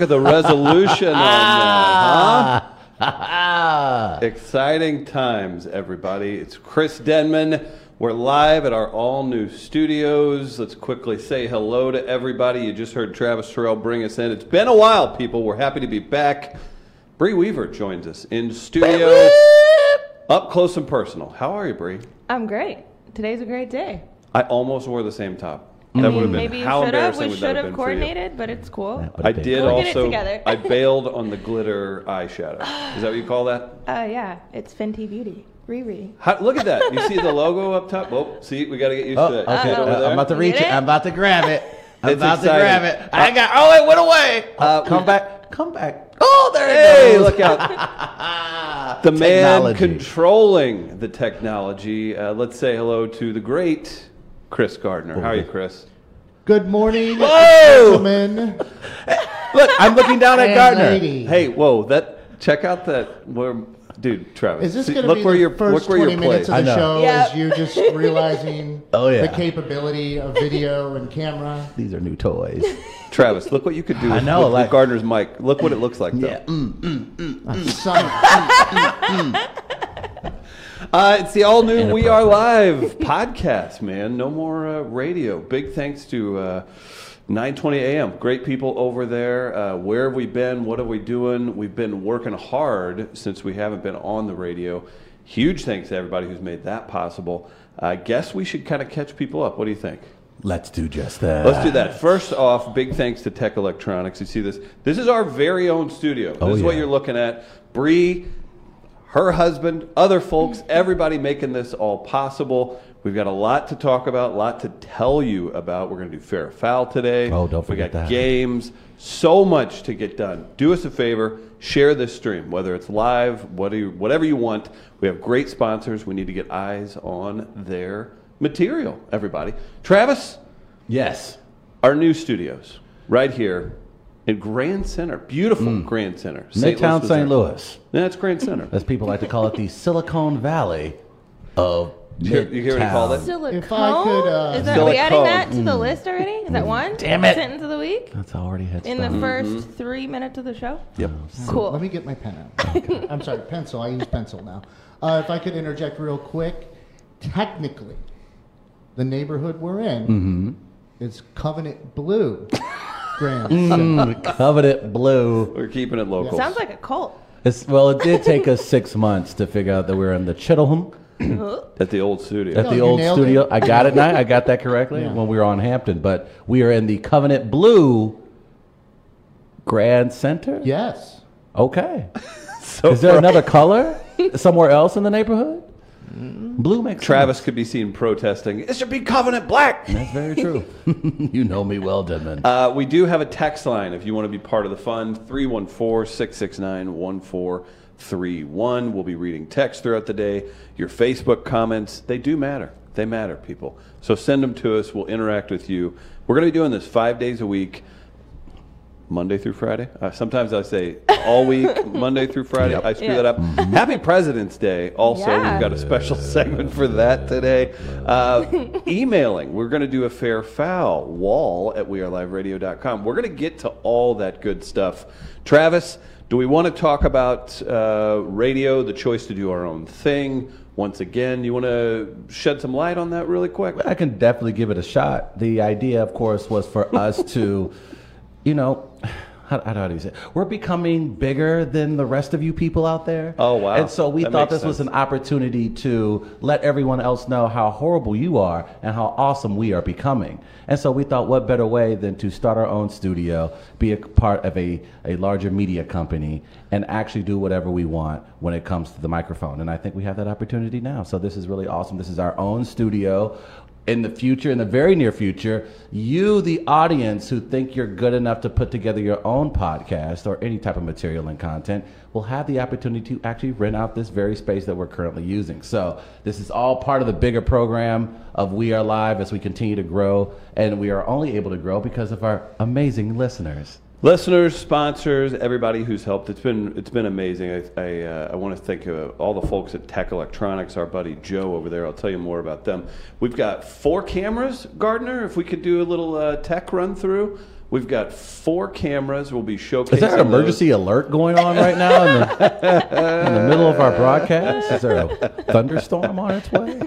at the resolution on that, huh? Ah. Exciting times, everybody. It's Chris Denman. We're live at our all new studios. Let's quickly say hello to everybody. You just heard Travis Terrell bring us in. It's been a while, people. We're happy to be back. Bree Weaver joins us in studio, up close and personal. How are you, Bree? I'm great. Today's a great day. I almost wore the same top. I That mean, would have been Mm. maybe you how should have. embarrassing We would should that have have been for you? coordinated, but it's cool. That would I have been did cool. We'll get it also. together. I bailed on the glitter eyeshadow. Is that what you call that? Uh, yeah, it's Fenty Beauty. Riri. How, look at that. You see the logo up top? Oh, see, we got to get used Oh, to okay. that. You see it over Uh, I'm there? about to reach Get it. it? I'm about to grab it. I'm It's about exciting. to grab it. I got. Oh, it went away. Oh, come back. Come back. Oh, there it Hey, goes. look out. The man Technology. controlling the technology. Uh, let's say hello to the great Chris Gardner. How are you, Chris? Good morning, Whoa! gentlemen. Look, I'm looking down at And Gardner. lady. Hey, whoa, that check out that where dude, Travis. Is this see- going to look be where the you're first look where 20 you're minutes placed. of I the know. show? Yep. Is you just realizing Oh, yeah. the capability of video and camera? These are new toys. Travis, look what you could do I with, know, with- with like- Gardner's mic. Look what it looks like though. yeah. mm. Hmm. Some, Uh, it's the all new We Are Live podcast, man. No more uh, radio. Big thanks to uh, 920 AM. Great people over there. Uh, where have we been? What are we doing? We've been working hard since we haven't been on the radio. Huge thanks to everybody who's made that possible. I guess we should kind of catch people up. What do you think? Let's do just that. Let's do that. First off, big thanks to Tech Electronics. You see this? This is our very own studio. This Oh, is what yeah. you're looking at. Bree, her husband, other folks, everybody making this all possible. We've got a lot to talk about, a lot to tell you about. We're going to do fair or foul today. Oh, don't we forget got that. games, so much to get done. Do us a favor, share this stream, whether it's live, what you- whatever you want. We have great sponsors. We need to get eyes on their material, everybody. Travis, Yes. our new studios right here in Grand Center, beautiful Grand Center, St. Hmm. Midtown Louis, St. Missouri. Louis. Yeah, it's Grand Center. As people like to call it, the Silicon Valley of You hear- you hear what he Midtown. called it? Silicone? If I could, uh, Is that, are we adding Silicone. that to the list already? Is Mm. that one? Damn it. Sentence of the week? That's already head In the first Mm-hmm. three minutes of the show? Yep. Cool. let me get my pen out. I'm sorry, pencil. I use pencil now. Uh, if I could interject real quick, technically, the neighborhood we're in Mm-hmm. is Covenant Blue. Grand. Mm, Covenant Blue. We're keeping it local. Sounds like a cult. It's, well, it did take us six months to figure out that we were in the Chittleham at the old studio. at No, the you old nailed studio. it. I got it now. I got that correctly Yeah. when we were on Hampton, but we are in the Covenant Blue Grand Center. Yes. Okay. so Is there far- another color somewhere else in the neighborhood? Blue makes Travis could be seen protesting. It should be Covenant Black. sense. That's very true. you know me well, Denman. Uh, we do have a text line if you want to be part of the fun 314 669 1431. We'll be reading text throughout the day. Your Facebook comments, they do matter. They matter, people. So send them to us. We'll interact with you. We're going to be doing this five days a week, Monday through Friday. Uh, sometimes I say all week, Monday through Friday. I screw Yeah. Mm-hmm. that up. Happy President's Day. Also, Yeah. we've got a special segment for that today. Uh, emailing. We're going to do a fair foul wall at weareliveradio.com. We're going to get to all that good stuff. Travis, do we want to talk about uh, radio, the choice to do our own thing? Once again, you want to shed some light on that really quick? I can definitely give it a shot. The idea, of course, was for us to, you know, how, how do I say? it? We're becoming bigger than the rest of you people out there. Oh, wow. And so we That thought makes this was sense. an opportunity to let everyone else know how horrible you are and how awesome we are becoming. And so we thought, what better way than to start our own studio, be a part of a, a larger media company, and actually do whatever we want when it comes to the microphone. And I think we have that opportunity now. So this is really awesome. This is our own studio. In the future, in the very near future, you, the audience who think you're good enough to put together your own podcast or any type of material and content, will have the opportunity to actually rent out this very space that we're currently using. So, this is all part of the bigger program of We Are Live as we continue to grow. And we are only able to grow because of our amazing listeners. listeners, sponsors, everybody who's helped. It's been it's been amazing. I I, uh, I want to thank uh, all the folks at Tech Electronics, our buddy Joe over there. I'll tell you more about them. We've got four cameras, Gardner. If we could do a little uh, tech run through. We've got four cameras. We'll be showcasing. Is there an those. emergency alert going on right now in the, in the middle of our broadcast? Is there a thunderstorm on its way?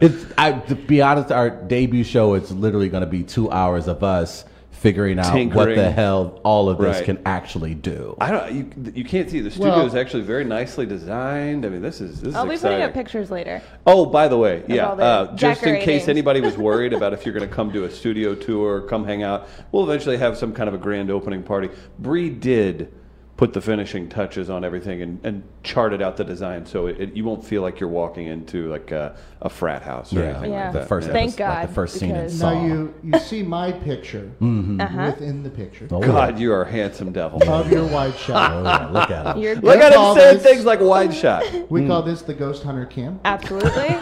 It's, I, to be honest, our debut show is literally going to be two hours of us figuring out what Tinkering. the hell all of this Right. can actually do. I don't. You, you can't see the studio Well- is actually very nicely designed. I mean, this is this I'll is be exciting. putting up pictures later. Oh, by the way, yeah. all the Uh, just in case decorating. anybody was worried about if you're going to come do a studio tour, come hang out, we'll eventually have some kind of a grand opening party. Bree did put the finishing touches on everything and, and charted out the design, so it, it, you won't feel like you're walking into like a, a frat house or Yeah, anything Yeah. like the that. first Yeah. Thank episode, like the God, first scene in because- Saw. Now you you see my picture Uh-huh. within the picture Mm-hmm. Oh, God, you are a handsome devil. of your wide shot. oh, yeah, look at it. You're Look good. at him all saying this- things like wide shot. We call Hmm. this the ghost hunter cam. Absolutely.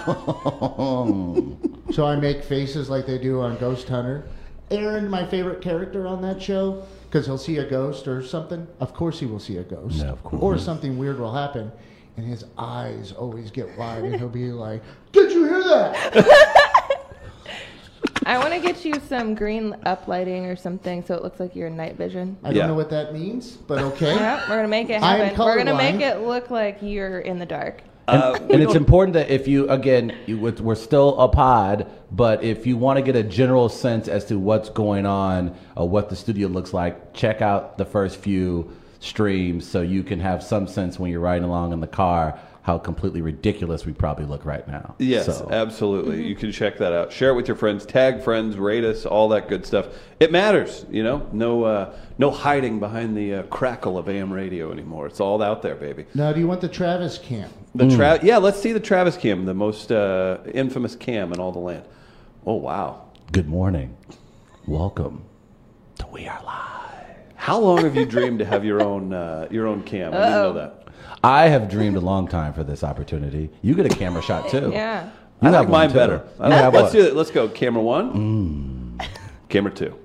So I make faces like they do on Ghost Hunter. Aaron, my favorite character on that show, because he'll see a ghost or something. Of course, he will see a ghost. Yeah, of course. Or something weird will happen, and his eyes always get wide, and he'll be like, "Did you hear that?" I want to get you some green uplighting or something so it looks like you're in night vision. I Yeah. don't know what that means, but okay. Yep, we're gonna make it I am happen. We're gonna make colorblind. it look like you're in the dark. And, Uh, and it's important that if you, again, you, with- we're still a pod, but if you want to get a general sense as to what's going on, uh, what the studio looks like, check out the first few streams so you can have some sense when you're riding along in the car how completely ridiculous we probably look right now. Yes, uh, So, absolutely. You can check that out. Share it with your friends. Tag friends. Rate us. All that good stuff. It matters. You know, no uh, no hiding behind the uh, crackle of AM radio anymore. It's all out there, baby. Now, do you want the Travis cam? The Mm. Tra- yeah, let's see the Travis cam, the most uh, infamous cam in all the land. Oh wow! good morning. Welcome to We Are Live. How long have you dreamed to have your own uh, your own cam? I didn't know that. I have dreamed a long time for this opportunity. You get a camera shot too. Yeah. You I have like one, mine too. better. I You like- have let's one. Mm. do it. Let's go. Camera one. Camera two.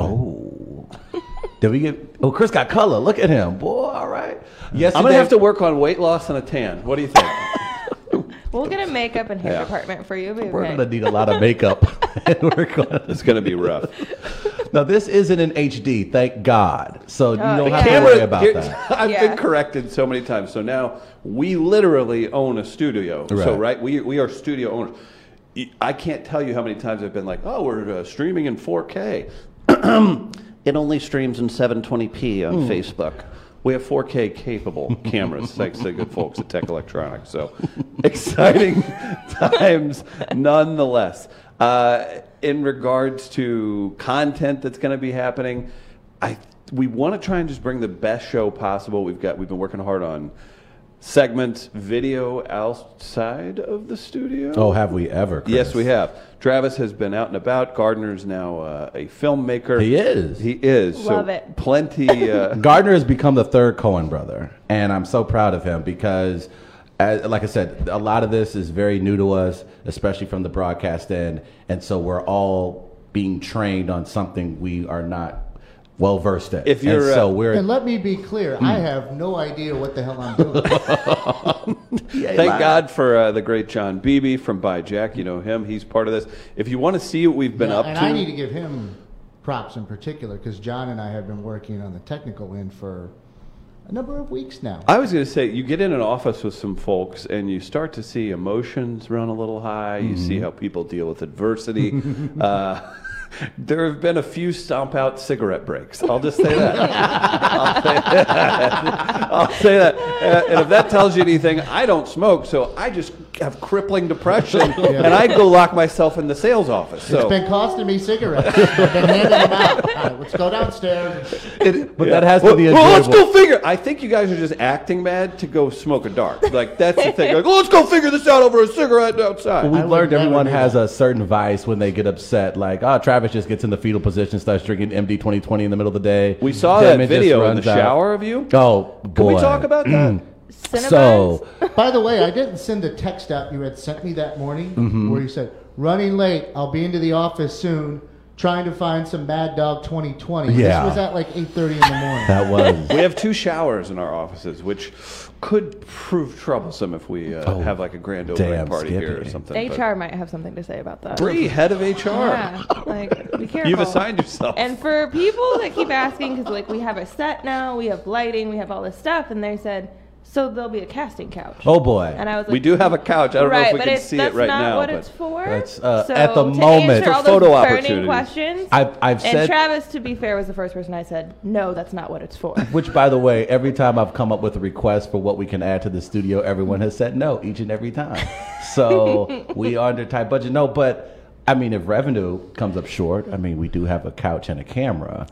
Oh. Did we get? Oh, Chris got color. Look at him, boy. All right. Yes, I'm gonna have to work on weight loss and a tan. What do you think? We'll get a makeup and hair Yeah. department for you. it'll be We're okay. gonna need a lot of makeup. we're gonna. it's gonna be rough. Now this isn't in HD, thank God. So you Oh, don't yeah. have to Camera- worry about here- that. I've Yeah. been corrected so many times. So now we literally own a studio. So Right. right, we we are studio owners. Y- I can't tell you how many times I've been like, "Oh, we're uh, streaming in 4K." it only streams in 720p Hmm. on Facebook. We have 4K capable cameras, thanks to the good folks at Tech Electronics. So exciting times, nonetheless. Uh, in regards to content that's going to be happening, I we want to try and just bring the best show possible. We've got we've been working hard on segments, video outside of the studio. Oh, have we ever? Chris? Yes, we have. Travis has been out and about. Gardner is now uh, a filmmaker. He is. He is. Love so it. Plenty. Uh, Gardner has become the third Cohen brother, and I'm so proud of him because, as, like I said, a lot of this is very new to us, especially from the broadcast end, and so we're all being trained on something we are not well versed at. If And you're, uh, so we're And let me be clear, Hmm. I have no idea what the hell I'm doing. thank God for uh, the great John Beebe from By Jack. You know him. He's part of this. If you want to see what we've been Yeah, up and to, I need to give him props in particular because John and I have been working on the technical end for a number of weeks now. I was going to say, you get in an office with some folks and you start to see emotions run a little high. You Mm-hmm. see how people deal with adversity. uh, there have been a few stomp out cigarette breaks. I'll just say that. I'll say that. I'll say that. And- And if that tells you anything, I don't smoke, so I just have crippling depression and I'd go lock myself in the sales office. So. it's been costing me cigarettes. I've been handing them out. All right, let's go downstairs. It- but Yeah. that has well, to be well, let's enjoyable. go figure. I think you guys are just acting mad to go smoke a dart. Like that's the thing. Like, well, let's go figure this out over a cigarette outside. We've would learned never everyone do has a certain vice when they get upset. Like, oh, Travis just gets in the fetal position, starts drinking MD twenty twenty in the middle of the day. We saw Devin that just video in the runs out. Mm. shower of you. Oh boy! Can we talk about that? Cinnabons? So By the way, I didn't send the Mm-hmm. text out you had sent me that morning where you said, running late, I'll be into the office soon. trying to find some Mad Dog 2020. Yeah. This was at like 8:30 in the morning. That was. We have two showers in our offices, which could prove troublesome if we uh, Oh, have like a grand opening damn, party here or Skippy. something. but- HR might have something to say about that. Bree, head of HR. Yeah, like be careful. You've assigned yourself. And for people that keep asking, because like we have a set now, we have lighting, we have all this stuff, and they said, so there'll be a casting couch. Oh boy. and I was like, we do have a couch. I don't right, know if we but can it's, see that's it right not now. what but it's for. That's, uh, so at the to moment. answer all For those photo burning opportunities. questions. I've- I've and said- Travis, to be fair, was the first person I said, no, that's not what it's for. Which, by the way, every time I've come up with a request for what we can add to the studio, everyone has said no each and every time. So we are under tight budget. No, but I mean, if revenue comes up short, I mean, we do have a couch and a camera.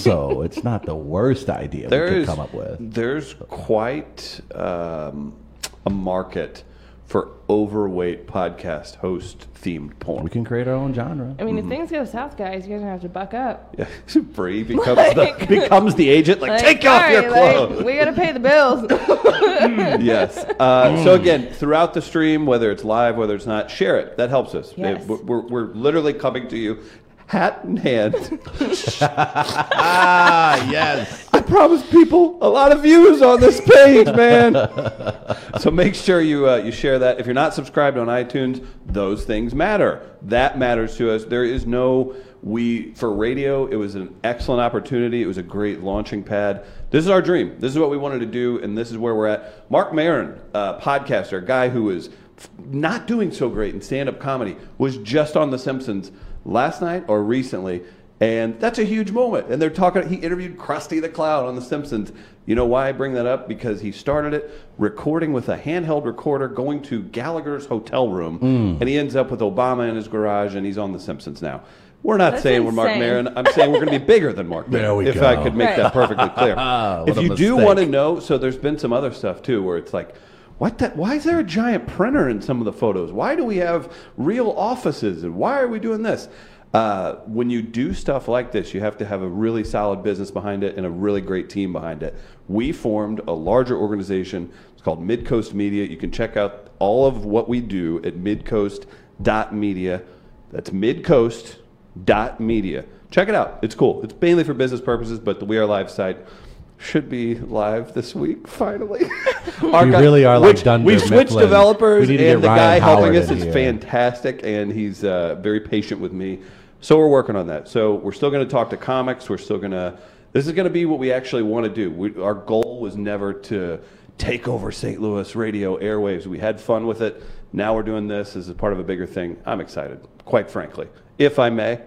so it's not the worst idea we could there's come up with. there's quite um, a market for overweight podcast host themed porn. We can create our own genre. I mean, Mm-hmm. if things go south, guys, you're gonna have to buck up. Yeah, Bree becomes the Like- becomes the agent. Like, Like, take off your sorry, like, clothes. we gotta pay the bills. yes. Uh, Mm. so again, throughout the stream, whether it's live, whether it's not, share it. That helps us. Yes. Uh, We're, we're literally coming to you, hat in hand. Ah, yes. I promise people a lot of views on this page, man. so make sure you uh, you share that. If you're not subscribed on iTunes, those things matter. That matters to us. There is no we for radio. It was an excellent opportunity. It was a great launching pad. This is our dream. This is what we wanted to do, and this is where we're at. Mark Marin, uh, podcaster, a guy who is f- not doing so great in stand-up comedy, was just on The Simpsons last night or recently. And that's a huge moment. And they're talking. He interviewed Krusty the Clown on The Simpsons. You know why I bring that up? Because he started it recording with a handheld recorder, going to Gallagher's hotel room, Mm. and he ends up with Obama in his garage, and he's on The Simpsons now. We're not That's saying we're Mark insane. Maron. I'm saying we're going to be bigger than Mark Maron. There we if I go. could make Right. that perfectly clear. What if a you do mistake. want to know, so there's been some other stuff too, where it's like. What the, why is there a giant printer in some of the photos? Why do we have real offices? And why are we doing this? Uh, when you do stuff like this, you have to have a really solid business behind it and a really great team behind it. We formed a larger organization. It's called Midcoast Media. You can check out all of what we do at midcoast.media. That's midcoast.media. Check it out. It's cool. It's mainly for business purposes, but the We Are Live site should be live this week, finally. Our We really are, like, which- done We to switched Mifflin. developers, We need and to the get Ryan guy helping Howard us in is here. fantastic, and he's uh, very patient with me. So we're working on that. So we're still going to talk to comics. We're still going to. This is going to be what we actually want to do. We, our goal was never to take over St. Louis radio airwaves. We had fun with it. Now we're doing this. This is part of a bigger thing. I'm excited, quite frankly. If I may,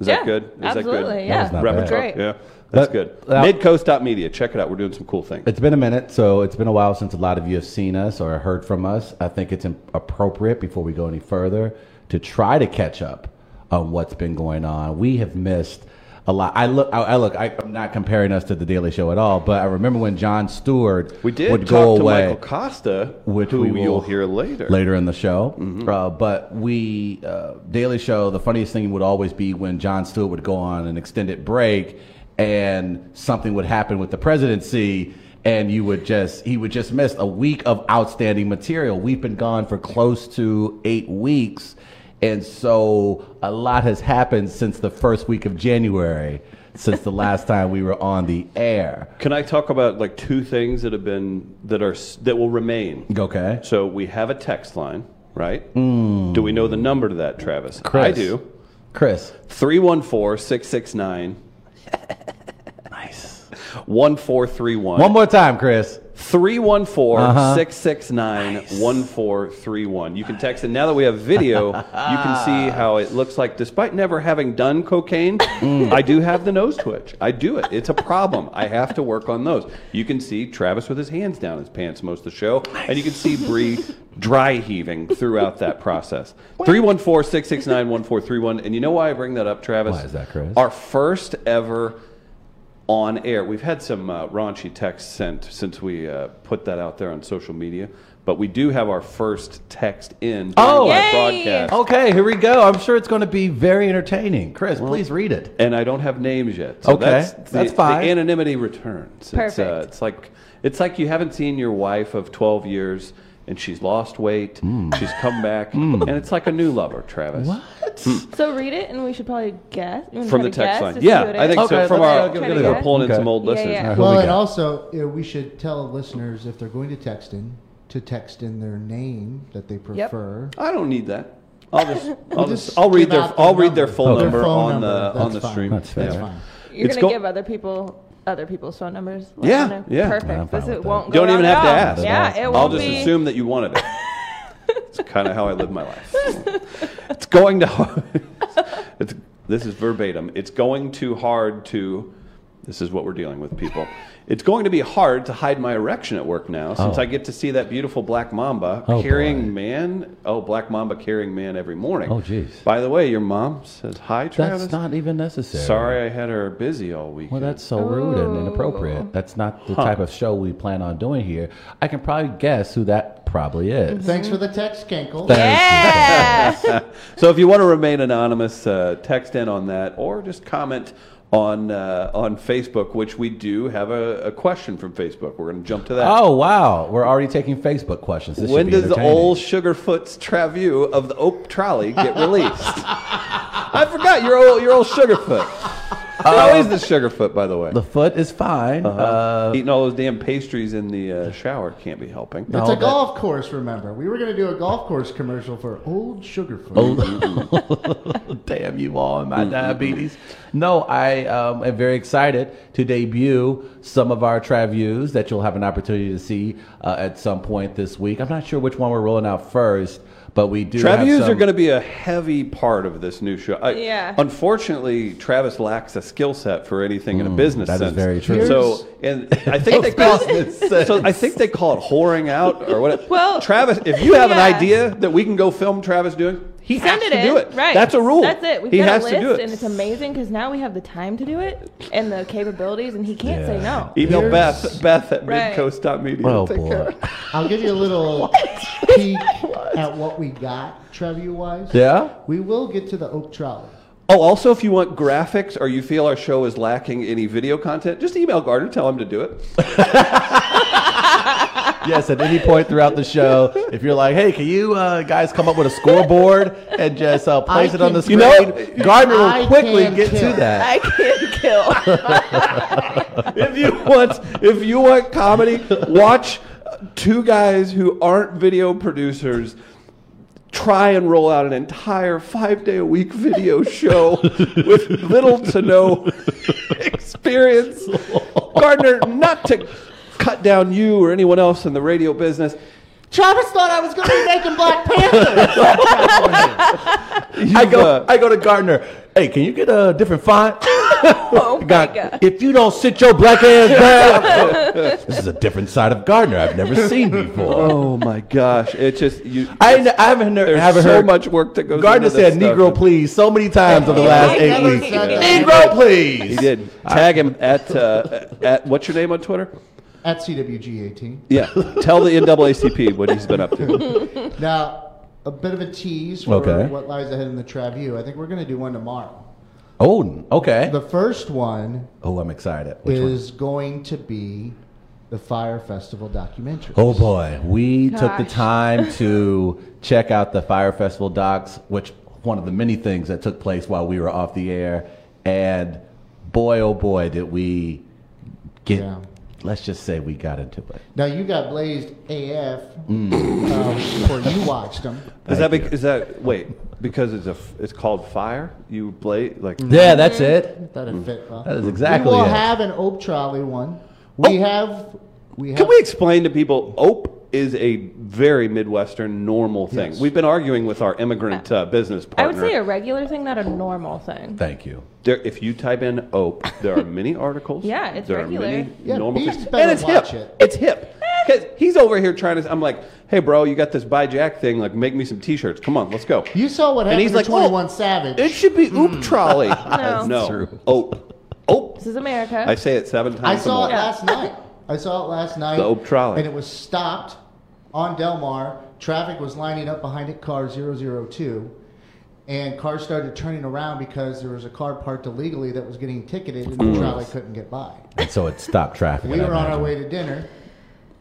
is that Yeah, good? Is that absolutely, good? yeah. That was not Repertoire. bad. Great. Yeah, that's That- good. that- Midcoast.media. Check it out. We're doing some cool things. It's been a minute, so it's been a while since a lot of you have seen us or heard from us. I think it's im- appropriate before we go any further to try to catch up on what's been going on. We have missed a lot. I look, I, I look. I, I'm not comparing us to the Daily Show at all, but I remember when John Stewart We did would talk go to away Michael Costa, which who we will you'll hear later. later in the show. Uh, but we uh, Daily Show. The funniest thing would always be when John Stewart would go on an extended break, and something would happen with the presidency, and you would just he would just miss a week of outstanding material. We've been gone for close to eight weeks, and so a lot has happened since the first week of January. Since the last time we were on the air. Can I talk about like two things that have been that are s- that will remain? Okay. So we have a text line, right? Do we know the number to that, Travis? I Hmm. Chris. do. Chris. 314-669-1431. Nice. One 314 more time, Chris. 669 You can text it. Now that we have video, you can see how it looks like despite never having done cocaine, I do have the nose twitch. I do it. It's a problem. I have to work on those. You can see Travis with his hands down his pants most of the show, and you can see Bree dry heaving throughout that process. 314-669-1431. And you know why I bring that up, Travis? Why is that, Chris? Our first ever on air. We've had some uh, raunchy texts sent since we uh, put that out there on social media, but we do have our first text in during Oh. live Yay! broadcast. Okay, here we go. I'm sure it's going to be very entertaining. Chris, please read it. And I don't have names yet. So Okay, that's, the, that's fine. The anonymity returns. It's, uh, Perfect. it's like it's like you haven't seen your wife of 12 years and she's lost weight. Hmm. She's come back, and it's like a new lover, Travis. So read it, and we should probably guess you wanna From try the to text guess line. to see Yeah, what it I think is? Okay, so. From let's our, go, give it a we're go. pulling in some Okay. old Yeah, listeners. yeah. All right, who Well, we and got? also you know, we should tell listeners if they're going to text in to text in their name that they prefer. I don't need that. I'll just, I'll We'll just, just I'll read give their, out I'll read their number. phone Okay. number Their phone on the number. on the That's fine. stream. That's fair. That's Yeah. fine. You're It's gonna go- give other people other people's phone numbers. Let Yeah, them know. yeah. Yeah, I'm Perfect. fine This with it that. won't. You don't go even at have to all. ask. Yeah, it won't I'll just be. assume that you wanted it. It's kind of how I live my life. It's going to hard. It's, this is verbatim. It's going too hard to. This is what we're dealing with, people. It's going to be hard to hide my erection at work now, since Oh. I get to see that beautiful black mamba Oh, carrying boy. man. Oh, black mamba carrying man every morning. Oh, jeez. By the way, your mom says hi, Travis. That's not even necessary. Sorry, I had her busy all week. Well, that's so rude and Ooh. inappropriate. That's not the type of show we plan on doing here. I can probably guess who that probably is. Thanks for the text, Kenkel. Thank you. Yeah. So if you want to remain anonymous, uh, text in on that, or just comment on uh, on Facebook, which we do have a, a question from Facebook. We're going to jump to that. Oh wow, we're already taking Facebook questions. This should when be does the entertaining. old Sugarfoot's Traview of the Oak Trolley get released? I forgot your old your old Sugarfoot. How is the Sugarfoot, by the way? Uh, the foot is fine? Uh-huh. Uh, Eating all those damn pastries in the uh, shower can't be helping. It's No, a that- golf course, remember. We were going to do a golf course commercial for Old Sugarfoot. Damn you all and my diabetes. No, I um, am very excited to debut some of our Traviews that you'll have an opportunity to see uh, at some point this week. I'm not sure which one we're rolling out first, but we do. have Traviews are some- going to be a heavy part of this new show. I, Yeah. Unfortunately, Travis lacks a skill set for anything in a business Mm, that is sense. very true. So, and I think they call business so I think they call it whoring out or what? Well, Travis, if you have yeah. an idea that we can go film Travis doing, he has Send it to in. do it. Right. That's a rule. That's it. We've he got has a list, to do it. and it's amazing because now we have the time to do it and the capabilities, and he can't Yeah. say no. Email Here's- Beth, Beth at Right. midcoast.media. Oh Take boy. care. I'll give you a little peek at what we got, Trevue wise. Yeah. We will get to the Oak Trolley. Oh, also, if you want graphics or you feel our show is lacking any video content, just email Gardner, tell him to do it. Yes, at any point throughout the show, if you're like, "Hey, can you uh, guys come up with a scoreboard and just uh, place I it on the can- screen?" You know, Gardner will I quickly can get kill. to that. I can't kill. if you want if you want comedy, watch two guys who aren't video producers try and roll out an entire five day a week video show with little to no experience. Gardner, not to cut down you or anyone else in the radio business. Travis thought I was going to be making Black Panther. I You've, go, uh, I go to Gardner. Hey, can you get a different font? Oh my God, God. if you don't sit your black ass down, this is a different side of Gardner I've never seen before. oh my gosh. It just you I, n- I haven't, heard- there's haven't so heard much work that goes Gardner into this said stuff. Negro please so many times over the last I eight never weeks. said that. Negro please. He did. Tag him at uh, at what's your name on Twitter? At CWG18. Yeah, tell the NAACP what he's been up to. Now, a bit of a tease for Okay. what lies ahead in the Trevue. I think we're going to do one tomorrow. Oh, okay. The first one Oh, I'm excited. Which one? is going to be the Fire Festival documentary. Oh boy, we took the Gosh. time to check out the Fire Festival docs, which one of the many things that took place while we were off the air, and boy, oh boy, did we get. Yeah. Let's just say we got into it. Now you got blazed AF Mm. um, before you watched them. Is that bec- is that wait because it's a f- it's called fire? You blade like Yeah, that's it. That would fit. Well. That is exactly We will it. have an Oak Trolley one. We Oh. have. We have. Can we explain to people? Ope is a very midwestern normal thing. Yes. We've been arguing with our immigrant uh, business I would partner. say a regular thing, not a normal thing. Thank you. There- if you type in Ope, there are many articles. Yeah, it's there regular. Are many Yeah, normal Beebs things. better and it's watch hip. it. It's hip. Because he's over here trying to. I'm like, hey, bro, you got this buy Jack thing. Like, make me some T-shirts. Come on, let's go. You saw what And happened he's to like, oh, Twenty One Savage. Hmm. It should be oop trolley. That's no. true. Oop. Oop. This is America. I say it seven times. I a saw month. it last night. I saw it last night. The Oak Trolley. And it was stopped on Del Mar. Traffic was lining up behind it, car 002. And cars started turning around because there was a car parked illegally that was Mm. getting ticketed and the trolley couldn't get by. And so it stopped traffic. We I were on our imagine. way to dinner.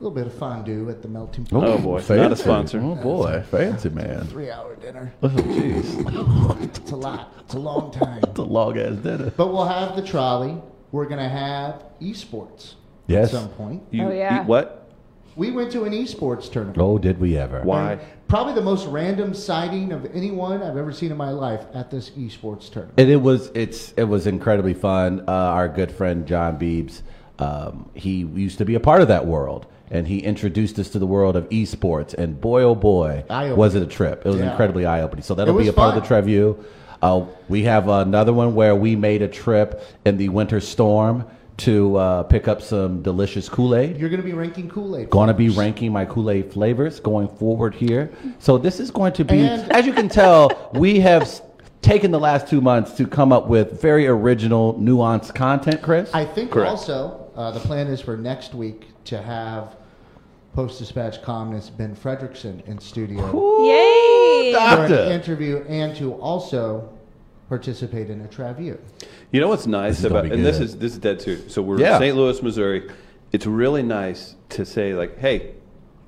little bit of fondue at the melting Ooh, pot. Oh, boy. fancy. Not a sponsor. Oh boy, fancy man. Three hour dinner. Oh jeez, It's a lot. It's a long time. it's a long ass dinner. But we'll have the trolley. We're gonna have esports Yes. at some point. You Oh, yeah. eat what? We went to an esports tournament. Oh, did we ever? Why? Probably the most random sighting of anyone I've ever seen in my life at this esports tournament. And it was it's it was incredibly fun. Uh, our good friend John Beebs, um, he used to be a part of that world, and he introduced us to the world of esports. And boy, oh boy, Eye-opening. was it a trip! It was Yeah. incredibly eye opening. So that'll It be a was part of the fun. Trevue. Uh, we have another one where we made a trip in the winter storm to uh, pick up some delicious Kool Aid You're going to be ranking Kool-Aid. going to be ranking my Kool-Aid flavors going forward here. So this is going to be, And- as you can tell, we have s- taken the last two months to come up with very original, nuanced content, Chris. I think Correct. also uh, the plan is for next week to have Post Dispatch columnist Ben Fredrickson in studio Yay! for an Doctor. interview and to also participate in a traview. You know what's nice is gonna about, be and this good. is this is dead too. So we're Yeah. in St. Louis, Missouri. It's really nice to say like, hey,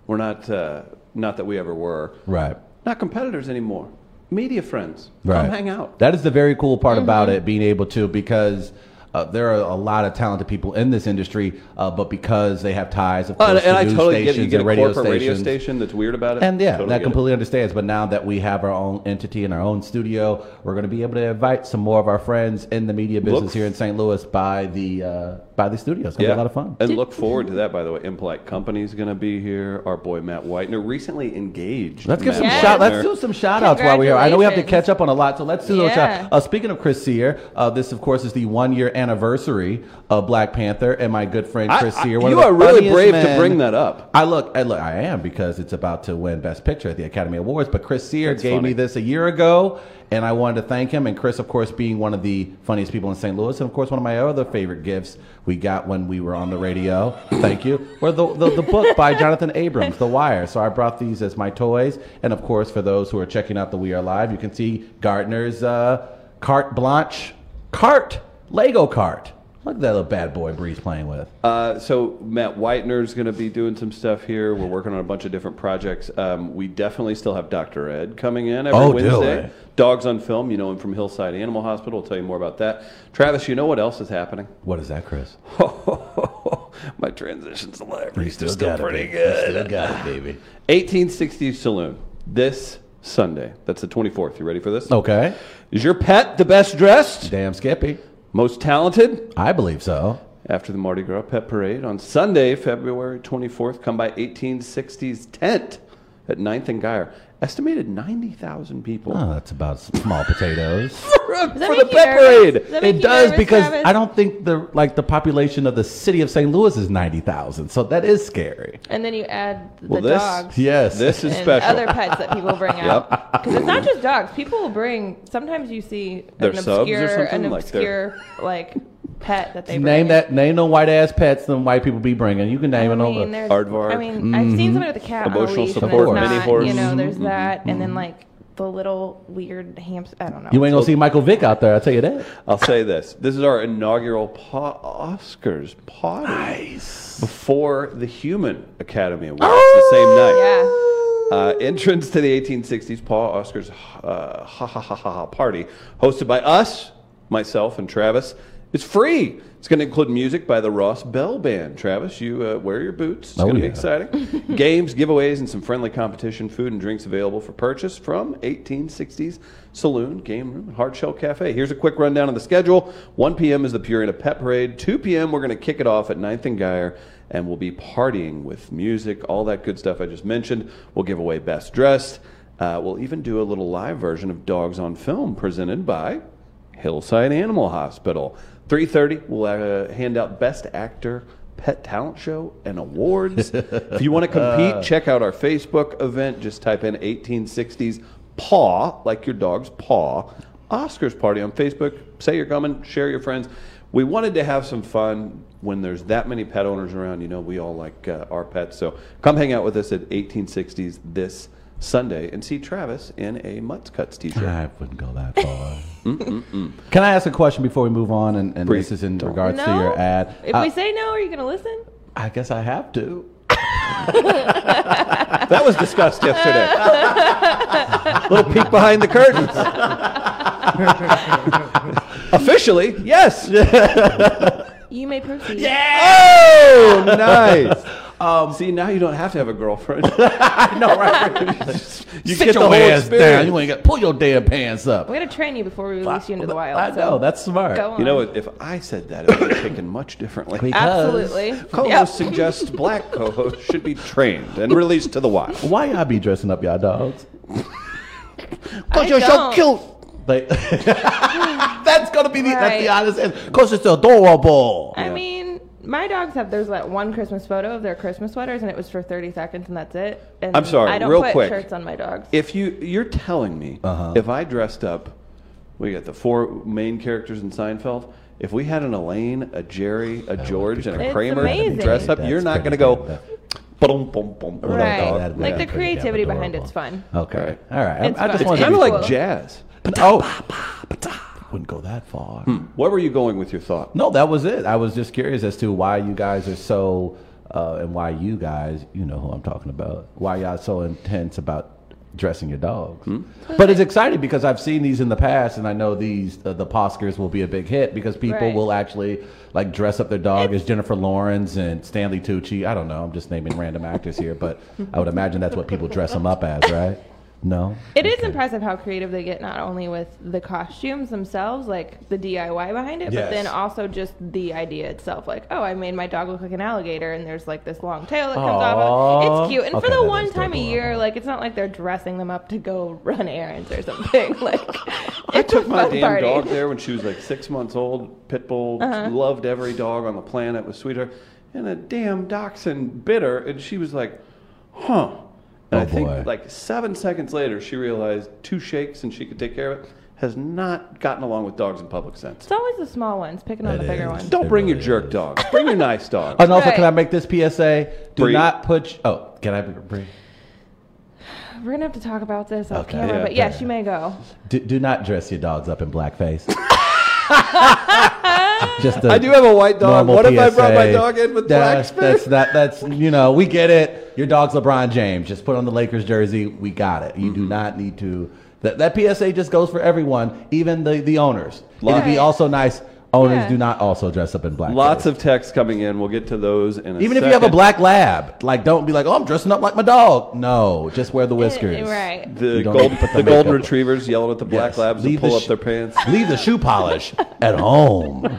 we're not uh, not that we ever were, right. not competitors anymore. Media friends, Right. come hang out. Mm-hmm. That is the very cool part about it, being able to, because uh, there are a lot of talented people in this industry, uh, but because they have ties, of Oh, course, and, and to I news totally get it. You stations get a and radio corporate radio stations. station that's weird about it. And yeah, Totally get that it. completely understands. But now that we have our own entity and our own studio, we're going to be able to invite some more of our friends in the media business Look- here in St. Louis by the uh, by the studio. It's going to be a lot of fun. And look forward to that, by the way. Impolite Company's going to be here. Our boy Matt Whitener, recently engaged. Let's give Matt some Yes. shout. Whitener. Let's do some shout outs while we're here. I know we have to Congratulations. catch up on a lot, so let's do those Yeah. shout. Uh, speaking of Chris Sear, uh, this of course is the one year anniversary of Black Panther, and my good friend I- Chris I- Sear. one of you the are really funniest brave to men- bring that up. I look, I look, I am because it's about to win Best Picture at the Academy Awards. But Chris Sear That's gave funny. me this a year ago, and I wanted to thank him. And Chris, of course, being one of the funniest people in St. Louis, and of course, one of my other favorite gifts we got when we were on the radio. thank you. Or the, the the book by Jonathan Abrams, The Wire. So I brought these as my toys, and of course, for those who are checking out the We Are Live, you can see Gardner's uh, carte blanche cart Lego cart. Look at that little bad boy Bree's playing with. Uh, so Matt Whitener's going to be doing some stuff here. We're working on a bunch of different projects. Um, we definitely still have Dr. Ed coming in every Oh, do Wednesday. it. Dogs on Film, you know him from Hillside Animal Hospital. I'll tell you more about that. Travis, you know what else is happening? What is that, Chris? My transition You celebrity still, is got pretty it, baby. good. You still got it, baby. 1860s Saloon this Sunday. That's the 24th. You ready for this? Okay. Is your pet the best dressed, Damn Skippy. most talented? I believe so. After the Mardi Gras Pet Parade on Sunday, February 24th, come by 1860s Tent at 9th and Guyer. Estimated 90,000 people Oh, that's about small potatoes. for, a- that for the make you pet nervous? parade. Does that make it you does nervous, because Travis? I don't think the like the population of the city of St. Louis is ninety thousand, so that is scary. And then you add the Well, this- dogs. Yes, This is and special. other pets that people bring out. Because it's not just dogs. People will bring. Sometimes you see Their an subs or obscure, an something? Like their- obscure like pet that they bring name in. that name them white ass pets them white people be bringing. You can name I it mean, over. there's, Aardvark. I mean, I've seen somebody with a cat on a Emotional leash, support, and there's mini not, horse. Mm-hmm. You know, there's that, and then like the little weird hamster. I don't know. You ain't gonna see Michael Vick out there. I will tell you that. I'll say this. This is our inaugural po- Oscars party before the Human Academy Awards the same night. yeah. Uh, entrance to the 1860s Paul Oscar's uh, ha, ha ha ha ha party, hosted by us, myself, and Travis, is free. It's going to include music by the Ross Bell Band. Travis, you uh, wear your boots. It's Oh, going to yeah. be exciting. Games, giveaways, and some friendly competition food and drinks available for purchase from 1860s Saloon, Game Room, and Hard Shell Cafe. Here's a quick rundown of the schedule 1 p.m. is the Purina Pet Parade. 2 p.m. we're going to kick it off at 9th and Geyer and we'll be partying with music, all that good stuff I just mentioned. We'll give away Best Dressed. Uh, we'll even do a little live version of Dogs on Film presented by Hillside Animal Hospital. 3.30, we'll uh, hand out Best Actor, Pet Talent Show, and awards. if you want to compete, check out our Facebook event. Just type in 1860s paw, like your dog's paw, Oscars party on Facebook. Say you're coming, share your friends. We wanted to have some fun when there's that many pet owners around. You know, we all like uh, our pets. So come hang out with us at 1860s this Sunday and see Travis in a Mutz Cuts t shirt. I wouldn't go that far. Can I ask a question before we move on? And, and Bree, this is in don't. regards to No. your ad. If Uh, we say no, are you gonna listen? I guess I have to. That was discussed yesterday. Little peek behind the curtains. Officially, yes. You may proceed. Oh, nice. See, now you don't have to have a girlfriend. I know, right? You Sit get the your whole ass down. experience. You ain't got pull your damn pants up. We're gonna train you before we release you into the wild. I so know that's smart. Go on. You know, if I said that, it would be taken much differently. Because- Absolutely. Co-hosts Yep. suggest black co-hosts should be trained and released to the wild. Why y'all be dressing up y'all dogs? I don't. Like that's gonna be the that's the Right. honest answer. Cause it's adorable. I mean, my dogs have. There's that one Christmas photo of their Christmas sweaters, and it was for 30 seconds, and that's it. And I'm sorry, I don't real put quick. shirts on my dogs. If you you're telling me Uh-huh. if I dressed up, we got the four main characters in Seinfeld. If we had an Elaine, a Jerry, a George, and a It's Kramer amazing. dress up, That's you're not going to pretty go. good. Boom, boom, boom. Right. dog. That'd be like pretty the damn creativity behind adorable. it's fun. Okay. All right. It's I, I just fine. It's wanted kind of to like Cool. jazz. oh, Hmm. wouldn't go that far. Where were you going with your thought? No, that was it. I was just curious as to why you guys are so, uh, and why you guys, you know who I'm talking about, why y'all so intense about dressing your dogs. But it's exciting because I've seen these in the past, and I know these uh, the Poskers will be a big hit because people Right. will actually like dress up their dog as Jennifer Lawrence and Stanley Tucci. I don't know. I'm just naming random actors here, but I would imagine that's what people dress them up as, right? No. It is impressive how creative they get, not only with the costumes themselves, like the DIY behind it, Yes. but then also just the idea itself. Like, oh, I made my dog look like an alligator, and there's like this long tail that comes Aw. off. Of it. It's cute. And Okay, for the that one is time a adorable. year, like, it's not like they're dressing them up to go run errands or something. like, I it's took a my fun damn party. Uh-huh. dog there when she was like six months old. Pitbull loved every dog on the planet. Was sweetheart, and a damn dachshund bit her, and she was like, "Huh." And Oh, I think boy. like seven seconds later, she realized two shakes and she could take care of it. Has not gotten along with dogs in public since. It's always the small ones picking on It the bigger is. ones. Don't It bring your really jerk is. dogs. Bring your nice dogs. And also, can I Right. make this PSA? Do Bree. not put. Oh, can I breathe? We're gonna have to talk about this off Okay. camera, Yeah, but yes, okay. you may go. Do, do not dress your dogs up in blackface. Just a I do have a white dog. normal What if I brought my PSA. dog in with that's, blackface? That's not. That's you know. We get it. Your dog's LeBron James. Just put on the Lakers jersey. We got it. You do not need to. That, that PSA just goes for everyone, even the the owners. It'd be Right. also nice. Owners Yeah. do not also dress up in blackface. Lots of texts coming in. We'll get to those in a Even if you have a second. black lab, like don't be like, oh, I'm dressing up like my dog. No, just wear the whiskers. Right. The You don't gold, need to put the the golden makeup. retrievers yelling at the black Yes. labs to Leave the pull sh- up their pants. Leave the shoe polish at home.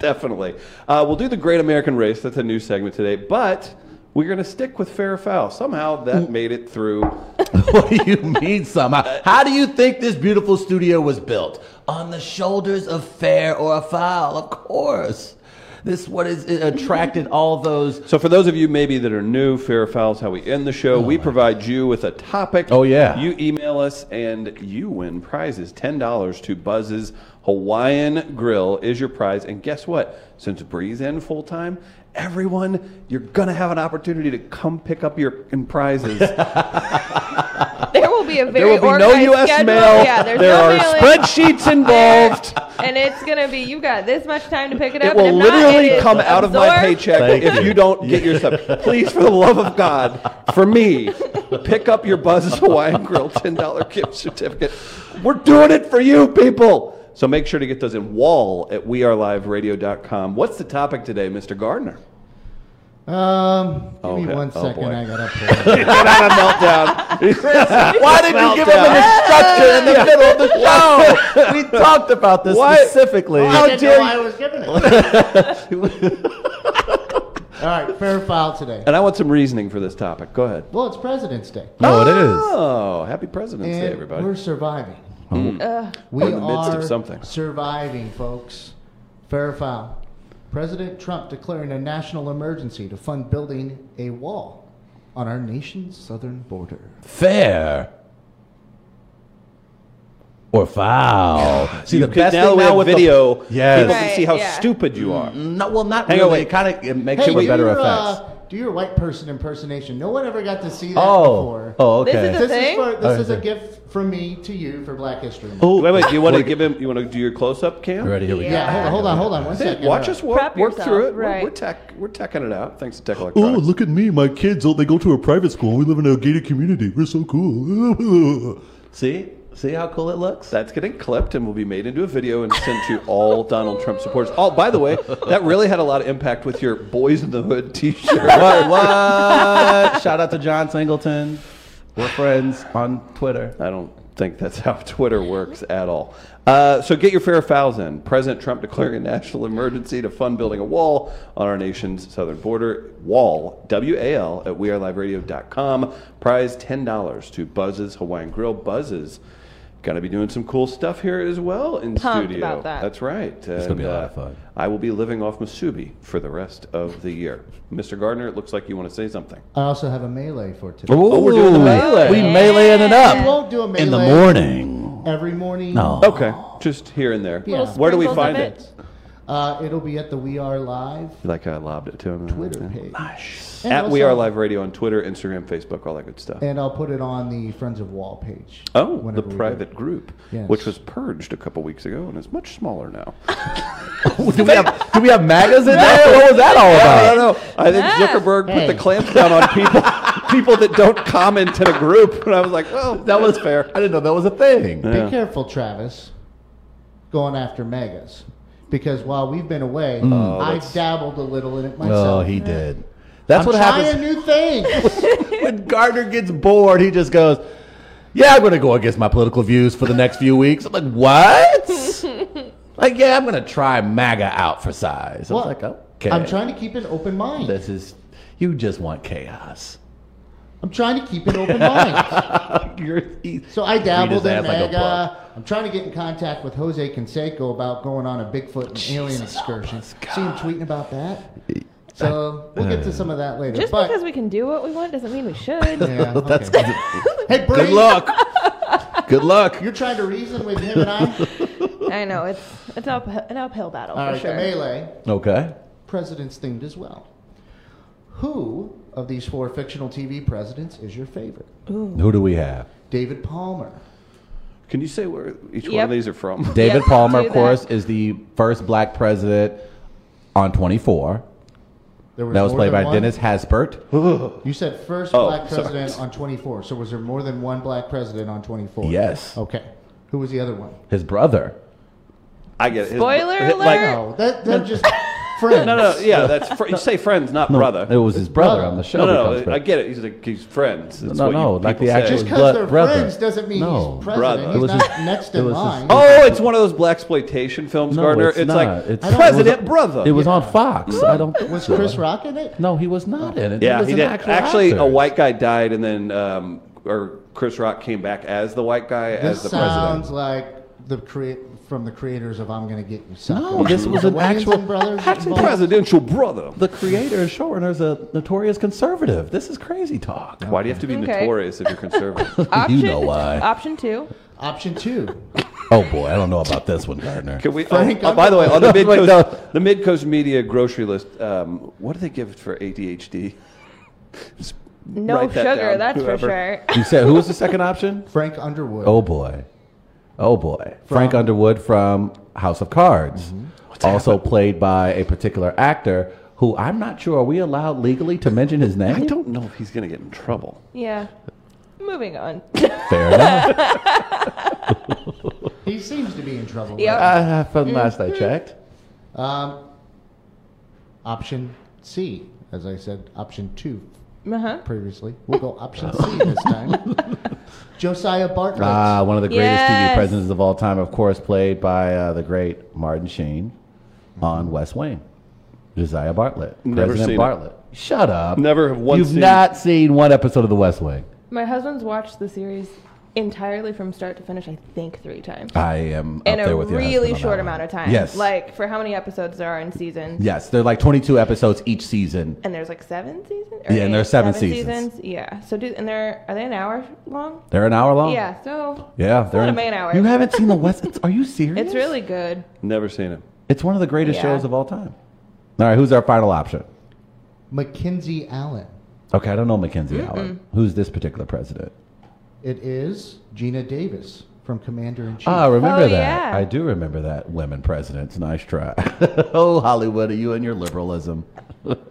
Definitely. Uh, we'll do the Great American Race. That's a new segment today, but we're going to stick with fair or foul. Somehow Mm. that made it through. what do you mean somehow? How do you think this beautiful studio was built? On the shoulders of fair or foul, of course. This what is it attracted all those So for those of you maybe that are new, fair or foul is how we end the show. we provide you with a topic. Oh, yeah. You email us and you win prizes. Ten dollars to Buzz's Hawaiian Grill is your prize. And guess what? Since Bree's in full time. Everyone, you're gonna have an opportunity to come pick up your prizes. There will be a there very will be no organized U.S. schedule. mail. Yeah, there's there no are mailing. spreadsheets involved. and it's gonna be you got this much time to pick it up. It will and if literally not, it come is out of my absorbed. paycheck Thank if you. you. don't get your stuff. Please, for the love of God, for me, pick up your Buzz's Hawaiian Grill $10 gift certificate. We're doing it for you, people. So make sure to get those in wall at weareliveradio.com. What's the topic today, Mr. Gardner? Um, give Oh, me yeah. one Oh, second. boy. I got up. There. Get out of meltdown. Why did you give him an instruction in the middle of the show? We talked about this Why- specifically. How didn't dare know I you- was giving it. All right, fair file today. And I want some reasoning for this topic. Go ahead. Well, it's President's Day, No, it is. Oh, happy President's Day, and everybody. Hmm. we're surviving. Uh, Ugh. We We're in the midst are of something. surviving, folks. Fair or foul. President Trump declaring a national emergency to fund building a wall on our nation's southern border. Fair. Or foul. See, you the can- best now thing we now have with the- video. Yes. Mm-hmm. People can Right, see how yeah. stupid you are. No, well, not Hang on, really. wait. It kind of it makes it for if better you're, effects. uh, do your white person impersonation. No one ever got to see that Oh, before. oh, This is okay. a- this Thing? is for, Oh, this is a okay. gift from me to you for Black History Month. Wait, wait. You want to give him? You want to do your close up, Cam? You ready? Here we Yeah, hold on, hold on, hold on. One Hey, second. watch us work, Prep work through yourself, it. We're- We're, right. tech, we're teching it out. Thanks to Tech Oh, Electronics. look at me. My kids, oh, they go to a private school. We live in a gated community. We're so cool. See, see how cool it looks. That's getting clipped and will be made into a video and sent to all Donald Trump supporters. Oh, by the way, that really had a lot of impact with your Boys in the Hood t shirt. what? What? Shout out to John Singleton. We're friends on Twitter. I don't think that's how Twitter works at all. Uh, so get your fair fouls in. President Trump declaring a national emergency to fund building a wall on our nation's southern border. Wall, W A L, at weareliveradio.com. Prize $10 to Buzz's Hawaiian Grill. Buzz's going to be doing some cool stuff here as well in Pumped studio. about that. That's right. It's gonna be a lot of fun. I will be living off Masubi for the rest of the year. Mr. Gardner, it looks like you want to say something. I also have a melee for today. Oh, we're doing the melee. We meleeing it We up won't do a melee in the morning. every morning. No. Okay, just here and there. Yeah. Where do we Sprinkles of find it. it? Uh, it'll be at the We Are Live Like I lobbed it to him. Twitter Yeah. page. And At also- We Are Live Radio on Twitter, Instagram, Facebook, all that good stuff. And I'll put it on the Friends of Wall page. Oh, the whenever we do. private group, Yes. which was purged a couple weeks ago and is much smaller now. do we have do we have magas in there? What was that all I about? don't know. I think Yeah. Zuckerberg Hey. put the clamps down on people people that don't comment in a group, and I was like, well, that was fair. I didn't know that was a thing. Be Yeah. careful, Travis, going after megas. Because while we've been away, Mm. I've dabbled a little in it Oh, myself. he did. That's I'm what trying happens new things. when Gardner gets bored. He just goes, "Yeah, I'm going to go against my political views for the next few weeks." I'm like, "What?" like, yeah, I'm going to try MAGA out for size. I was Well, like, "Okay." I'm trying to keep an open mind. This is you just want chaos. I'm trying to keep an open mind. You're, he- So I Read his dabbled in ass like a mega. book. I'm trying to get in contact with Jose Canseco about going on a Bigfoot and alien excursion. See him tweeting about that. So we'll Uh, get to some of that later. Just but, because we can do what we want doesn't mean we should. yeah, That's okay. hey, Bree, good luck. good luck. You're trying to reason with him and I. I know it's it's up, an uphill battle All for right, sure. the melee. Okay. presidents themed as well. Who of these four fictional TV presidents is your favorite? Who do we have? David Palmer. Can you say where each one Yep. of these are from? David Yep, Palmer, do of course, that. is the first black president on 24. There was That was more played than by one? Dennis Haspert. You said first Oh, black sorry. president on 24. So was there more than one black president on 24? Yes. Okay. Who was the other one? His brother. I get it. His- Spoiler his- alert. No, Oh, that, that just friends. No, no, yeah, that's fr- you say friends, not brother. It was his brother on the show. No, no, becomes no, I brother. get it. He's like he's friends. That's No, what no, you like people the say. actual- Just His because they're blood- brother. friends doesn't mean No. he's Brother. president. It He's was not his- next it in was his- line. Oh, it's one of those black exploitation films, No, Gardner. it's It's, not. like It's- President it was- Brother. It was on Fox. I don't. think Was so. Chris Rock in it? No, he was not in it. yeah, was he an did. actual Actually, actor. a white guy died, and then um, or Chris Rock came back as the white guy This as the sounds president. like the create from the creators of "I'm Gonna Get You." Sucker. No, this was The an Wayans actual- and brothers. Actually, involved? presidential brother. The creator and showrunner is a notorious conservative. This is crazy talk. Why do you have to be Okay. notorious if you're conservative? You know why. Option two. Option two. Oh boy, I don't know about this one, Gardner. Can we? Frank, oh, oh, I'm by the way, on the Wait, mid coast, no. the mid coast media grocery list. Um, what do they give for ADHD? Just No write that sugar, down, that's whoever. for sure. You said who was the second option? Frank Underwood. Oh boy. Oh boy. Frank Underwood from House of Cards. Also played by a particular actor who I'm not sure are we allowed legally to mention his name? I don't know if he's going to get in trouble. Yeah. Moving on. Fair enough. He seems to be in trouble. Yep. uh, from last Mm-hmm. I checked. right? Um, option C, as I said, option two Uh-huh. previously. We'll go option C this time. Josiah Bartlett. Ah, one of the greatest TV Yes. presidents of all time, of course, played by uh, the great Martin Sheen Mm-hmm. on West Wing. Josiah Bartlett. Never President seen it. Bartlett. Shut up. Never have once You've seen- not seen one episode of The West Wing. My husband's watched the series entirely from start to finish, I think three times. I am in up there a with your husband really on that short one. amount of time. Yes. Like for how many episodes there are in seasons. Yes, they're like 22 episodes each season. And there's like seven seasons? Yeah, and there's seven seasons. Yeah. So do and they're are they an hour long? They're an hour long. Yeah, so yeah, not they're a man hour. You haven't seen the West? it's- Are you serious? it's really good. Never seen him. It's one of the greatest Yeah. shows of all time. All right, who's our final option? Mackenzie Allen. Okay, I don't know Mackenzie Allen. Who's this particular president? It is Gina Davis from Commander in Chief. Ah, I remember Oh, that. yeah. I do remember that. Women presidents. Nice try. oh, Hollywood, are you and your liberalism?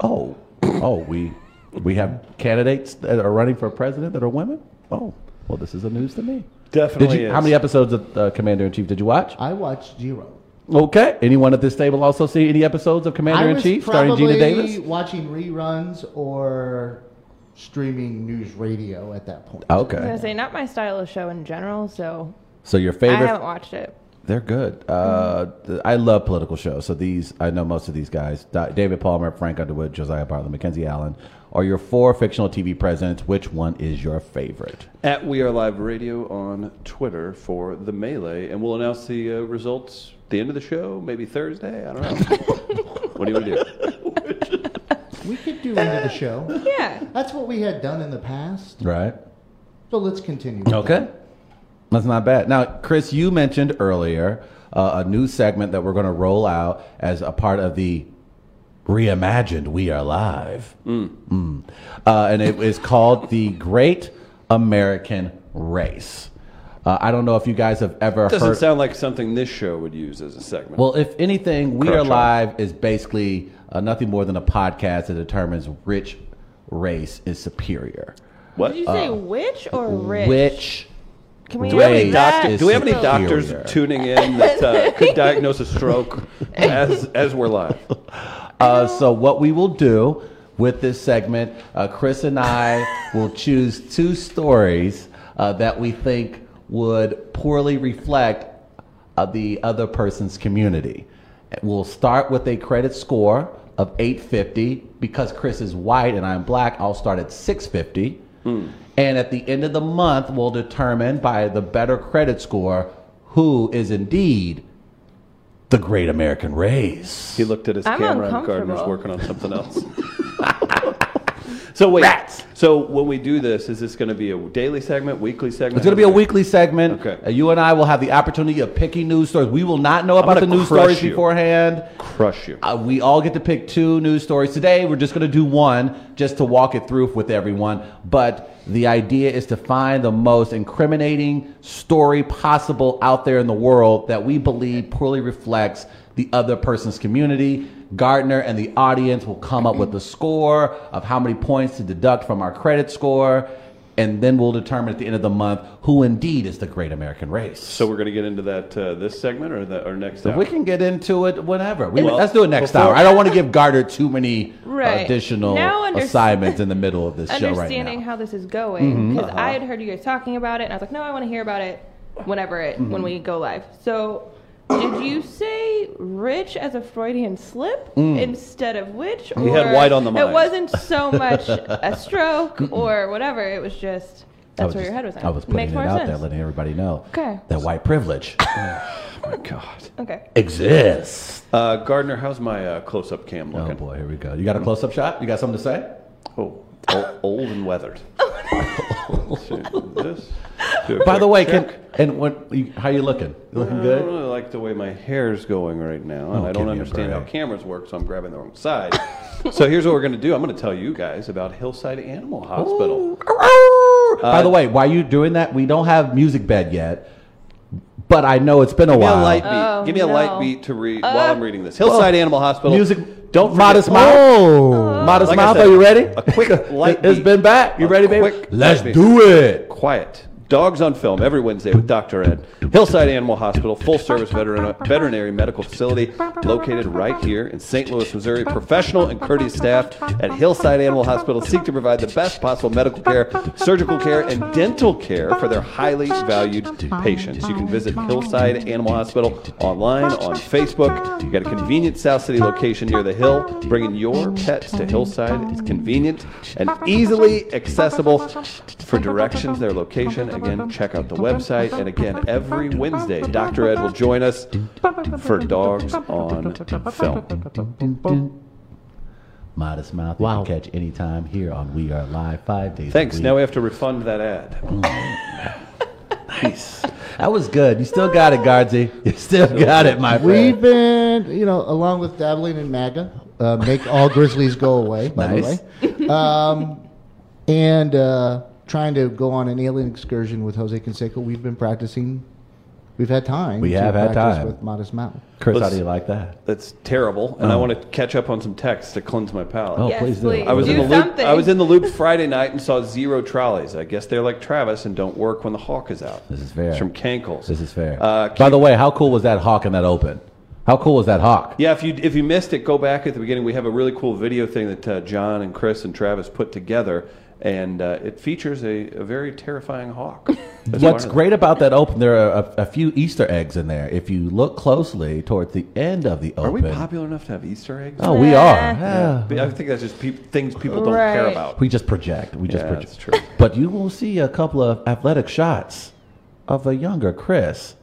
oh, oh, we we have candidates that are running for president that are women. Oh, well, this is a news to me. Definitely Did you, is. How many episodes of uh, Commander in Chief did you watch? I watched zero. Okay. Anyone at this table also see any episodes of Commander I in was Chief starring Gina probably Davis? watching reruns or streaming news radio at that point. I was Okay. gonna say not my style of show in general, so So your I favorite haven't watched it. They're good. Uh, th- I love political shows. So these, I know most of these guys: Da- David Palmer, Frank Underwood, Josiah Bartlett, Mackenzie Allen, are your four fictional TV presidents. Which one is your favorite? At We Are Live Radio on Twitter for the melee, and we'll announce the uh, results at the end of the show, maybe Thursday. I don't know. what do you want to do? We could do into the show. Yeah. That's what we had done in the past. Right. So let's continue. Okay. That's not bad. Now, Chris, you mentioned earlier uh, a new segment that we're going to roll out as a part of the reimagined We Are Live. Mm. Uh, and it is called The Great American Race. Uh, I don't know if you guys have ever Doesn't heard. sound like something this show would use as a segment. Well, if anything, We Crouch Are on. Live is basically uh, nothing more than a podcast that determines which race is superior. what? Did you say which or rich? Oh. Which Can we do we have any, race that? doctor, is do we have any superior. doctors tuning in that uh, could diagnose a stroke as as we're live? Uh, so what we will do with this segment, uh, Chris and I will choose two stories uh, that we think would poorly reflect uh, the other person's community. We'll start with a credit score of 850 because Chris is white and I'm black. I'll start at 650. And at the end of the month, we'll determine by the better credit score who is indeed the great American race. He looked at his I'm camera and Gardner's working uncomfortable. on something else. so wait. Rats. So when we do this, is this going to be a daily segment, weekly segment? It's going to be a weekly segment. Okay. Uh, you and I will have the opportunity of picking news stories. We will not know about gonna the news crush stories you. beforehand. Crush you. Uh, we all get to pick two news stories today. We're just going to do one just to walk it through with everyone. But the idea is to find the most incriminating story possible out there in the world that we believe poorly reflects the other person's community. Gardner and the audience will come up with a score of how many points to deduct from our credit score. And then we'll determine at the end of the month who indeed is the great American race. So we're going to get into that uh, this segment or the or If next. hour? we can get into it whenever. We, Well, let's do it next before- hour. I don't want to give Gardner too many Right. additional Now under- assignments in the middle of this show right Understanding now. how this is Mm-hmm. going Uh-huh. because I had heard you guys talking about it, and I was like, no, I want to hear about it whenever it Mm-hmm. when we go live. So. Did you say rich as a Freudian slip instead of which? Or Mm. He had white on the mind. It wasn't so much a stroke or whatever. It was I just that's was where your just- head was at. I was putting Makes it more out sense. there, letting everybody know Okay. that white privilege God. okay. exists. Uh, Gardner, how's my uh, close-up cam Oh looking? boy, here we go. You got a close-up shot? You got something to say? Oh, o- old and weathered. Oh, this. Do a By the quick way, check. can, and what? You, how you looking? You looking I don't good? really like the way my hair's going right now, and Oh, I give don't me a understand how break. cameras work, so I'm grabbing the wrong side. so here's what we're going to do. I'm going to tell you guys about Hillside Animal Hospital. Uh, By the way, why are you doing that? We don't have music bed yet, but I know it's been a Give me while. a light beat. Oh, Give me a no. Uh, light beat to read while I'm reading this. Hillside Well, Animal Hospital. Music. Don't forget- modest mouth. Modest Like I mouth. said, are you ready? a quick light It's beat. been back. You A ready, baby? quick Let's light beat. do it. Quiet. Dogs on Film every Wednesday with Dr. Ed. Hillside Animal Hospital, full service veteran, veterinary medical facility located right here in St. Louis, Missouri. Professional and courteous staff at Hillside Animal Hospital seek to provide the best possible medical care, surgical care, and dental care for their highly valued patients. You can visit Hillside Animal Hospital online, on Facebook. You got a convenient South City location near the Hill. Bringing your pets to Hillside is convenient and easily accessible. For directions, their location, again, check out the website. And again, every Wednesday, Dr. Ed will join us for Dogs on Film. Modest mouth. Wow. You can catch anytime here on We Are Live five days. Thanks. A week. Now we have to refund that ad. nice. That was good. You still got it, Guardsy. You still got it, my friend. We've been, you know, along with dabbling in MAGA, uh, uh, make all grizzlies go away. By Nice. the way, um, and uh, trying to go on an alien excursion with Jose Canseco. We've been practicing. We've had time. We to have had practice time. with Modest Mountain. Chris, how Let's- do you like that? That's terrible, and I want to catch up on some text to cleanse my palate. Oh, yes, please do. I was do in the loop. something. I was in the loop Friday night and saw zero trolleys. I guess they're like Travis and don't work when the hawk is out. This is fair. It's from Cankles. This is fair. Uh, By the way, how cool was that hawk in that open? How cool was that hawk? Yeah, if you if you missed it, go back at the beginning. We have a really cool video thing that uh, John and Chris and Travis put together, and uh, it features a, a very terrifying hawk. What's That's part of it. great about that open? There are a, a few Easter eggs in there. If you look closely towards the end of the open, Are we popular enough to have Easter eggs? Oh, we are. Yeah. Yeah. But I think that's just peop things people don't care Right. about. We just project. We just Yeah, project. that's true. But you will see a couple of athletic shots of a younger Chris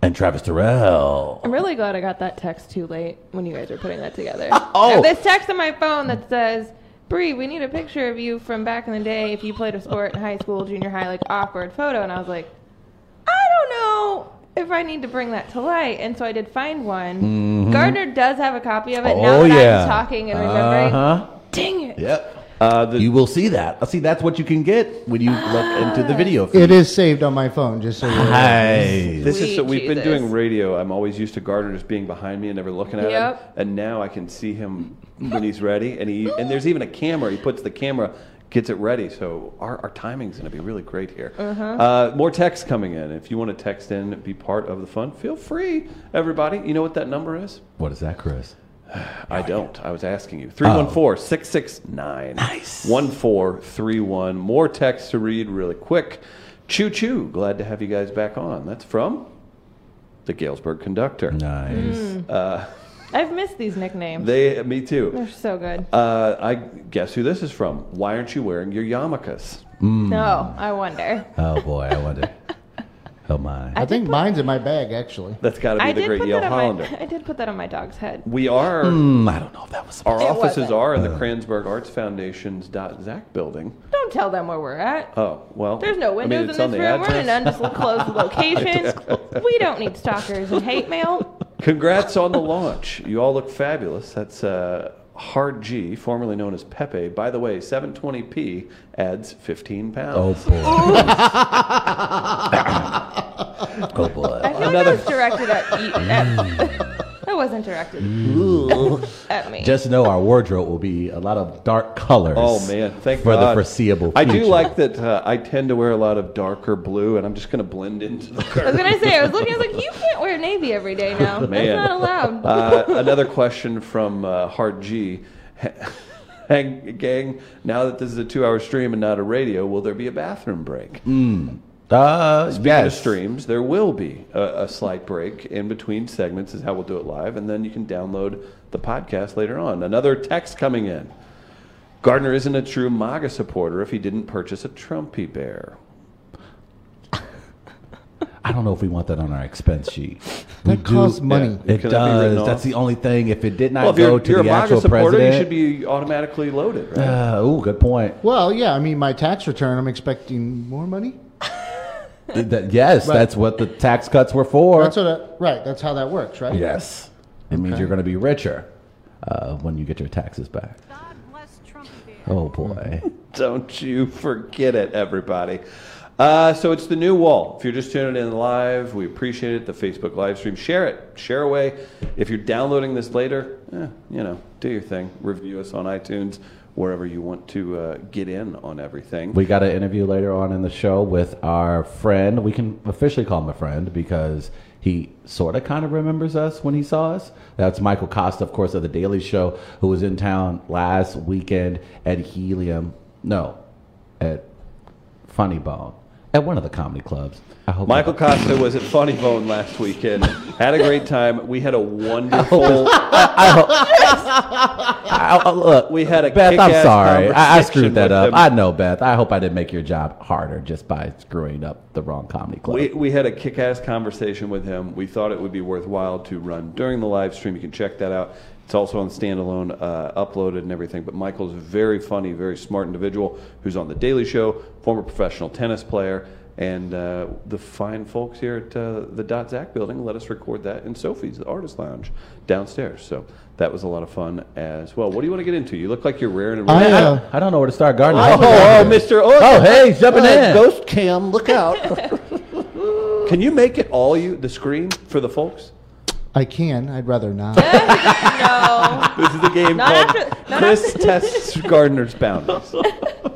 and Travis Terrell. I'm really glad I got that text too late when you guys were putting that together. Oh. I have this text on my phone that says, Bree, we need a picture of you from back in the day if you played a sport in high school, junior high, like awkward photo. And I was like, I don't know if I need to bring that to light. And so I did find one. Mm-hmm. Gardner does have a copy of it Oh, now that I'm talking and remembering. Oh, Uh-huh. Dang it. Yep. Uh, the, You will see that. Uh, See, that's what you can get when you look into the video. feed. It is saved on my phone, just so you know. Nice. This is Sweet so we've been Jesus. doing radio. I'm always used to Gardner just being behind me and never looking at him. Yep. And now I can see him when he's ready. And he and there's even a camera. He puts the camera, gets it ready. So our, our timing's gonna be really great here. Uh-huh. more text coming in. If you want to text in, and be part of the fun. Feel free, everybody. You know what that number is? What is that, Chris? I don't. I was asking you. 314 669 1431. More text to read really quick. Choo choo. Glad to have you guys back on. That's from the Galesburg Conductor. Nice. I've missed these nicknames. They, me too. They're so good. Uh, I guess who this is from. Why aren't you wearing your yarmulkes? No, I wonder. Oh boy, I wonder. oh my. I think mine's in my bag actually. That's got to be I the did, great put Yale that on Hollander. my, I did put that on my dog's head. We are. Mm, I don't know if that was. Our It offices wasn't. are in the Kranzberg Arts Foundation's dot Zach building. Don't tell them where we're at. Oh well. There's no I mean, windows it's in on this the room. We're in address. an undisclosed location. we don't need stalkers and hate mail. Congrats on the launch. You all look fabulous. That's uh, Hard G, formerly known as Pepe. By the way, 720p adds 15 Oh pounds. boy. oh boy. I feel like that was directed at you. Mm. at- that wasn't directed Mm. at me. Just know our wardrobe will be a lot of dark colors. Oh, man, thank for God. the foreseeable. I do future. like that uh, I tend to wear a lot of darker blue, and I'm just going to blend into the I was curve. gonna say I was looking. I was like, you can't wear navy every day now. Man. That's not allowed. Uh, another question from uh, Hard G. Hang, gang, now that this is a two hour stream and not a radio, will there be a bathroom break? Uh, Speaking yes. of streams, there will be a, a slight break in between segments, is how we'll do it live, and then you can download the podcast later on. Another text coming in Gardner isn't a true MAGA supporter if he didn't purchase a Trumpy bear. I don't know if we want that on our expense sheet. That costs money. Yeah. It Can that be written does. That's off? the only thing. If it did not Well, if go you're, to you're a the actual MAGA supporter, president, you should be automatically loaded, right? Uh, oh, good point. Well, yeah. I mean, my tax return. I'm expecting more money. Th- that- yes, Right. that's what the tax cuts were for. That's what. I, right. That's how that works, right? yes, it means you're going to be richer uh, when you get your taxes back. God bless Trump beer. Oh boy. Don't you forget it, everybody. Uh, so it's the new wall. If you're just tuning in live, we appreciate it. The Facebook live stream, share it, share away. If you're downloading this later, eh, you know, do your thing. Review us on iTunes, wherever you want to uh, get in on everything. We got an interview later on in the show with our friend. We can officially call him a friend because he sort of kind of remembers us when he saw us. That's Michael Costa, of course, of The Daily Show, who was in town last weekend at Helium. No, at Funny Bone, at one of the comedy clubs. I hope Michael Costa was at Funny Bone last weekend. Had a great time. We had a wonderful. I, I- oh, look, We had a Beth. I'm kick-ass sorry, I, I conversation screwed that with up. him. I know, Beth. I hope I didn't make your job harder just by screwing up the wrong comedy club. We, we had a kick ass conversation with him. We thought it would be worthwhile to run during the live stream. You can check that out. It's also on standalone, uh, uploaded and everything. But Michael's a very funny, very smart individual who's on The Daily Show, former professional tennis player, And uh, the fine folks here at uh, the Dot Zach building let us record that in Sophie's, the artist lounge downstairs. So that was a lot of fun as well. What do you want to get into? You look like you're raring and I, ready. uh, I don't know where to start gardening. oh, oh, Mr. Oh, Oh, hey, he's jumping in. Ghost Cam, look out. Can you make it all you, the screen for the folks? I can. I'd rather not. no, This is a game Not called after- not Chris after- Tests Gardener's Boundaries.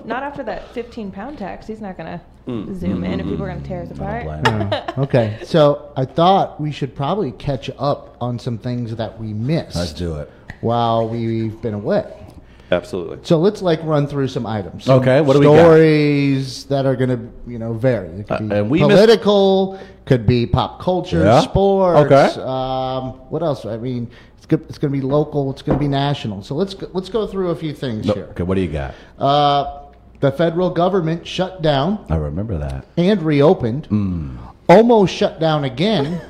not after that 15 pound tax. He's not gonna Mm. zoom in, and people are gonna tear us apart. okay. So I thought we should probably catch up on some things that we missed Let's do it. while we've been away. Absolutely. So let's like run through some items. Some Okay, what do we got? Stories that are going to you know vary. It could be Uh, and we missed- political, could be pop culture, Yeah. sports. Okay. Um, what else? I mean, it's go- it's going to be local. It's going to be national. So let's go, let's go through a few things No, here. okay, what do you got? Uh, the federal government shut down I remember that. and reopened, Hmm. almost shut down again,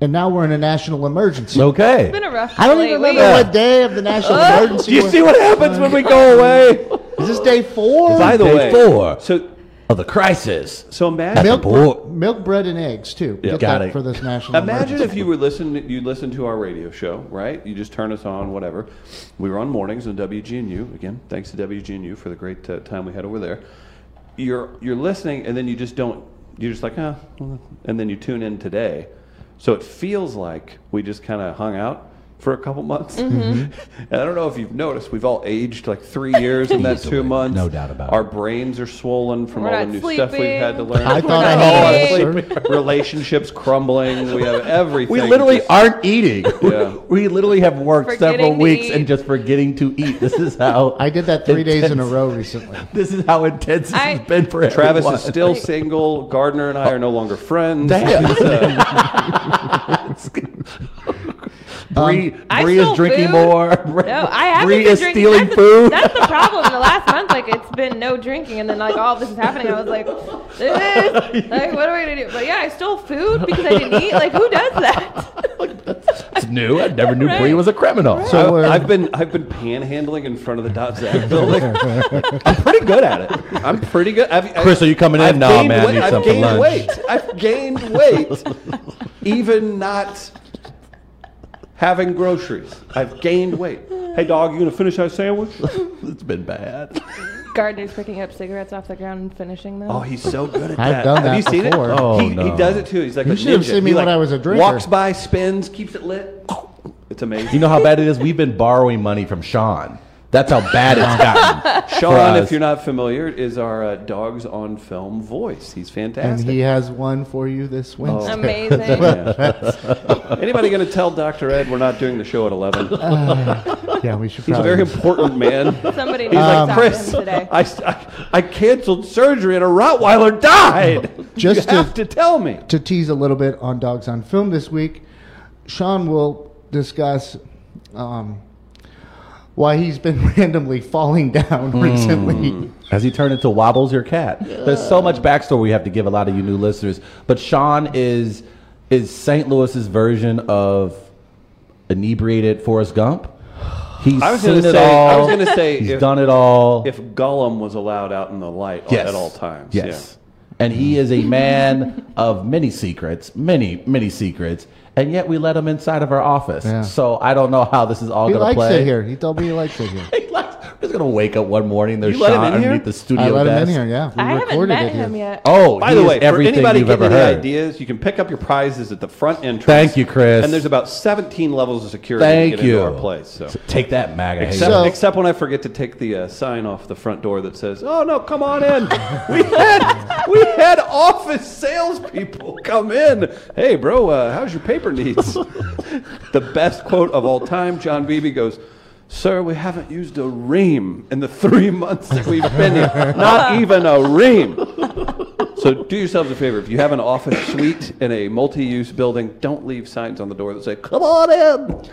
and now we're in a national emergency. Okay. It's been a rough. I don't late even remember week. what day of the national emergency. Do you we're- see what happens when we go away? Is this day four? By the Day way, four. so Oh, the crisis. so imagine milk, Bull- bre- milk bread and eggs too. Get Got that it. for this national. Imagine emergency. if you were listening. You listened to our radio show, right? You just turn us on, whatever. We were on mornings on WGNU again. Thanks to WGNU for the great uh, time we had over there. You're you're listening, and then you just don't. You're just like, huh? well," And then you tune in today, so it feels like we just kind of hung out for a couple months. Mm-hmm. and I don't know if you've noticed, we've all aged like three years in that Easily, two months. no doubt about Our it. brains are swollen from We're all the not new stuff we've had to sleeping. learn. I We're thought I not had all an asleep. Relationships crumbling. We have everything. We literally just- aren't eating. Yeah. we literally have worked Forgetting several to weeks eat. and just forgetting to eat. This is how I did that three days in a intense- row recently. This is how intense this I- has been for Travis everyone. is still single. Gardner and I are no longer friends. Damn. It's, uh, Bree, I Bree is stole drinking food. more. No, I haven't Bree been is drinking. stealing that's food. The, that's the problem. In the last month, like it's been no drinking, and then like all this is happening. I was like, this is like, what am I gonna do? But yeah, I stole food because I didn't eat. Like, who does that? It's new. I never knew Bree Right. was a criminal. So we're- I've been I've been panhandling in front of the Dot Zach building. I'm pretty good at it. I'm pretty good. I've, I- Chris, are you coming in? I've Nah, gained man, I weight- need I've something gained lunch. weight. I've gained weight. Even not having groceries, I've gained weight. Hey, dog, you gonna finish that sandwich? it's been bad. Gardner's picking up cigarettes off the ground and finishing them. Oh, he's so good at that. I've done Have that you seen before. it? Oh, he, he no. does it too. He's like a You should have ninja. seen me He, when like, I was a drinker. Walks by, spins, keeps it lit. It's amazing. You know how bad it is? We've been borrowing money from Sean. That's how bad it's gotten. for Sean, us. if you're not familiar, is our uh, dogs on film voice. He's and fantastic. he has one for you Oh. this Wednesday. Amazing. uh, Anybody going to tell Dr. Ed we're not doing the show at 11? He's Yeah, we should a probably. very important man. Somebody needs He's to like, stop Chris, him today. I, I, I canceled surgery and a Rottweiler died. you Just to- have to tell me. to tease a little bit on Dogs on Film this week, Sean will discuss um, why he's been randomly falling down Hmm. recently. Has he turned into Wobbles your cat? There's so much backstory we have to give a lot of you new listeners. But Sean is is St. Louis's version of inebriated Forrest Gump. He's I was seen gonna it say- all. I was gonna say he's if- done it all. If Gollum was allowed out in the light yes. at all times. Yes. And he is a man of many secrets, many many secrets, and yet we let him inside of our office. Yeah. So I don't know how this is all he going to likes play. it here. He told me he likes it here. He likes- We're just gonna wake up one morning. There's You let him Sean in here? underneath the studio I let him desk. in here. Yeah, we I haven't recorded met it here. him yet. Oh, By the way, for everything anybody you've getting ever any heard. ideas, you can pick up your prizes at the front entrance. Thank you, Chris. And there's about 17 levels of security to Thank get you. into our place. So. Take that, MAGA. Except, hater. So- except when I forget to take the uh, sign off the front door that says, "Oh no, come on in." we had we had office salespeople come in. Hey, bro, uh, how's your paper needs? the best quote of all time, John Beebe goes. Sir, we haven't used a ream in the three months that we've been here. Not even a ream. So do yourselves a favor. If you have an office suite in a multi-use building, don't leave signs on the door that say, "Come on in."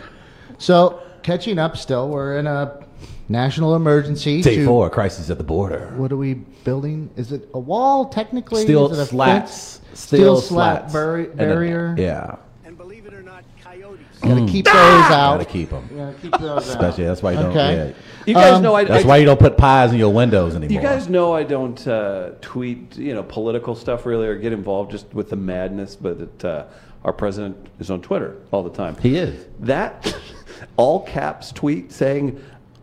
So catching up. Still, we're in a national emergency. Day to- four, crisis at the border. What are we building? Is it a wall technically? Still Is it a slats. fence? Still slat slats. barri- And then- barrier. Yeah. Hmm. And believe it or not, coyotes Got to keep those out. Gotta keep them. Gotta keep those out. Especially that's why you don't. Okay. yeah. You guys know I. That's I- why you don't put pies in your windows anymore. You guys know I don't uh, tweet, you know, political stuff really, or get involved just with the madness. But it, uh, our president is on Twitter all the time. He is. that all caps tweet saying,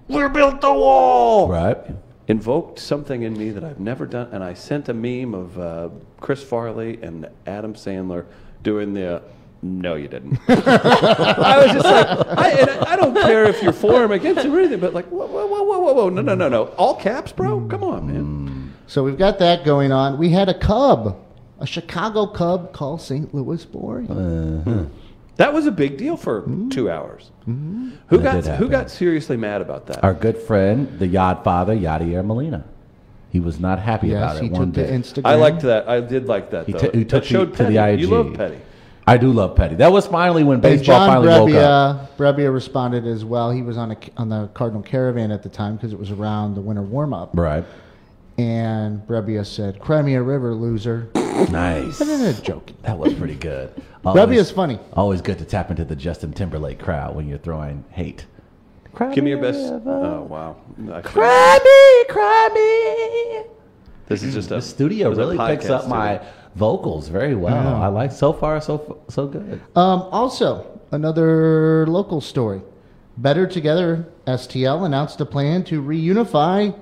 "We built the wall," Right. invoked something in me that I've never done, and I sent a meme of uh, Chris Farley and Adam Sandler doing the. uh, no, you didn't. I was just like, I, and I I don't care if you're for him against him or anything, but like, whoa, whoa, whoa, whoa, whoa, whoa, no, no, no, no, all caps, bro. Mm. Come on, man. So we've got that going on. We had a Cub, a Chicago Cub called St. Louis Boring. That was a big deal for two hours. Who Mm-hmm. That got did who happen. got seriously mad about that? Our good friend, the Yod father, Yadier Molina. He was not happy about yes, it he one took to day. Instagram. I liked that. I did like that. He, though. t- he That took showed to, to the Petty. IG. You love Petty. I do love Petty. That was finally when And baseball John finally woke up. Brebbia, Brebbia responded as well. He was on a, on the Cardinal Caravan at the time because it was around the winter warm up. Right. And Brebbia said, "Cry me a river, loser." Nice. Eh, joking. That was pretty good. Brebbia's funny. Always good to tap into the Justin Timberlake crowd when you're throwing hate. Cry Give me a your best. river. Oh wow! I feel- Cry me, cry me. This is just a The studio this is a really picks podcast up my studio. vocals very well. Uh-huh. I like so far so so good. Um, also, another local story. Better Together STL announced a plan to reunify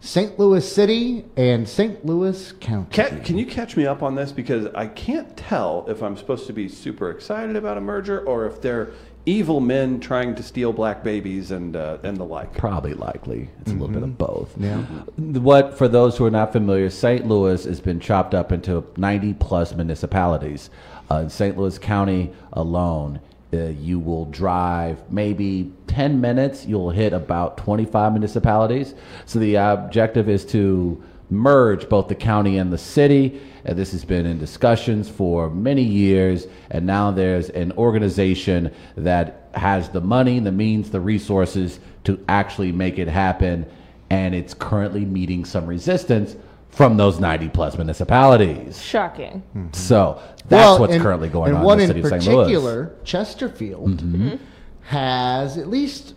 St. Louis City and St. Louis County. Mm-hmm. Ca- can you catch me up on this because I can't tell if I'm supposed to be super excited about a merger or if they're evil men trying to steal black babies and uh, and the like. Probably likely. It's a little bit of both. Yeah. What, for those who are not familiar, St. Louis has been chopped up into 90 plus municipalities. Uh, in St. Louis County alone, uh, you will drive maybe 10 minutes, you'll hit about 25 municipalities. So the objective is to merge both the county and the city. And this has been in discussions for many years, and now there's an organization that has the money, the means, the resources to actually make it happen. And it's currently meeting some resistance from those 90 plus municipalities. Shocking. So that's Mm-hmm. Well, what's and- currently going and on one in the city in of St. Louis. Mm-hmm. particular, Chesterfield, has at least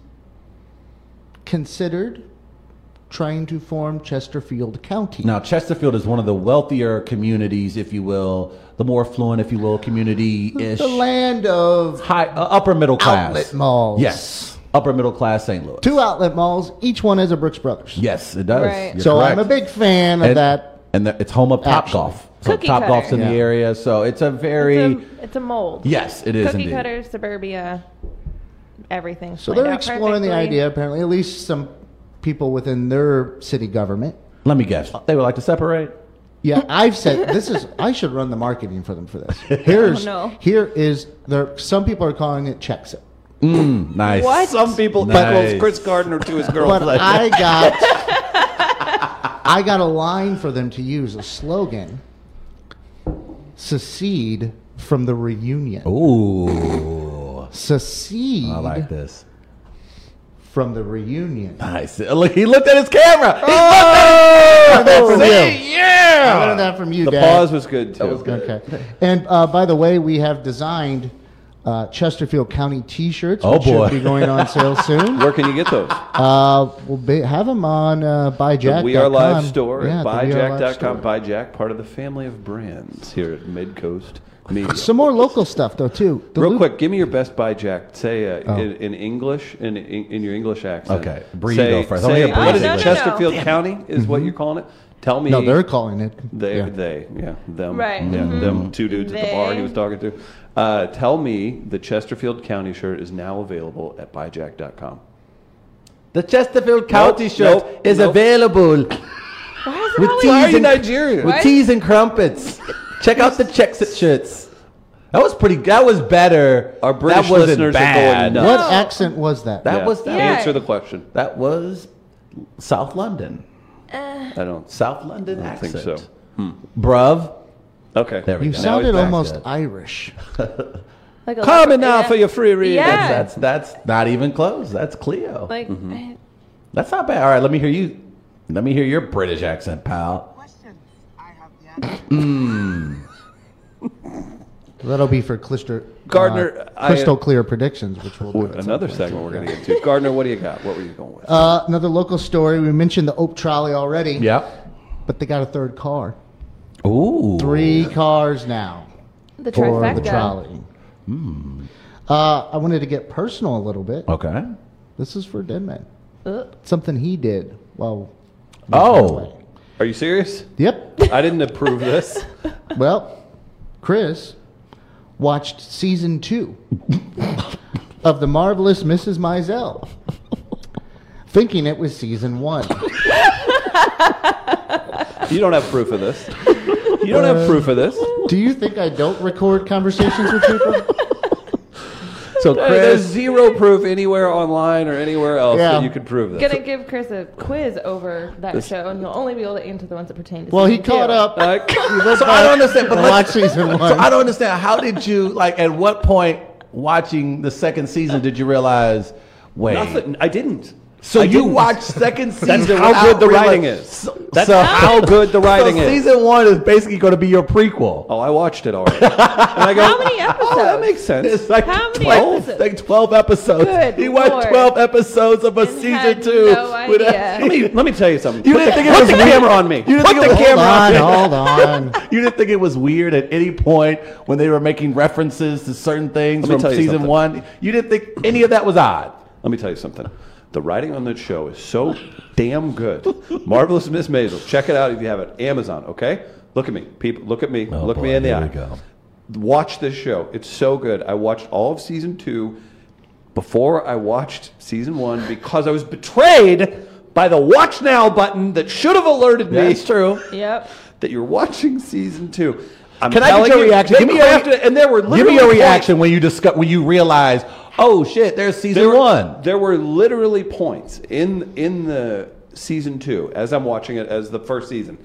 considered trying to form Chesterfield County. Now, Chesterfield is one of the wealthier communities, if you will, the more affluent, if you will, community ish. the land of high uh, upper middle class Outlet malls. Yes, upper middle class St. Louis. two outlet malls, each one has a Brooks Brothers. Yes, it does. Right. You're so correct. I'm a big fan of and, that. and the, it's home of Top Action. Golf. So Cookie Top Golf's in cutter. the Yeah. area, so it's a very It's a, it's a mold. yes, it is Cookie indeed. cutters, suburbia, everything. So they're exploring the idea, apparently, at least some people within their city government. Let me guess, they would like to separate. Yeah, I've said this is. I should run the marketing for them for this. Here's Oh, no. here is there. Some people are calling it checks it, Nice. What? Some people Nice. equals Chris Gardner to his but girlfriend. I got I got a line for them to use a slogan. Secede from the reunion. Oh. Ooh, Secede I like this. from the reunion. Ah. Nice. Look, he looked at his camera. He looked at from See? I Yeah. learned that from you, the Dad. pause was good too. Okay. And uh, by the way, we have designed uh, Chesterfield County T-shirts, Oh, which boy. should be going on sale soon. Where can you get those? Uh, we'll be, have them on uh, The buyjack.com. we Are Live store Yeah, at the We Are Live buyjack.com. store. Buy Jack, part of the family of brands here at Midcoast Media. Some more local stuff though too. The Real Lu- quick, give me your best buy, Jack. Say uh, Oh. in, in English, in, in in your English accent. Okay, Bree, say, you go first. I wanna Say, hear Bree's what is it? English. No, no, no. Chesterfield County is what you're calling it. Tell me. Mm-hmm. No, they're calling it. they, Yeah. they, yeah, them, Right, Mm-hmm. yeah, them two dudes at the bar They. he was talking to. Uh, tell me the Chesterfield County shirt is now available at buyjack.com. The Chesterfield County Nope, shirt nope, is nope. available Why is it with always teas are you and, Nigerian? With Why- teas and crumpets. Check out the checks it shirts. That was pretty. That was better. Our British that wasn't listeners are bad. going nuts. What No. accent was that? That was that. Yeah. Answer the question. That was South London. I don't. South London I don't think accent. so. Hmm. Bruv. Okay. There we you go. Now sounded he's back. almost good. Irish. like a Come leopard- in now yeah. for your free read. Yeah. That's, that's that's not even close. That's Cleo. Like, I- that's not bad. All right, let me hear you. Let me hear your British accent, pal. questions. I have the answer. That'll be for Clister, Gardner, uh, I- crystal clear predictions, which we'll do at some Another point, segment too. we're going to get to. Gardner, what do you got? What were you going with? Uh, another local story. We mentioned the Oak trolley already. Yep. But they got a third car. Ooh. Three cars now The for trifecta. the trolley. Uh, I wanted to get personal a little Oh. bit. Okay. This is for Denman. Ugh. Something he did. Well. Oh. Are you serious? Yep. I didn't approve this. Well, Chris watched season two of The Marvelous Mrs. Maisel, thinking it was season one. You don't have proof of this. You don't have proof of this. Do you think I don't record conversations with people? So Uh, Chris, There's zero proof anywhere online or anywhere else that Yeah. you could prove this. Gonna give Chris a quiz over that show, and he'll only be able to answer the ones that pertain to. Well, he season two. caught up. Uh, so I don't understand. But I let's- watched season So I one. don't understand. How did you like? At what point watching the second season did you realize? Wait. nothing. I didn't. So I you didn't. watched second season. That's how without good the reali- writing is. So, That's so- how good the writing so is. Season one is basically going to be your prequel. Oh, I watched it already. And I go, How many episodes? Oh, that makes sense. It's like How many twelve, episodes? like twelve episodes. Good he watched Lord. twelve episodes of a And season had two. no with idea. let me let me tell you something. You Put didn't the- think it put was the weird. camera on me. You didn't Put think it the was- Hold camera on on, me. hold on. You didn't think it was weird at any point when they were making references to certain things Let me from tell you season something. one. You didn't think any of that was odd. Let me tell you something. The writing on that show is so damn good. Marvelous Miss Maisel. Check it out if you have it. Amazon. Okay. Look at me, people. Look at me. Oh, look boy, me in the here eye. we go. Watch this show. It's so good. I watched all of season two before I watched season one because I was betrayed by the watch now button that should have alerted me true. Yep. that you're watching season two. I'm Can I get telling your you, reaction? They Give me your- crafted, it, and there were Give literally me your points- reaction when you discuss when you realize, oh shit, there's season there were, one. There were literally points in in the season two as I'm watching it as the first season.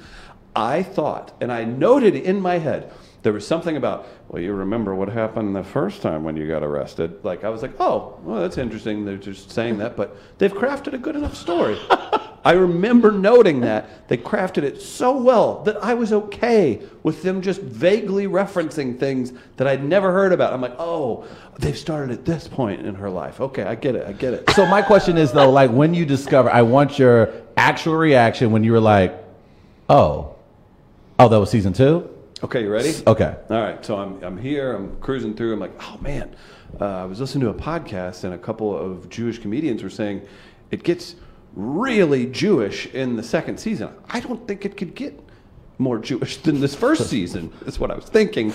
I thought, and I noted in my head, there was something about. Well, you remember what happened the first time when you got arrested? Like I was like, oh, well, that's interesting. They're just saying that, but they've crafted a good enough story. I remember noting that they crafted it so well that I was okay with them just vaguely referencing things that I'd never heard about. I'm like, oh, they've started at this point in her life. Okay, I get it. I get it. So my question is though, like when you discover, I want your actual reaction when you were like, oh, oh, that was season two. Okay, you ready? Okay. All right, so I'm, I'm here, I'm cruising through. I'm like, oh man, uh, I was listening to a podcast and a couple of Jewish comedians were saying it gets really Jewish in the second season. I don't think it could get more Jewish than this first season, is what I was thinking.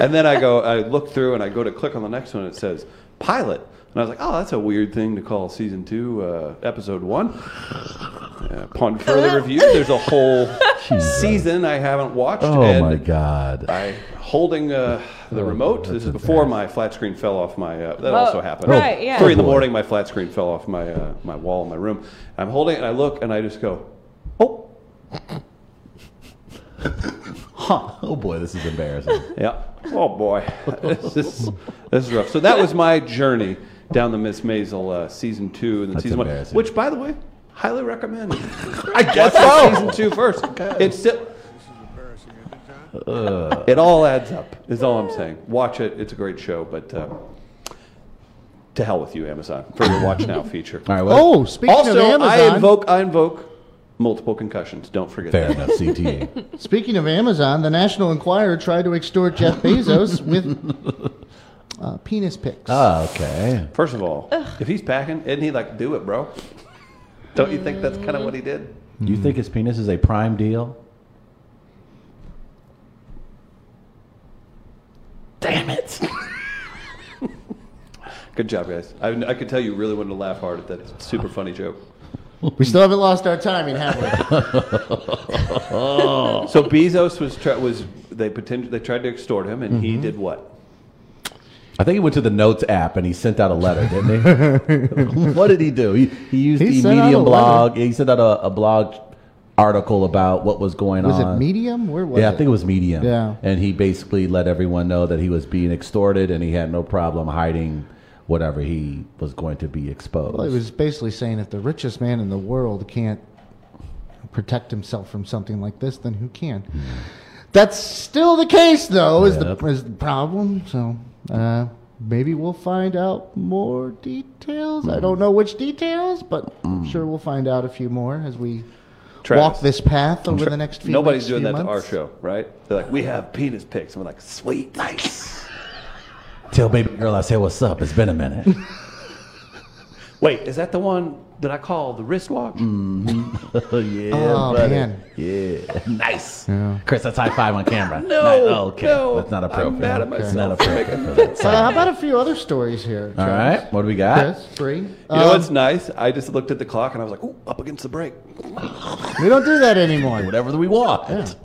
And then I go, I look through and I go to click on the next one, and it says pilot. And I was like, oh, that's a weird thing to call season two, uh, episode one. Uh, upon further review, there's a whole season I haven't watched. Oh and my god. I holding uh, the Oh, remote. This is before my flat screen fell off my. Uh, that Oh, also happened. right, yeah. Three in the Oh, boy. morning, my flat screen fell off my uh, my wall in my room. And I'm holding it, and I look, and I just go, "Oh, Huh. Oh boy, this is embarrassing. yeah, oh boy, this is this is rough." So that was my journey down the Miss Maisel uh, season two and then That's season one, embarrassing. which, by the way, highly recommend. I guess Watch season two first. It's still. It all adds up, is all I'm saying. Watch it. It's a great show, but uh, to hell with you, Amazon, for your Watch Now feature. All right. Well, Oh, speaking Also, of Amazon, I invoke, I invoke multiple concussions. Don't forget fair that. enough. CTE. speaking of Amazon, the National Enquirer tried to extort Jeff Bezos with uh, penis pics. Oh, okay. First of all, if he's packing, isn't he like, do it, bro? Don't you think that's kind of what he did? You think his penis is a prime deal? Damn it. Good job, guys. I, I could tell you really wanted to laugh hard at that super funny joke. We still haven't lost our timing, have we? So Bezos was tra- was they potent- they tried to extort him, and Mm-hmm. he did what? I think he went to the notes app and he sent out a letter, didn't he? what did he do? He, he used He the sent out a Medium letter. blog. He sent out a, a blog article about what was going Was on. it medium? Where was yeah, it? I think it was Medium. Yeah. And he basically let everyone know that he was being extorted and he had no problem hiding whatever he was going to be exposed. Well, he was basically saying if the richest man in the Hmm. world can't protect himself from something like this, then who can? That's still the case, though, is, Yep. the, is the problem. So uh, maybe we'll find out more details. I Hmm. don't know which details, but I'm sure we'll find out a few more as we walk Travis. this path over the next few Nobody's next doing few that to our months. show, right? They're like, we have penis pics. And we're like, sweet, nice. Tell baby girl I say what's up. It's been a minute. Wait, is that the one that I call the wristwatch? Mm. oh yeah. Oh, buddy. man. Yeah. nice. Yeah. Chris, that's high five on camera. No, Ni- oh, okay. no. That's not I'm appropriate. mad at That's not myself for appropriate. making that. Uh, how about a few other stories here? All Travis? right. What do we got? Chris, Um, free. You You know what's nice? I just looked at the clock and I was like, ooh, up against the break. we don't do that anymore. Whatever that we want.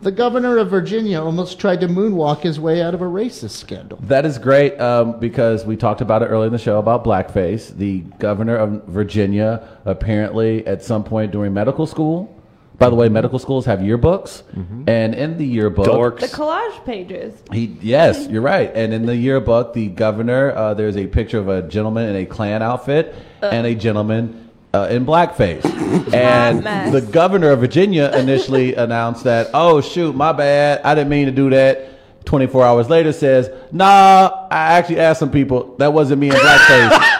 The governor of Virginia almost tried to moonwalk his way out of a racist scandal. That is great um, because we talked about it earlier in the show about blackface. The governor of Virginia apparently at some point during medical school. By the way, medical schools have yearbooks, and in the yearbook, Dorks. The collage pages. He yes, you're right. And in the yearbook, the governor, uh, there's a picture of a gentleman in a Klan outfit and a gentleman uh, in blackface. and mess. the governor of Virginia initially announced that, oh shoot, my bad, I didn't mean to do that. 24 hours later says, nah, I actually asked some people. That wasn't me in blackface.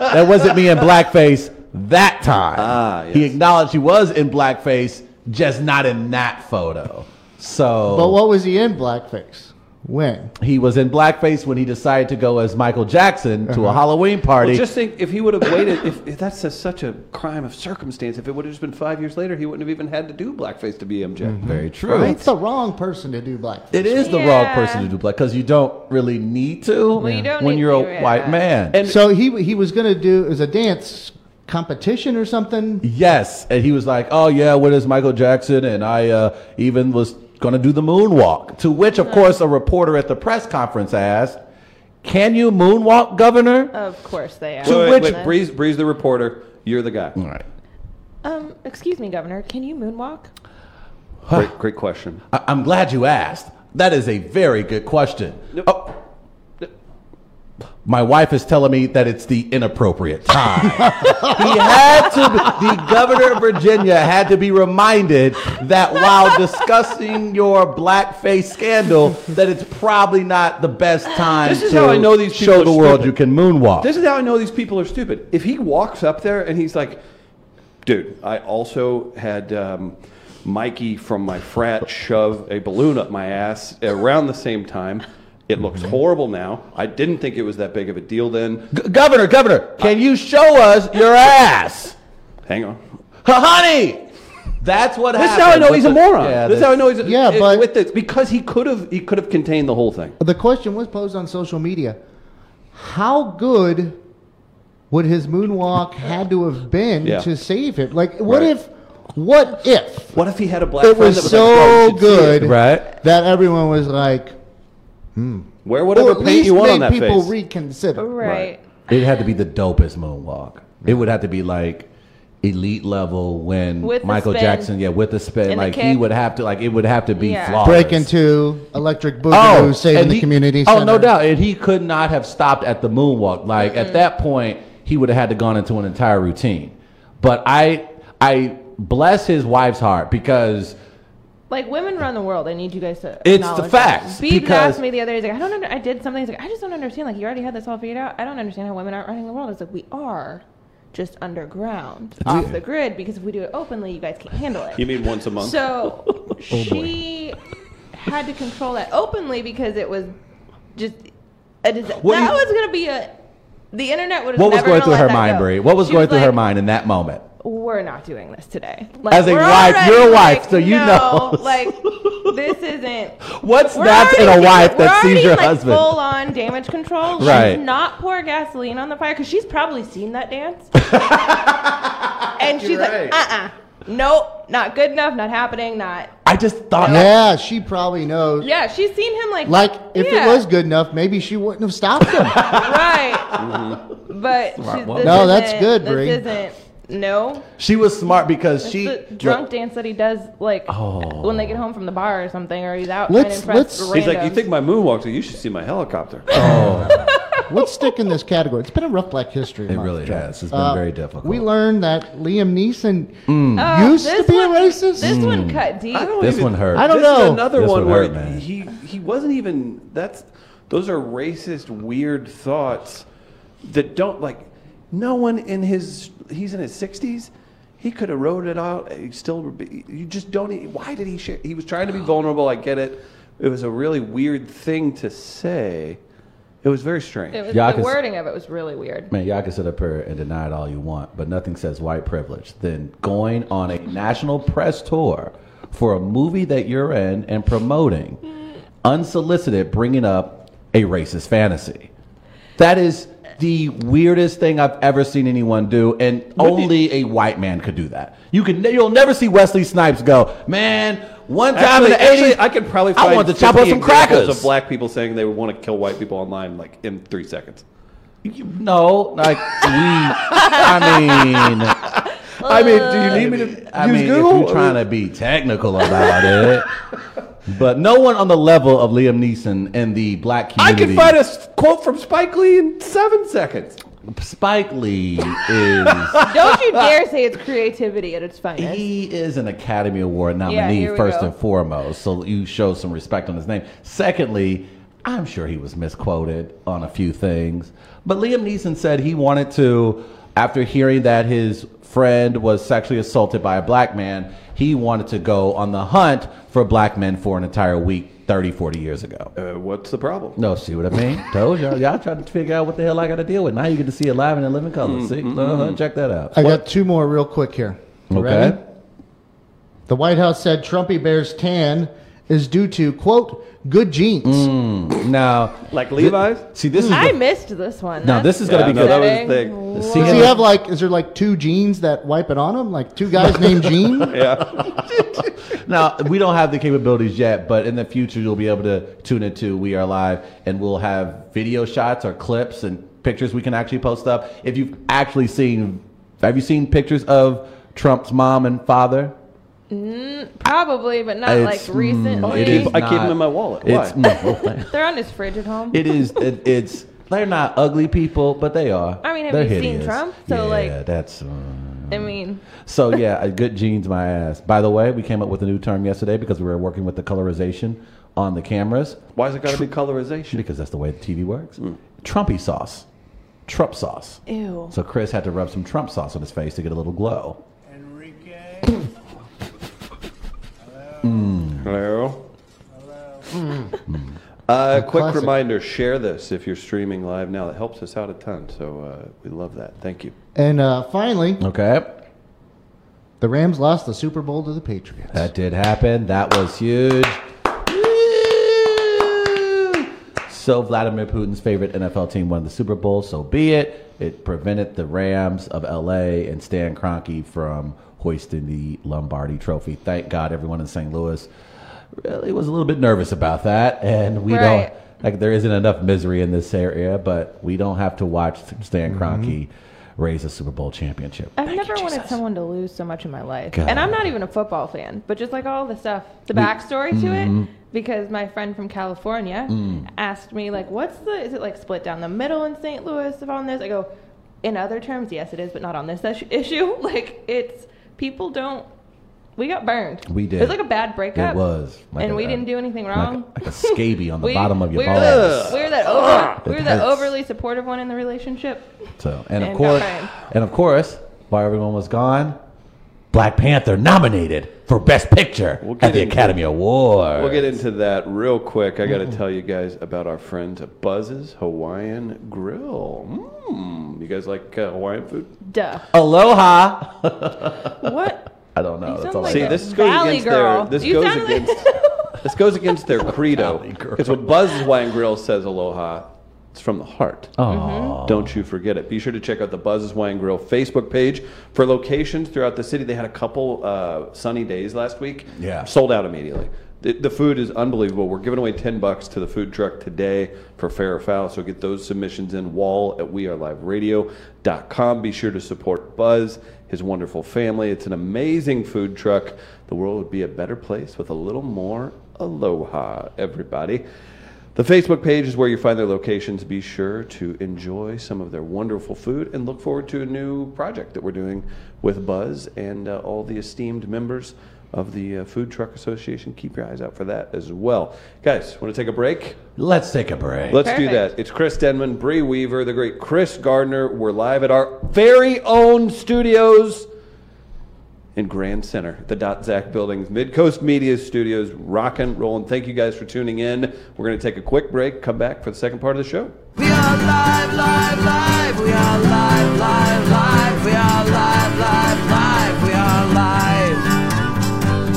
that wasn't me in blackface that time. Ah, yes. He acknowledged he was in blackface, just not in that photo. So, But what was he in blackface? When? he was in blackface when he decided to go as Michael Jackson to a Halloween party. Uh-huh. Well, just think if he would have waited, if, if that's a, such a crime of circumstance, if it would have just been five years later, he wouldn't have even had to do blackface to be MJ. Very true. It's the wrong person to do blackface. It is the wrong Yeah. person to do black because you don't really need to Well, you don't when need you're a to, yeah. white man. And- So he he was going to do it was a dance competition or something. yes, and he was like, "Oh yeah, what is Michael Jackson?" And I uh, even was going to do the moonwalk. To which, Uh-huh. of course, a reporter at the press conference asked, "Can you moonwalk, Governor?" Of course they are. Wait, wait, which- wait, Mm-hmm. Breeze, Breeze the reporter, you're the guy. All right. Um, excuse me, Governor. Can you moonwalk? Great, great question. I- I'm glad you asked. That is a very good question. Nope. Oh. My wife is telling me that it's the inappropriate time. he had to. Be, the governor of Virginia had to be reminded that while discussing your blackface scandal, that it's probably not the best time. This is to how I know these people show are the world stupid. you can moonwalk. This is how I know these people are stupid. If he walks up there and he's like, dude, I also had um, Mikey from my frat shove a balloon up my ass around the same time. It looks horrible now. I didn't think it was that big of a deal then. G- governor, governor, can you show us your ass, Hang on. honey? That's what This is happened. how I know with he's a the- moron. Yeah, this is how I know he's a, Yeah, it- but- with this because he could have he could have contained the whole thing. The question was posed on social media: How good would his moonwalk had to have been Yeah. to save him? Like, what Right. if? What if What if he had a black it friend was, that was like, "Bro, so you should see it." good Right. that everyone was like, Wear or whatever at paint least you want on made that people face. reconsider? Right. It had to be the dopest moonwalk. It would have to be like elite level when With the Michael spin. Jackson, yeah, with the spin, And the like he kick. would have to, like it would have to be Yeah. flawless. Break into electric boogaloo, oh, saving and the he- community. Oh, no center. doubt, and he could not have stopped at the moonwalk. Like at that point, he would have had to gone into an entire routine. But I, I bless his wife's heart because Like women run the world. I need you guys to. It's acknowledge the facts, That. Beebs because- asked me the other day. He's like, I don't. Under- I did something. He's like, I just don't understand. Like you already had this all figured out. I don't understand how women aren't running the world. It's like we are, just underground, off the grid. Because if we do it openly, you guys can't handle it. You mean once a month? So Oh, she had to control that openly because it was just a dis- that What you- was going to be a the internet would have what was never going gonna through let her that mind, go. Bree? What was She going through her like, mind in that moment? We're not doing this today. Like, As a we're wife- already, you're a like, wife, so you no, know. Like this isn't. What's We're that in a already- wife we're that sees already, your like, husband? Full on damage control. Right. She's not pour gasoline on the fire because she's probably seen that dance. and she's like, uh uh Nope, not good enough, not happening, not. I just thought Yeah, she probably knows. Yeah, she's seen him like. Like, if Yeah, it was good enough, maybe she wouldn't have stopped him. Right. Mm-hmm. But. She, Smart this woman. No, that's isn't- good, this Bree. isn't. No. she was smart because she the drunk dance that he does, like, Oh. when they get home from the bar or something, or he's out trying Let's- to impress let's- He's like, you randoms." think my moonwalk's? You should see my helicopter. Let's stick in this category. It's been a rough Black History It Month, really Jack. has. It's been Uh, very difficult. We learned that Liam Neeson Mm. Oh, used to this be one- a racist. This Hmm. one cut deep. I don't This even- one hurt. I don't this Is know. another This one one where hurt, man. he he wasn't even. That's those are racist, weird thoughts that don't like. No one in his he's in his sixties. He could have wrote it out. He still, would be- you just don't. e- Why did he? Share? He was trying to be vulnerable. I get it. It was a really weird thing to say. It was very strange. It was, Yeah, I the can s- wording of it was really weird. Man, y'all can sit up here and deny it all you want, but nothing says white privilege than going on a national press tour for a movie that you're in and promoting, unsolicited, bringing up a racist fantasy. That is the weirdest thing I've ever seen anyone do, and only a white man could do that. You can, you'll never see Wesley Snipes go, man. One time in the Actually- actually, '80s, I could probably find I wanted to chop up 50 some examples crackers. of black people saying they would want to kill white people online, like in three seconds. You- no, like we. I mean. Uh, I mean, do you need me to I use mean, Google? if you're trying to be technical about it, but no one on the level of Liam Neeson in the black I community. can find a s- quote from Spike Lee in seven seconds. Spike Lee is Don't you dare say it's creativity at its finest. he is an Academy Award nominee here we first go. and foremost, so you show some respect on his name. Secondly, I'm sure he was misquoted on a few things, but Liam Neeson said he wanted to, after hearing that his friend was sexually assaulted by a black man, he wanted to go on the hunt for black men for an entire week 30, 40 years ago. Uh, what's the problem? No, see what I mean? Told y'all. Y'all trying to figure out what the hell I got to deal with. Now you get to see it live and in living color. Mm-hmm, see? Uh-huh, check that out. I got two more real quick here. You Okay. ready? The White House said Trumpy Bear's tan is due to, quote, good genes. Mm. Now, Like Levi's? see, this is the I missed this one. No, this is gonna be no, good. that was the upsetting. thing. See, Does him- he have like? Is there like two jeans that wipe it on him? Like two guys named Gene? Yeah. now we don't have the capabilities yet, but in the future you'll be able to tune into We Are Live, and we'll have video shots or clips and pictures we can actually post up. If you've actually seen, have you seen pictures of Trump's mom and father? Probably, but not It's- like mm, recently. it is I keep 'em not- in my wallet. It's, They're on his fridge at home. it is. It, it's. They're not ugly people, but they are. I mean, have They're you seen hideous. Trump? So, yeah, like- that's. uh, I mean, So yeah, uh, good genes, my ass. By the way, we came up with a new term yesterday because we were working with the colorization on the cameras Why's it got to be colorization? because that's the way the TV works. Trumpy sauce, Trump sauce. ew. So Chris had to rub some Trump sauce on his face to get a little glow. Enrique. Hello. Uh, quick classic. reminder: share this if you're streaming live now. That helps us out a ton, so uh, we love that. Thank you. And uh, finally, Okay, the Rams lost the Super Bowl to the Patriots. that did happen. That was huge. Woo! So Vladimir Putin's favorite NFL team won the Super Bowl. So be it. It prevented the Rams of LA and Stan Kroenke from hoisting the Lombardi Trophy. Thank God, everyone in St. Louis really was a little bit nervous about that, and we Right. don't like there isn't enough misery in this area, but we don't have to watch Stan Mm-hmm. Kroenke raise a Super Bowl championship. I've Thank you, never wanted Jesus. someone to lose so much in my life. God. And I'm not even a football fan, but just like all the stuff, the Mm. backstory to it, Mm-hmm. because my friend from California Mm. asked me, like, what's the, is it like split down the middle in St. Louis on this? I go, in other terms, yes, it is, but not on this ish- issue. Like, it's, people don't, we got burned. We did. It was like a bad breakup. It was. Like and a- we a- didn't do anything like a- wrong. Like a, scaby on the We- bottom of your we were that- balls. we were that over, we It were that hurts. overly supportive one in the relationship. So, and of And course, got burned. and of course, while everyone was gone, Black Panther nominated for Best Picture We'll get at the into Academy Award. We'll get into that real quick. I got to tell you guys about our friends at Buzz's Hawaiian Grill. Mm, you guys like uh, Hawaiian food? Duh. Aloha. What? I don't You know. That's sound all like I See, a got. this is going Valley against girl. their. This You goes sound like- against. this goes against their credo. Valley girl. Because when Buzz Hawaiian Grill says "Aloha," it's from the heart. Oh. Mm-hmm. Aw. Don't you forget it. Be sure to check out the Buzz's Hawaiian Grill Facebook page for locations throughout the city. They had a couple uh, sunny days last week. Yeah. Sold out immediately. The, the food is unbelievable. We're giving away 10 bucks to the food truck today for fair or foul. So get those submissions in. Wall at weareliveradio.com. Be sure to support Buzz, his wonderful family. It's an amazing food truck. The world would be a better place with a little more aloha, everybody. The Facebook page is where you find their locations. Be sure to enjoy some of their wonderful food and look forward to a new project that we're doing with Buzz and uh, all the esteemed members of the uh, Food Truck Association. Keep your eyes out for that as well. Guys, want to take a break? Let's take a break. Let's do Perfect. that. It's Chris Denman, Bree Weaver, the great Chris Gardner. We're live at our very own studios in Grand Center, at the Dot Zach Buildings, Midcoast Media Studios, rockin', rollin'. Thank you guys for tuning in. We're going to take a quick break, come back for the second part of the show. We are live, live, live. We are live, live, live. We are live, live, live. We are live.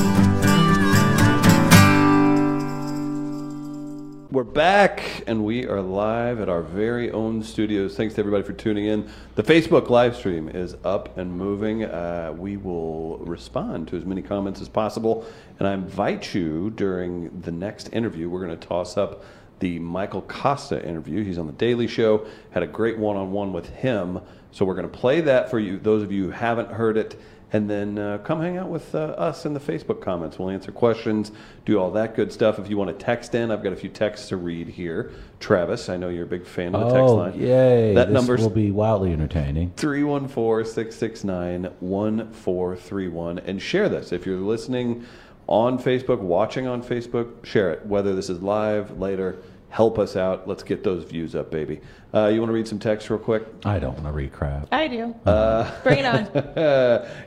We're back and we are live at our very own studios. Thanks to everybody for tuning in. The Facebook live stream is up and moving. Uh, we will respond to as many comments as possible. And I invite you during the next interview, we're going to toss up the Michael Costa interview. He's on The Daily Show, had a great one on one with him. So we're going to play that for you, those of you who haven't heard it. And then uh, come hang out with uh, us in the Facebook comments. We'll answer questions, do all that good stuff. If you want to text in, I've got a few texts to read here. Travis, I know you're a big fan of the text Oh, line. yay. That this number's will be wildly entertaining. 314-669-1431 and share this if you're listening on facebook watching on facebook share it whether this is live later help us out let's get those views up baby uh, you want to read some text real quick I don't want to read crap. I do. Uh, Bring it on.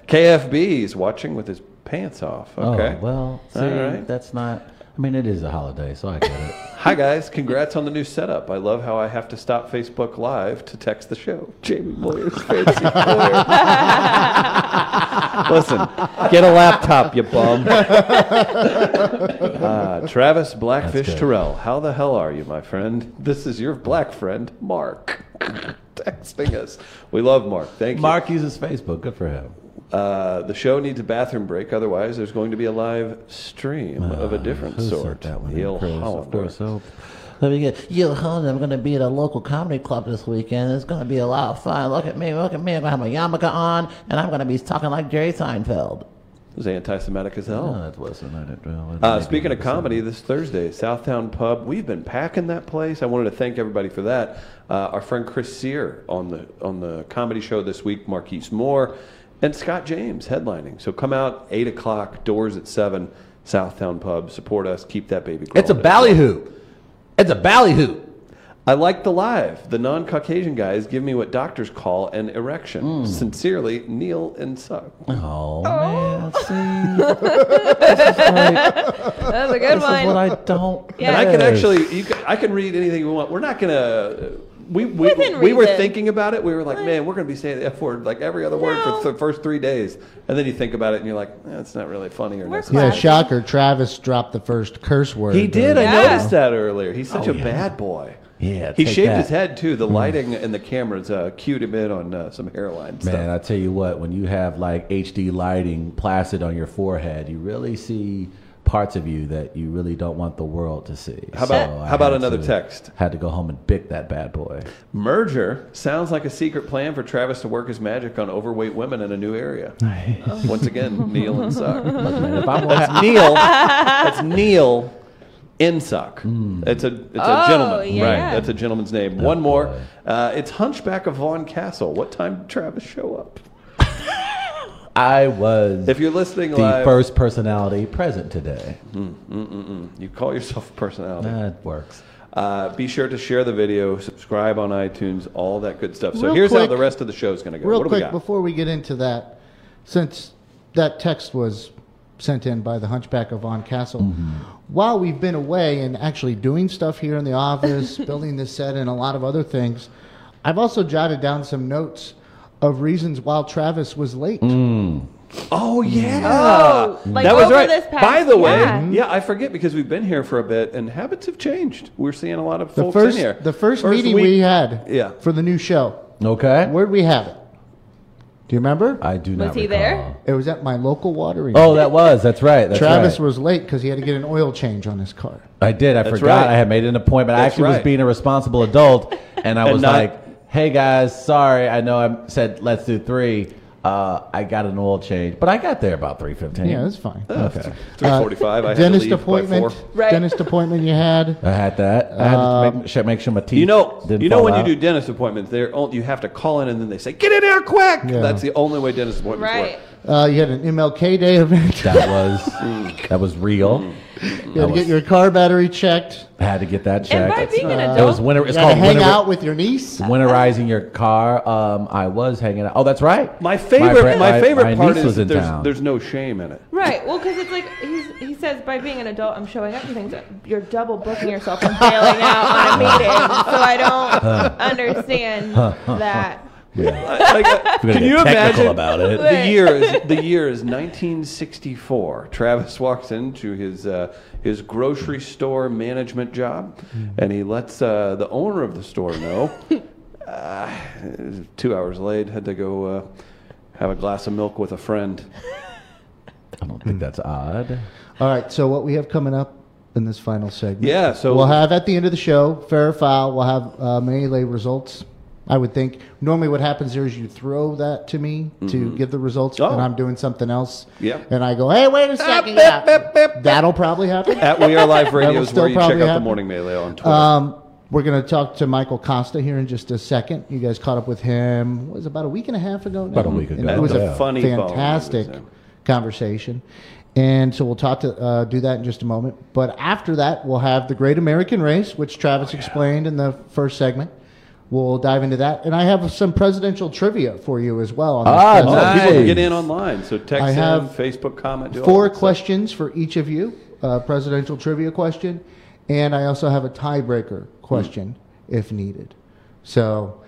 kfb's watching with his pants off okay Oh, well, see, All right. that's not. I mean, it is a holiday, so I get it. hi guys congrats on the new setup i love how i have to stop facebook live to text the show jamie Moyer's fancy lawyer. listen get a laptop you bum Uh, Travis Blackfish good. Terrell, how the hell are you, my friend? This is your black friend, Mark, texting us. We love Mark. Thank you. Mark uses Facebook. Good for him. Uh, the show needs a bathroom break. Otherwise, there's going to be a live stream of a Uh, different Uh, Who said sort. that one? Yale Chris, of Hollander. course. So, Oh, Let me get you home. I'm going to be at a local comedy club this weekend. It's going to be a lot of fun. Look at me. Look at me. I'm going to have my yarmulke on, and I'm going to be talking like Jerry Seinfeld. It was anti-Semitic as hell. that wasn't. I didn't know. Oh. Uh, speaking of comedy, this Thursday, Southtown Pub. We've been packing that place. I wanted to thank everybody for that. Uh, our friend Chris Sear on the on the comedy show this week, Marquise Moore, and Scott James headlining. So come out eight o'clock, doors at seven. Southtown Pub, support us, keep that baby. Growing. it's a ballyhoo. It's a ballyhoo. I like the live. The non-Caucasian guys give me what doctors call an erection. Hmm. Sincerely, Neil and Suck. Oh, man, see, That's a good this is what one. I don't. Yeah. And I can get. actually, you can, I can read anything you want. We're not gonna. uh, We we, Within we were reason. thinking about it. We were like, man, we're gonna be saying the F word like every other word for No. th- the first three days, and then you think about it and you're like, that's not really funny or We're necessary. Yeah, Classy. shocker. Travis dropped the first curse word. He did. during- I Yeah. noticed that earlier. He's such a bad boy. Oh, Yeah, He take shaved that. Mm. his head too. The lighting and the cameras uh, cued him in on uh, some hairline stuff. Man, I tell you what, when you have like HD lighting plastered on your forehead, you really see parts of you that you really don't want the world to see. How about- I how about had another to- text? Had to go home and bick that bad boy. Merger sounds like a secret plan for Travis to work his magic on overweight women in a new area. Once again, Neil and Suck. Man, if I want, That's Neil. That's Neil Insuck. Hmm. It's a it's a Oh, gentleman. yeah. Right. That's a gentleman's name. One more. boy. Uh, it's Hunchback of Vaughn Castle. What time did Travis show up? I was If you're listening the live, first personality present today. you call yourself a personality. That works. Uh, be sure to share the video, subscribe on iTunes, all that good stuff. So Real here's how quick- the rest of the show's going to go. Real what do we got? quick, before we get into that, since that text was sent in by the Hunchback of Von Castle, Mm-hmm. while we've been away and actually doing stuff here in the office, building this set, and a lot of other things, I've also jotted down some notes of reasons why Travis was late. Mm. Oh Hmm. yeah, Oh, like that was over right. this past- By the way, yeah. yeah. I forget because we've been here for a bit and habits have changed. We're seeing a lot of The folks first, in here. the first, meeting week- we had Yeah. for the new show, Okay. where'd we have it? Do you remember? I do not. Was he recall. there? it was at my local watering. Oh, that was. That's right. That's Travis right. was late because he had to get an oil change on his car. I did. I That's forgot. right. I had made an appointment. I That's actually right. was being a responsible adult, and I And was not- like, "Hey guys, sorry. I know I said let's do three. Uh, I got an oil change, but I got there about three fifteen. Yeah, that's fine. Oh, Uh, okay. Three forty-five. I had to dentist leave by appointment. four. Right. Dentist appointment you had. I had that. I had to make, sure- make sure my teeth. Um, You know, didn't you know fall when out. you do dentist appointments, they're on- you have to call in and then they say, "Get in here quick!" Yeah. That's the only way dentist appointments Right. work. Uh, you had an MLK Day event. That was that was real. You had to Mm, was- get your car battery checked. I had to get that checked. And by being an it was adult, winter. It's you had to called hang winter, out with your niece. winterizing your car. Um, I was hanging out. Oh, that's right. My favorite, my, fri- favorite my part niece is was that in there's, town. there's no shame in it. Right. Well, because it's like he's, he says, by being an adult, I'm showing up to things. You're double booking yourself and bailing out on a meeting. So I don't understand that. Like, uh, We're gonna can get you technical imagine about it? the Right. year? Is, the year is 1964. Travis walks into his uh, his grocery store management job, and he lets uh, the owner of the store know. uh, two hours late, had to go uh, have a glass of milk with a friend. I don't think that's odd. All right. So what we have coming up in this final segment? Yeah, so- we'll have at the end of the show fair or foul. We'll have uh, melee results. I would think normally what happens there is you throw that to me to give the results, Oh. and I'm doing something else. Yeah. Ah, And I go, hey, wait a second. bip, yeah." bip, bip, bip. That'll probably happen. At We Are Live will Radio is still where you check out probably the happen. Morning Melee on Twitter. Um, we're going to talk to Michael Costa here in just a second. You guys caught up with him. What was it, about a week and a half ago. Now? About a week And ago, It was yeah. a Funny phone, fantastic it was, yeah. conversation, and so we'll talk to uh, do that in just a moment. But after that, we'll have the Great American Race, which Oh, Travis explained in the first segment. We'll dive into that, and I have some presidential trivia for you as well. On this Ah, presidential- Oh, people can get Nice. in online. So text I in, have Facebook comment. do all four that stuff. questions for each of you uh, presidential trivia question and i also have a tiebreaker question if needed so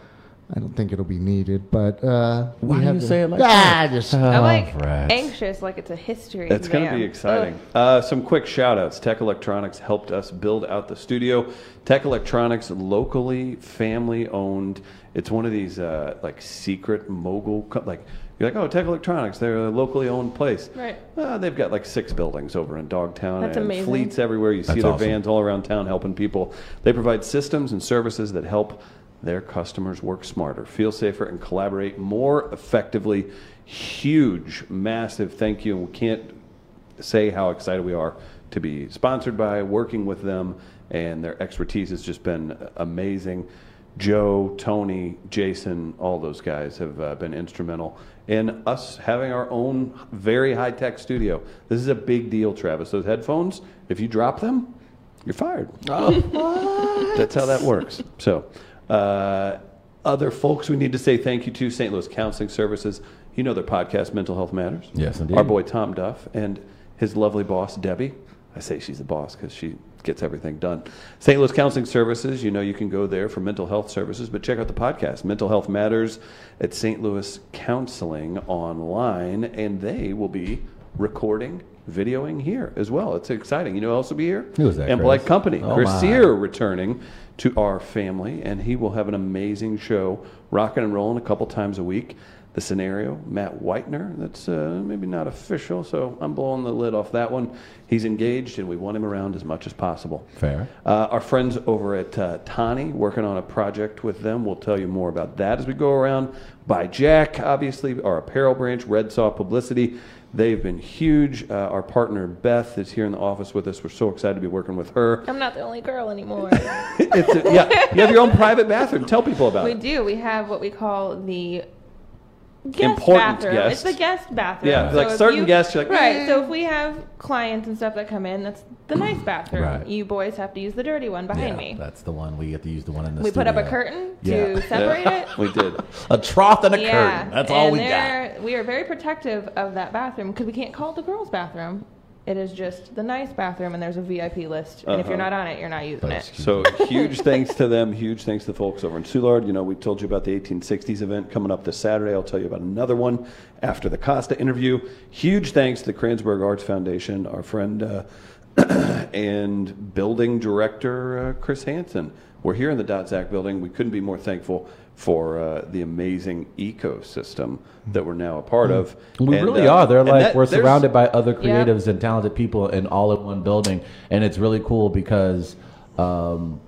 i don't think it'll be needed but uh, Why we do have you the- say it like Ah, that? just- I'm like rats. anxious, like it's a history. It's going to exam. be exciting. Ugh. Uh, some quick shout outs. Tech Electronics helped us build out the studio. Tech Electronics, locally family owned. It's one of these uh, like secret mogul, co- like you're like, oh, Tech Electronics, they're a locally owned place. Right. Uh, they've got like six buildings over in Dogtown That's and amazing. fleets everywhere. You see That's their awesome. vans all around town helping people. They provide systems and services that help their customers work smarter, feel safer, and collaborate more effectively. Huge, massive thank you. And we can't say how excited we are to be sponsored by, working with them, and their expertise has just been amazing. Joe, Tony, Jason, all those guys have uh, been instrumental in us having our own very high tech studio. This is a big deal, Travis. Those headphones, if you drop them, you're fired. That's how that works. So, uh, other folks we need to say thank you to St. Louis Counseling Services. You know their podcast, Mental Health Matters. Yes, indeed. Our boy Tom Duff and his lovely boss, Debbie. I say she's the boss because she gets everything done. St. Louis Counseling Services, you know you can go there for mental health services, but check out the podcast, Mental Health Matters at St. Louis Counseling Online, and they will be recording, videoing here as well. It's exciting. You know who else will be here? Who is that, And Black Chris? Company. Oh, Chris my. Sear returning to our family, and he will have an amazing show, rocking and rolling a couple times a week. The scenario, Matt Whitener, that's uh, maybe not official, so I'm blowing the lid off that one. He's engaged, and we want him around as much as possible. Fair. Uh, our friends over at uh, Tani, working on a project with them, we'll tell you more about that as we go around. By Jack, obviously, our apparel branch, Red Saw Publicity, they've been huge. Uh, our partner Beth is here in the office with us. We're so excited to be working with her. I'm not the only girl anymore. It's a, yeah, you have your own private bathroom. Tell people about we it. do. We have what we call the guest Important bathroom. guest. It's the guest bathroom. Yeah, like if certain guests, you're like, right. "Eh." So if we have clients and stuff that come in, that's the nice bathroom. Right. You boys have to use the dirty one behind me. that's the one we get to use. The one in the We put up a studio. curtain Yeah. to separate it. We did. a trough and a Yeah, curtain. That's all and we got. they're- We are very protective of that bathroom because we can't call it the girls' bathroom. It is just the nice bathroom, and there's a VIP list. And if Uh-huh. you're not on it, you're not using it. So huge thanks to them. Huge thanks to the folks over in Soulard. You know, we told you about the 1860s event coming up this Saturday. I'll tell you about another one after the Costa interview. Huge thanks to the Kranzberg Arts Foundation, our friend uh, and building director uh, Chris Hansen. We're here in the Dot Zach building. We couldn't be more thankful for uh, the amazing ecosystem that we're now a part of. Mm. We And, really uh, are. They're and like that- we're there's- surrounded by other Yeah. creatives and talented people and all in one building, and it's really cool because um,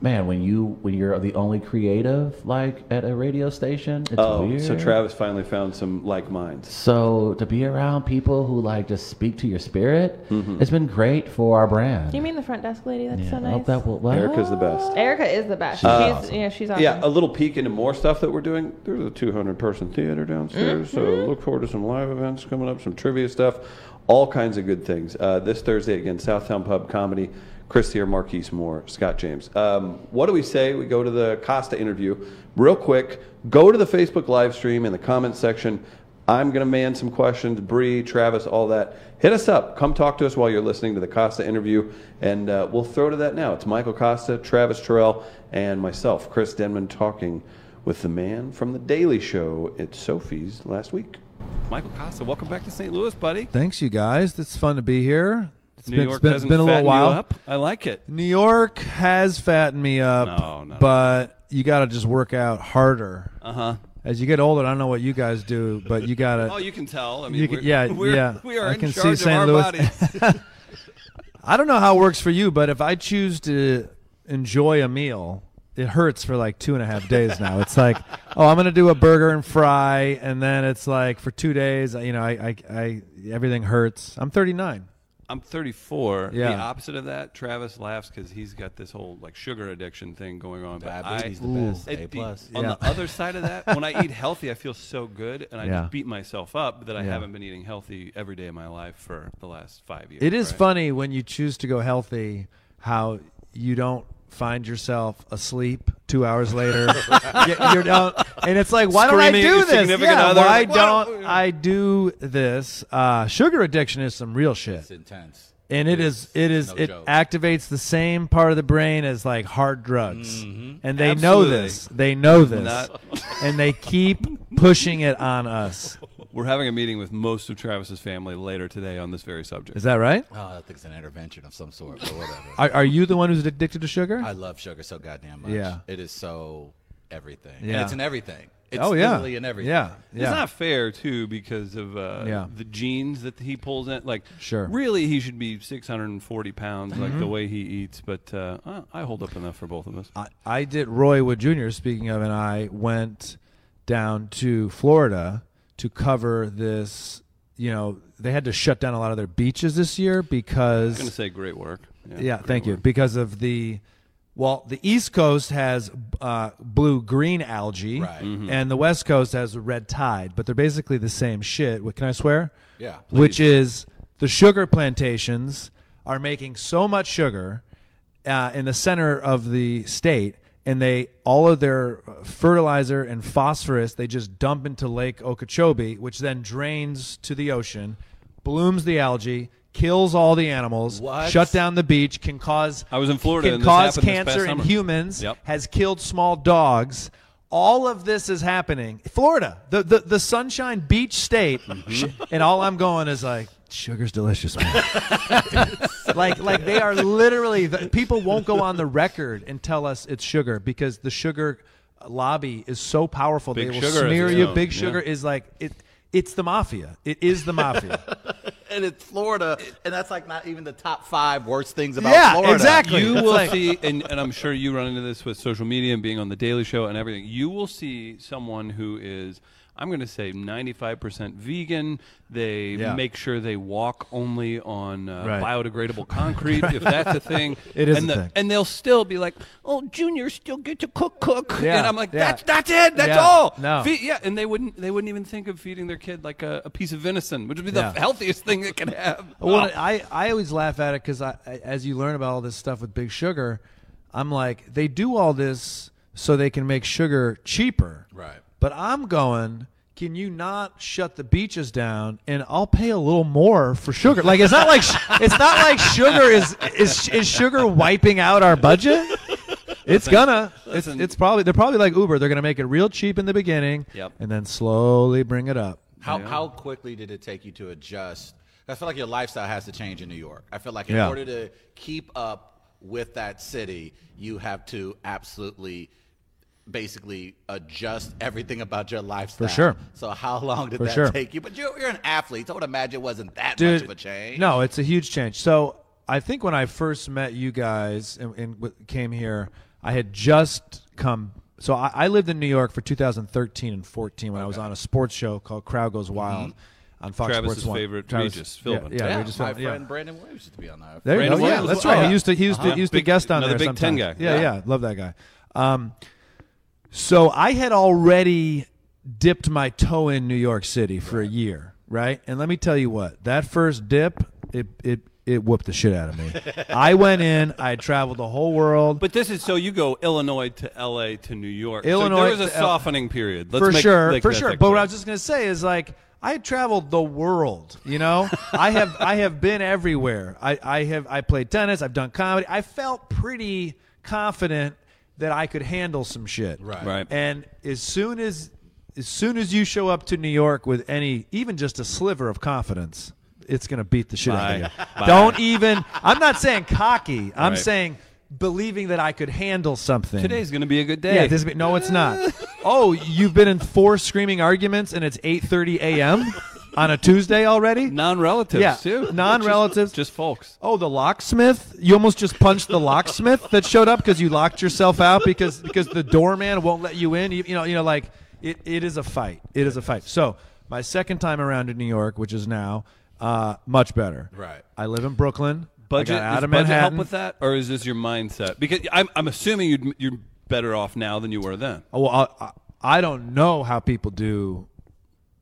man, when you when you're the only creative like at a radio station, it's Oh, weird. so Travis finally found some like minds. So to be around people who like just speak to your spirit, it's been great for our brand. Do you mean the front desk lady? That's Yeah, so I hope nice. that will- what? Erica's the best. Erica is the best. Uh, she's yeah, she's awesome. Yeah, a little peek into more stuff that we're doing. There's a 200 person theater downstairs, so look forward to some live events coming up, some trivia stuff, all kinds of good things. Uh, this Thursday, again, Southtown Pub Comedy, Chris here, Marquise Moore, Scott James. Um, what do we say? We go to the Costa interview real quick, go to the Facebook live stream in the comments section. I'm going to man some questions, Bree, Travis, all that. Hit us up. Come talk to us while you're listening to the Costa interview, and uh, we'll throw to that now. It's Michael Costa, Travis Terrell, and myself, Chris Denman, talking with the man from The Daily Show at Sophie's last week. Michael Costa, welcome back to St. Louis, buddy. Thanks, you guys. It's fun to be here. It's New been, York it's been, it's hasn't been a little fattened while. you up. I like it. New York has fattened me up, No, not at but you got to just work out harder. Uh huh. As you get older, I don't know what you guys do, but you got to. Oh, you can tell. I mean, mean, You can- we're, we're- yeah, we're, we're- yeah. We we are are I in in can see charge of St. our Louis. bodies. I don't know how it works for you, but if I choose to enjoy a meal, it hurts for like two and a half days now. It's like, oh, I'm gonna do a burger and fry, and then it's like for two days, you know, I, I, I everything hurts. I'm 39. I'm 34. The Yeah. opposite of that, Travis laughs because he's got this whole like sugar addiction thing going on. But Diabetes I, the best, it A be- plus. On Yeah. the other side of that, when I eat healthy, I feel so good, and I Yeah. just beat myself up that I Yeah. haven't been eating healthy every day of my life for the last five years. It is right? funny when you choose to go healthy how you don't find yourself asleep two hours later. you, you don't, and it's like, why Screaming at don't I your do this? significant Yeah, other, why like, why don't- don't I do this? Uh, sugar addiction is some real shit. intense. And it is, it is, no it joke. activates the same part of the brain as like hard drugs, and they know Mm-hmm. Absolutely. this. They know this, Not- and they keep pushing it on us. We're having a meeting with most of Travis's family later today on this very subject. Is that right? Oh, I think it's an intervention of some sort, but whatever. Are, are you the one who's addicted to sugar? I love sugar so goddamn much. Yeah. It is so everything. And Yeah. it's in everything. It's oh yeah, literally in everything. Yeah, yeah. It's not fair too because of uh, Yeah. the genes that he pulls in. Like, Sure. Mm-hmm. really, he should be 640 pounds, like the way he eats. But uh, I- I hold up enough for both of us. I, I did Roy Wood Jr. Speaking of, and I went down to Florida to cover this. You know, they had to shut down a lot of their beaches this year because I'm gonna say great work. yeah, great thank you. work. Because of the well, the East Coast has uh, blue green algae, Right. and the West Coast has red tide, but they're basically the same shit. What can I swear? Yeah, Which is the sugar plantations are making so much sugar uh, in the center of the state. And they all of their uh, fertilizer and phosphorus they just dump into Lake Okeechobee, which then drains to the ocean, blooms the algae, kills all the animals, What? shut down the beach, can cause I was in Florida can and this cause happened this past cancer in summer. humans, Yep. has killed small dogs. All of this is happening. Florida, the the, the Sunshine Beach state, Mm-hmm. sh- and all I'm going is like sugar's delicious. Man. like like they are literally the, people won't go on the record and tell us it's sugar because the sugar lobby is so powerful Big they will Sugar is smear its you. own, Big yeah. sugar is like it. It's the mafia. It is the mafia. And it's Florida. And that's like not even the top five worst things about Yeah, Florida. exactly. You It's will like- see, and, and I'm sure you run into this with social media and being on the Daily Show and everything. You will see someone who is, I'm going to say, 95% vegan. They Yeah. make sure they walk only on uh, Right. biodegradable concrete, if that's a thing. It is and a the- thing. And they'll still be like, "Oh, Junior still get to cook, cook." Yeah, And I'm like, yeah. "That's that's it. That's Yeah, all." no. Fe- yeah, and they wouldn't they wouldn't even think of feeding their kid like a, a piece of venison, which would be the Yeah. healthiest thing they could have. Well, I, I always laugh at it because I, I- as you learn about all this stuff with Big Sugar, I'm like, they do all this so they can make sugar cheaper. Right. But I'm going, can you not shut the beaches down and I'll pay a little more for sugar? Like, it's not like, sh- it's not like sugar is, is, is sugar wiping out our budget? It's gonna. It's, listen. it's probably they're probably like Uber. They're gonna make it real cheap in the beginning, Yep. and then slowly bring it up. How how quickly did it take you to adjust? I feel like your lifestyle has to change in New York. I feel like in Yeah. order to keep up with that city, you have to absolutely basically adjust everything about your lifestyle. sure. So how long did For that sure. take you? But you're, you're an athlete, so I would imagine it wasn't that much of a change. No, it's a huge change. So I think when I first met you guys and, and w- came here, I had just come. So I, I lived in New York for 2013 and 14 when I was on a sports show called Crowd Goes Wild on Fox Travis's Sports One. favorite, Regis yeah, Philbin. yeah, Yeah, Regis Mm-hmm. my Philbin, yeah. friend Brandon Williams used to be on that. There you Brandon go. Yeah, Williams was- that's right. yeah. He used to he used to Uh-huh. he used Big- to guest on another there. Big Ten sometimes. guy. Yeah, yeah, love that guy. Um, so I had already dipped my toe in New York City for a year, right? And let me tell you what that first dip it it it whooped the shit out of me. I went in. I traveled the whole world. But this is so you go Illinois to L.A. to New York. so Illinois there was a to L- softening period. Let's for make- sure, make for that sure. that But what clear. I was just gonna say is like I had traveled the world. You know, I have I have been everywhere. I I have I played tennis. I've done comedy. I felt pretty confident that I could handle some shit. Right. Right. And as soon as as soon as you show up to New York with any even just a sliver of confidence, it's gonna beat the shit out of Bye. you. Bye. Don't even. I'm not saying cocky. I'm Right. saying believing that I could handle something. today's going to be a good day. Yeah, this be, no, it's not. oh, you've been in four screaming arguments, and it's eight thirty a.m. on a Tuesday already. non-relatives Yeah, too. non-relatives. just, just folks. Oh, the locksmith! You almost just punched the locksmith that showed up because you locked yourself out because because the doorman won't let you in. You, you know, you know, like it, it is a fight. It is a fight. So my second time around in New York, which is now uh, much better. Right. I live in Brooklyn. Budget, I got out does of budget help Manhattan. with that, or is this your mindset? Because I'm, I'm assuming you'd, you're better off now than you were then. Oh, well, I, I I don't know how people do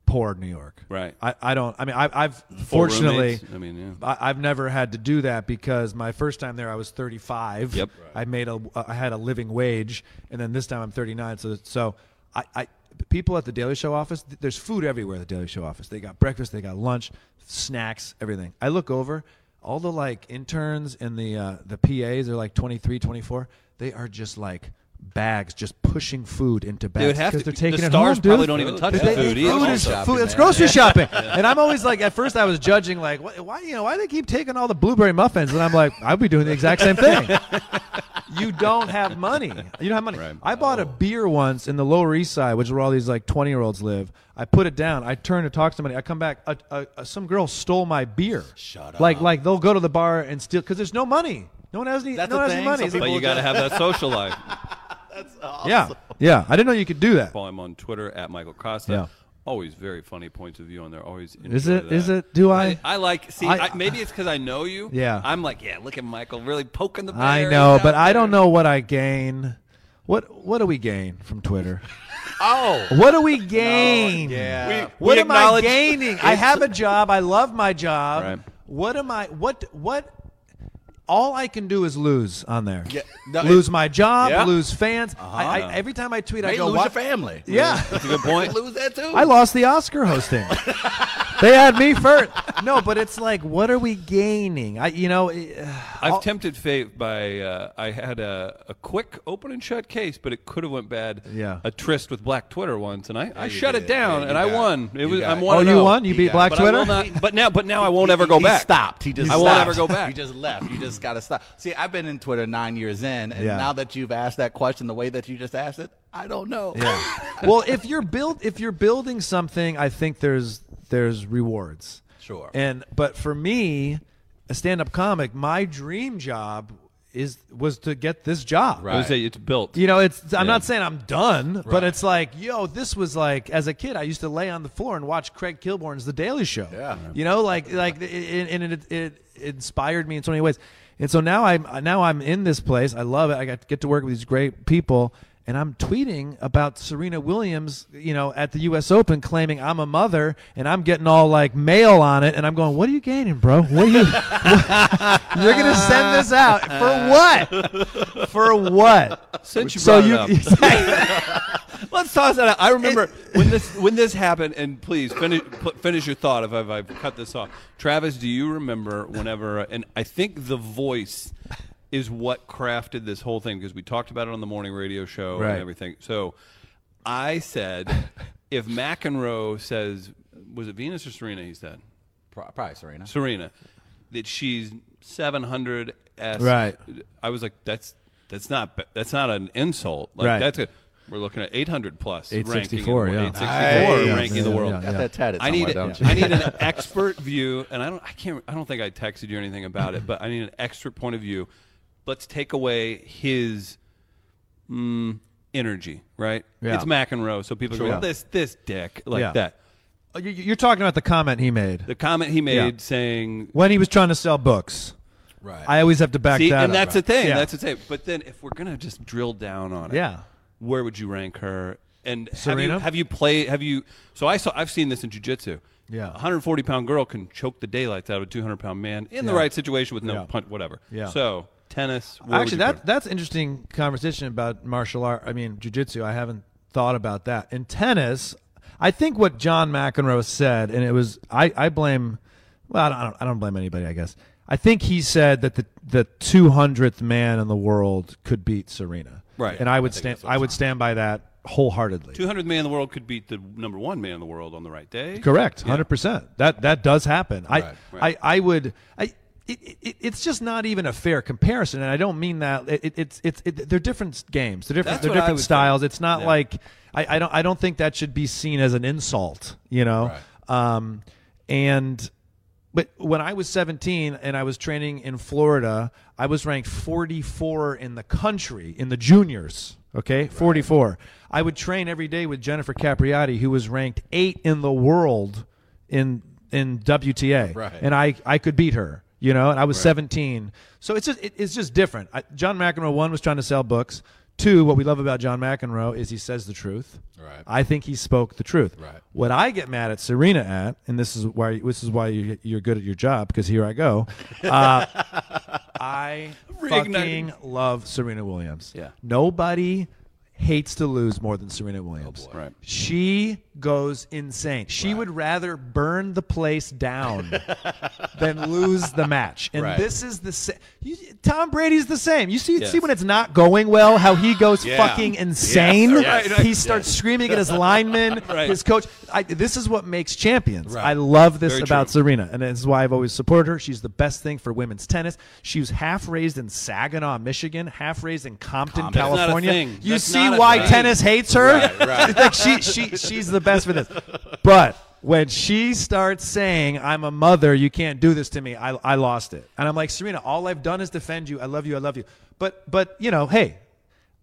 poor New York. Right. I, I don't. I mean, I, I've Four fortunately. roommates, I mean, yeah. I, I've never had to do that because my first time there, I was 35. Yep. I made a. I had a living wage, and then this time I'm 39. So so I. I People at the Daily Show office, th- there's food everywhere at the Daily Show office. They got breakfast, they got lunch, snacks, everything. I look over, all the like interns and the uh, the PAs are like 23, 24. They are just like bags, just pushing food into bags. They would have because to. they're taking the it stars home, dude. probably don't even touch the They- food they- either. food is Shopping, food. It's man. grocery shopping, and I'm always like, at first I was judging, like, why, why you know, why they keep taking all the blueberry muffins, and I'm like, I'd be doing the exact same thing. you don't have money. You don't have money. I bought a beer once in the Lower East Side, which is where all these like 20 year olds live. I put it down. I turn to talk to somebody. I come back. A, a, a, some girl stole my beer. Shut up. Like like they'll go to the bar and steal because there's no money. No one has any. That's no the one has thing. any money. Some It's But like- you got to have that social life. yeah, yeah. I didn't know you could do that. Follow him on Twitter at Michael Costa. Yeah. Always very funny points of view on there. Always Is enjoy it? that. Is it? Do I? I like see. I- I, maybe it's because I know you. Yeah. I'm like, yeah. Look at Michael really poking the. Bear I know, He's but out I don't there. know what I gain. What what do we gain from Twitter? Oh. What do we gain? yeah. We- What we am I acknowledge- gaining? I have a job. I love my job. Right. What am I? What what? All I can do is lose on there. Yeah. No, lose it- my job. Yeah. Lose fans. I, Uh-huh. I, every time I tweet, I May go lose "What?" your family. Yeah. That's a good point. Lose that too. I lost the Oscar hosting. they had me first. No, but it's like, what are we gaining? I, you know, I've tempted fate by uh, I had a, a quick open and shut case, but it could have went bad. Yeah. a tryst with Black Twitter once, and I, I you shut did. it down, Yeah, you and I got it. won. It You was got I'm it. one. oh, and you oh. won. You He beat got- Black But I Twitter. will not. But now, but now I won't ever go he back. Stopped. He just. I won't stopped. ever go back. He just left. You just got to stop. See, I've been in Twitter nine years in, and Yeah. now that you've asked that question the way that you just asked it, I don't know. well, if you're build if you're building something, I think there's there's rewards. Sure. And but for me, a stand-up comic, my dream job is was to get this job. I would say it's built. You know, it's I'm not saying I'm done, but it's like, yo, this was like as a kid, I used to lay on the floor and watch Craig Kilborn's The Daily Show. Yeah. you know, like like it- and it, it, it inspired me in so many ways. And so now I'm now I'm in this place. I love it. I got get to work with these great people. And I'm tweeting about Serena Williams, you know, at the U.S. Open, claiming I'm a mother, and I'm getting all like mail on it, and I'm going, "What are you gaining, bro? What are you? you're gonna send this out for what? For what? Since you so brought it you, up. Exactly. Let's toss that out. I remember when this when this happened, and please finish put, finish your thought if I've, I've cut this off. Travis, do you remember whenever? uh, And I think the voice is what crafted this whole thing because we talked about it on the morning radio show Right. and everything. So I said, if McEnroe says, was it Venus or Serena? He said Pro- Probably Serena. Serena that she's seven hundred s. Right. I was like, that's that's not ba- that's not an insult. Like, Right. That's a, we're looking at eight hundred plus. ranking in the 864, world. yeah. 864 Nice. ranking Yeah, the yeah, world. yeah, Got that tatted I need somewhere, a- don't you? I need an expert view, and I don't I can't I don't think I texted you anything about it, but I need an expert point of view. Let's take away his mm, energy, right? Yeah. It's McEnroe, so people Sure. go, this this dick like Yeah. that. Uh, you- You're talking about the comment he made. The comment he made Yeah. saying when he was trying to sell books. Right. I always have to back See, that and up. that's the thing. Yeah. That's the thing. But then, if we're gonna just drill down on it, Yeah. where would you rank her? And have Serena? you have you played? Have you? So I saw. I've seen this in jujitsu. Yeah. 140 pound girl can choke the daylights out of a 200 pound man in the Yeah. right situation with no Yeah. punch, whatever. Yeah. So tennis. where would Actually, you that that's interesting conversation about martial art. I mean, jujitsu. I haven't thought about that. In tennis, I think what John McEnroe said, and it was I, I blame. Well, I don't, I don't I don't blame anybody. I guess I think he said that the the two hundredth man in the world could beat Serena. Right. And I would I think stand that's what I would stand by that wholeheartedly. 200 man in the world could beat the number one man in the world on the right day. Correct, hundred percent. That that does happen. I Right, right. I I would. I, it, it, it's just not even a fair comparison, and I don't mean that. It, it, it's it's it, they're different games. They're different. That's they're what I different would styles. think. It's not Yeah. like I, I don't I don't think that should be seen as an insult. You know. Um, and but when I was 17 and I was training in Florida, I was ranked 44 in the country in the juniors. Okay, 44. I would train every day with Jennifer Capriati, who was ranked eight in the world in in WTA, Right. and I I could beat her. You know, and I was 17. So it's just it, it's just different. I, John McEnroe one was trying to sell books. Two, what we love about John McEnroe is he says the truth. Right. I think he spoke the truth. Right. What I get mad at Serena at, and this is why this is why you- you're good at your job because here I go. Uh, I Reignited. fucking love Serena Williams. Yeah. Nobody hates to lose more than Serena Williams. Oh, Right. She goes insane. She would rather burn the place down than lose the match. And Right. this is the same. Tom Brady's the same. You see, Yes. see when it's not going well, how he goes Yeah. fucking insane. Yes. Right, right. He starts screaming at his linemen, Right. his coach. I, this is what makes champions. Right. I love this Very about true. Serena, and this is why I've always supported her. She's the best thing for women's tennis. She was half raised in Saginaw, Michigan, half raised in Compton, Compton. That's not a California. thing. You That's see not a why thing. tennis hates her? Right, right. It's like she, she, she's the best for this. But when she starts saying, I'm a mother, you can't do this to me, I, I lost it. And I'm like, Serena, all I've done is defend you. I love you. I love you. But, but you know, hey,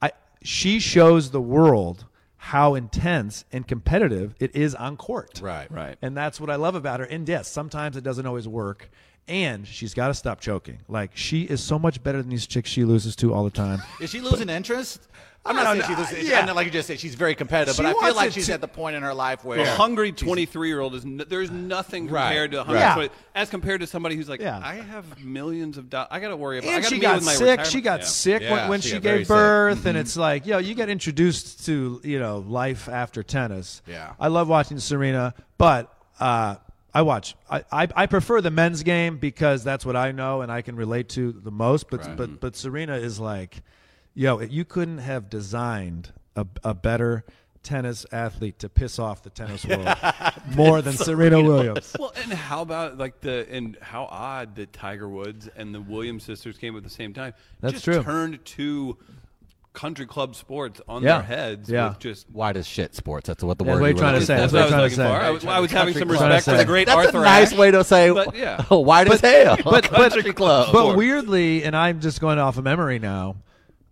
I, she shows the world how intense and competitive it is on court. Right. Right. And that's what I love about her. And yes, sometimes it doesn't always work. And she's got to stop choking. Like, she is so much better than these chicks she loses to all the time. Is she losing interest? I'm I not don't saying she know. loses interest. Yeah. I know, like you just said, she's very competitive, She but I feel wants like it she's to- at the point in her life where A hungry 23 year old is n- there's nothing Right. compared to a Yeah. 120 as compared to somebody who's like Yeah. I have millions of dollars I got to worry about I and gotta she meet got with my sick. She retirement- got Yeah. sick when, Yeah, when she she got very gave sick. Mm-hmm. birth, and it's like, yo, you got introduced to you know life after tennis. Yeah. I love watching Serena, but uh, I watch. I, I I prefer the men's game because that's what I know and I can relate to the most. But Mm-hmm. but but Serena is like, yo, you couldn't have designed a, a better tennis athlete to piss off the tennis world more than Serena Williams. Well, and how about like the and how odd that Tiger Woods and the Williams sisters came at the same time. That's just true. Turned to country club sports on Yeah. their heads. Yeah. With just why does shit sports? That's what the That's word what you're you trying wrote. to say. That's what I what I'm was looking trying for. to I say. was, I was having some Country club. respect for the great That's Arthur a nice Ashe. way to say. But, yeah. Why does hell? but- but- country club. But weirdly, and I'm just going off of memory now,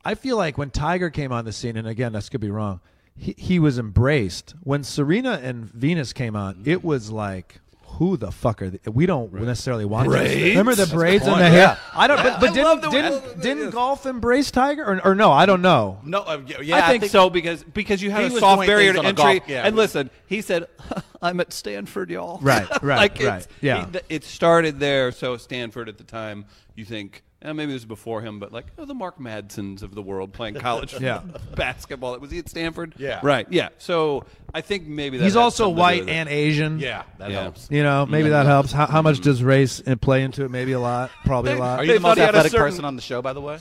I feel like when Tiger came on the scene, and again, this could be wrong, he, he was embraced. When Serena and Venus came on, Mm. it was like, who the fuck are they? We don't necessarily want this. Braids? Remember the That's a braids good and the point. hair? I don't. But, Yeah. but I love didn't the way- didn't, didn't golf embrace Tiger or, or no? I don't know. no, uh, yeah, yeah, I, think so because because you had He a was soft doing barrier things to on a golf- entry. yeah. And listen, he said, "I'm at Stanford, y'all." Right, right, like it's- right, yeah. he- th- it started there. So Stanford at the time, you think, eh, maybe this was before him, but like oh, the Mark Madsons of the world playing college Yeah. basketball. Was he at Stanford? Yeah. right, yeah. So I think maybe that He's had also something to do white with it. and Asian. Yeah, that Yeah. Mm. helps. You know, maybe that helps. How, how much does race and play into it? Maybe a lot. Probably a lot. Are you They the most thought he had a athletic certain- person on the show, by the way?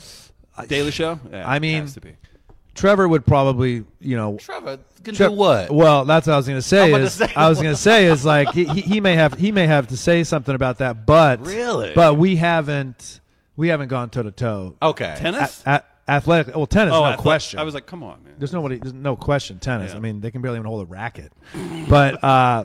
Daily Show. Yeah, I mean- has to be. Trevor would probably, you know, Trevor can Tre- do what? Well, that's what I was gonna say. about to is, say- I was gonna say is like he, he, he may have he may have to say something about that, but Really? but we haven't we haven't gone toe to toe. Okay. tennis. At, athletic. Well, tennis, Oh, not athle- a question. I was like, come on, man. There's nobody. There's no question. Tennis. Yeah. I mean, they can barely even hold a racket. but uh,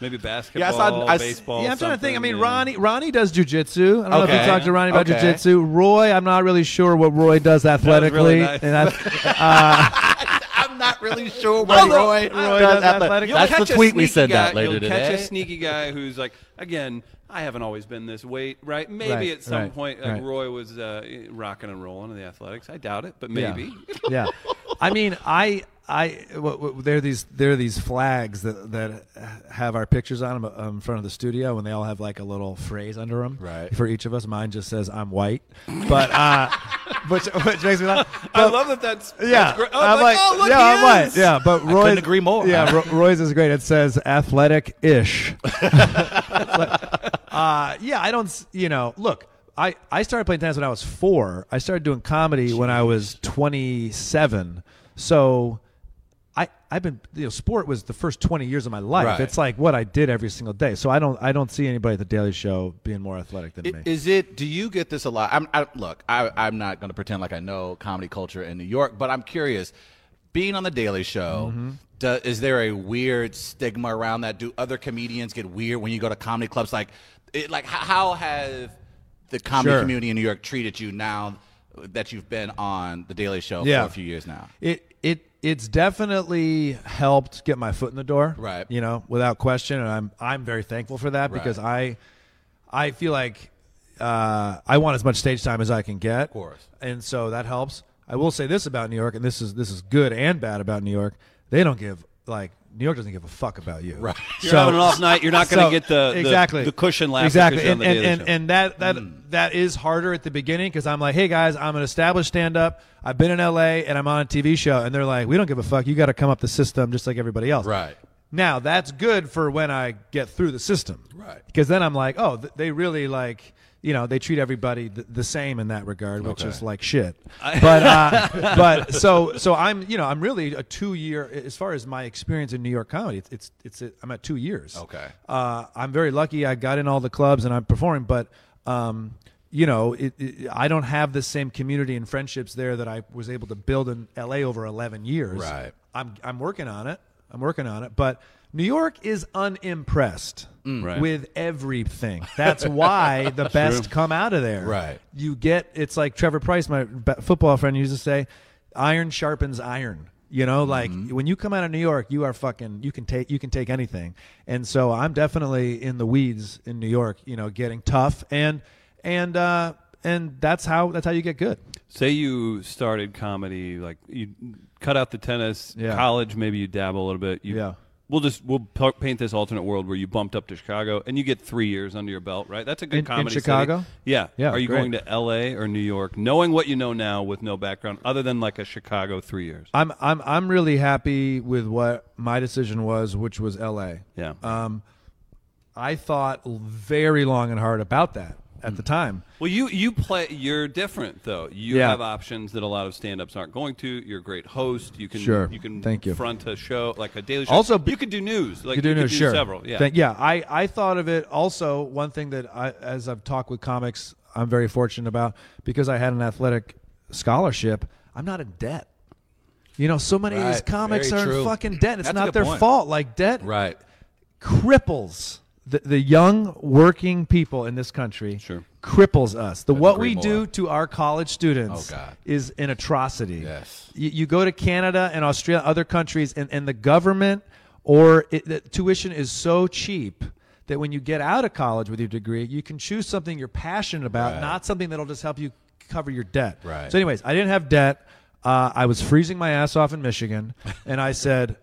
Maybe yeah, I basketball, saw- I s- baseball. Yeah, I'm trying to think. I something, mean, yeah. Ronnie. Ronnie does jujitsu. I don't know if Okay. you talked to Ronnie about Okay. jujitsu. Roy, I'm not really sure what Roy does was really athletically. nice. And I, I'm not really sure what Although- Roy, Roy does athletic- You'll That's catch the a tweet we sneaky sent guy- out later you'll today. Catch a sneaky guy who's like, again, I haven't always been this weight, right? Maybe Right, at some right, point, like right. Roy was uh, rocking and rolling in the athletics. I doubt it, but Yeah. maybe. yeah. I mean, I, I, w- w- there are these, there are these flags that that have our pictures on them in front of the studio, and they all have like a little phrase under them, right? For each of us, mine just says "I'm white," but uh, which which makes me laugh. I But- love that. That's, yeah, That's great. I'm like, oh, look, yeah, he I'm is. right. Yeah, but I Roy couldn't agree more. Yeah, Ro- Roy's is great. It says athletic ish. uh, yeah, I don't. s- You know, look, I I started playing tennis when I was four. I started doing comedy when I was twenty seven. So. I, I've been you know sport was the first 20 years of my life Right. it's like what i did every single day so i don't i don't see anybody at the daily show being more athletic than me I- Is it? Do you get this a lot? I'm, I, look, I, I'm not going to pretend like I know comedy culture in New York, but I'm curious. Being on the Daily Show, Mm-hmm. do, is there a weird stigma around that? Do other comedians get weird when you go to comedy clubs? Like, it, like how, how have the comedy Sure. community in New York treated you now that you've been on the Daily Show for a few years now? It it it's definitely helped get my foot in the door. Right. You know, without question, and I'm I'm very thankful for that because I I feel like uh, I want as much stage time as I can get. Of course. And so that helps. I will say this about New York, and this is this is good and bad about New York. They don't give like New York doesn't give a fuck about you. Right. You're having an off night, you're not gonna get the- the- exactly the cushion laugh that Exactly. goes on And, the and, Daily and, Show. Mm. and that that that is harder at the beginning because I'm like, hey guys, I'm an established stand up. I've been in LA and I'm on a TV show, and they're like, we don't give a fuck. You got to come up the system just like everybody else. Right. Now that's good for when I get through the system. Right. Because then I'm like, oh, th- they really like. You know, they treat everybody th- the same in that regard, which Okay. is like shit. I- But uh, but so so I'm you know I'm really a two year as far as my experience in New York comedy. It's it's, it's I'm at two years. Okay. Uh, I'm very lucky. I got in all the clubs and I'm performing, but um, you know, it, it, I don't have the same community and friendships there that I was able to build in LA over 11 years. Right. I'm I'm working on it. I'm working on it, but New York is unimpressed Mm. Right. with everything. That's why the True. best come out of there. Right. You get it's like Trevor Price, my b- football friend, used to say, "Iron sharpens iron." You know, like Mm-hmm. when you come out of New York, you are fucking. You can take you can take anything, and so I'm definitely in the weeds in New York. You know, getting tough and and uh, and that's how that's how you get good. Say you started comedy, like you cut out the tennis, Yeah. college, maybe you dabble a little bit. You, Yeah. We'll just we'll p- paint this alternate world where you bumped up to Chicago and you get three years under your belt, right? That's a good In- in comedy. city. Chicago? yeah, Yeah, Are you great. going to L.A. or New York, knowing what you know now with no background other than like a Chicago three years? I'm I'm I'm really happy with what my decision was, which was L.A. Yeah. Um, I thought very long and hard about that at the time. Well, you you play. You're different though. You Yeah. have options that a lot of stand-ups aren't going to. You're a great host. You can Sure. You can Thank you. front a show like a daily show. Also, you could do news. Like you do could know, sure. several. Yeah. Thank- yeah. I, I thought of it also. One thing that I, as I've talked with comics, I'm very fortunate about because I had an athletic scholarship. I'm not in debt. You know, so many of these Right. comics Very are true. in fucking debt. It's That's a not good their point. fault. Like debt Right. cripples the, the young working people in this country. Sure. Cripples us. The what we do to our college students Oh, God. is an atrocity. Yes. You, you go to Canada and Australia, other countries, and, and the government or it, the tuition is so cheap that when you get out of college with your degree, you can choose something you're passionate about, Right. not something that'll just help you cover your debt. Right. So, anyways, I didn't have debt. Uh, I was freezing my ass off in Michigan, and I said,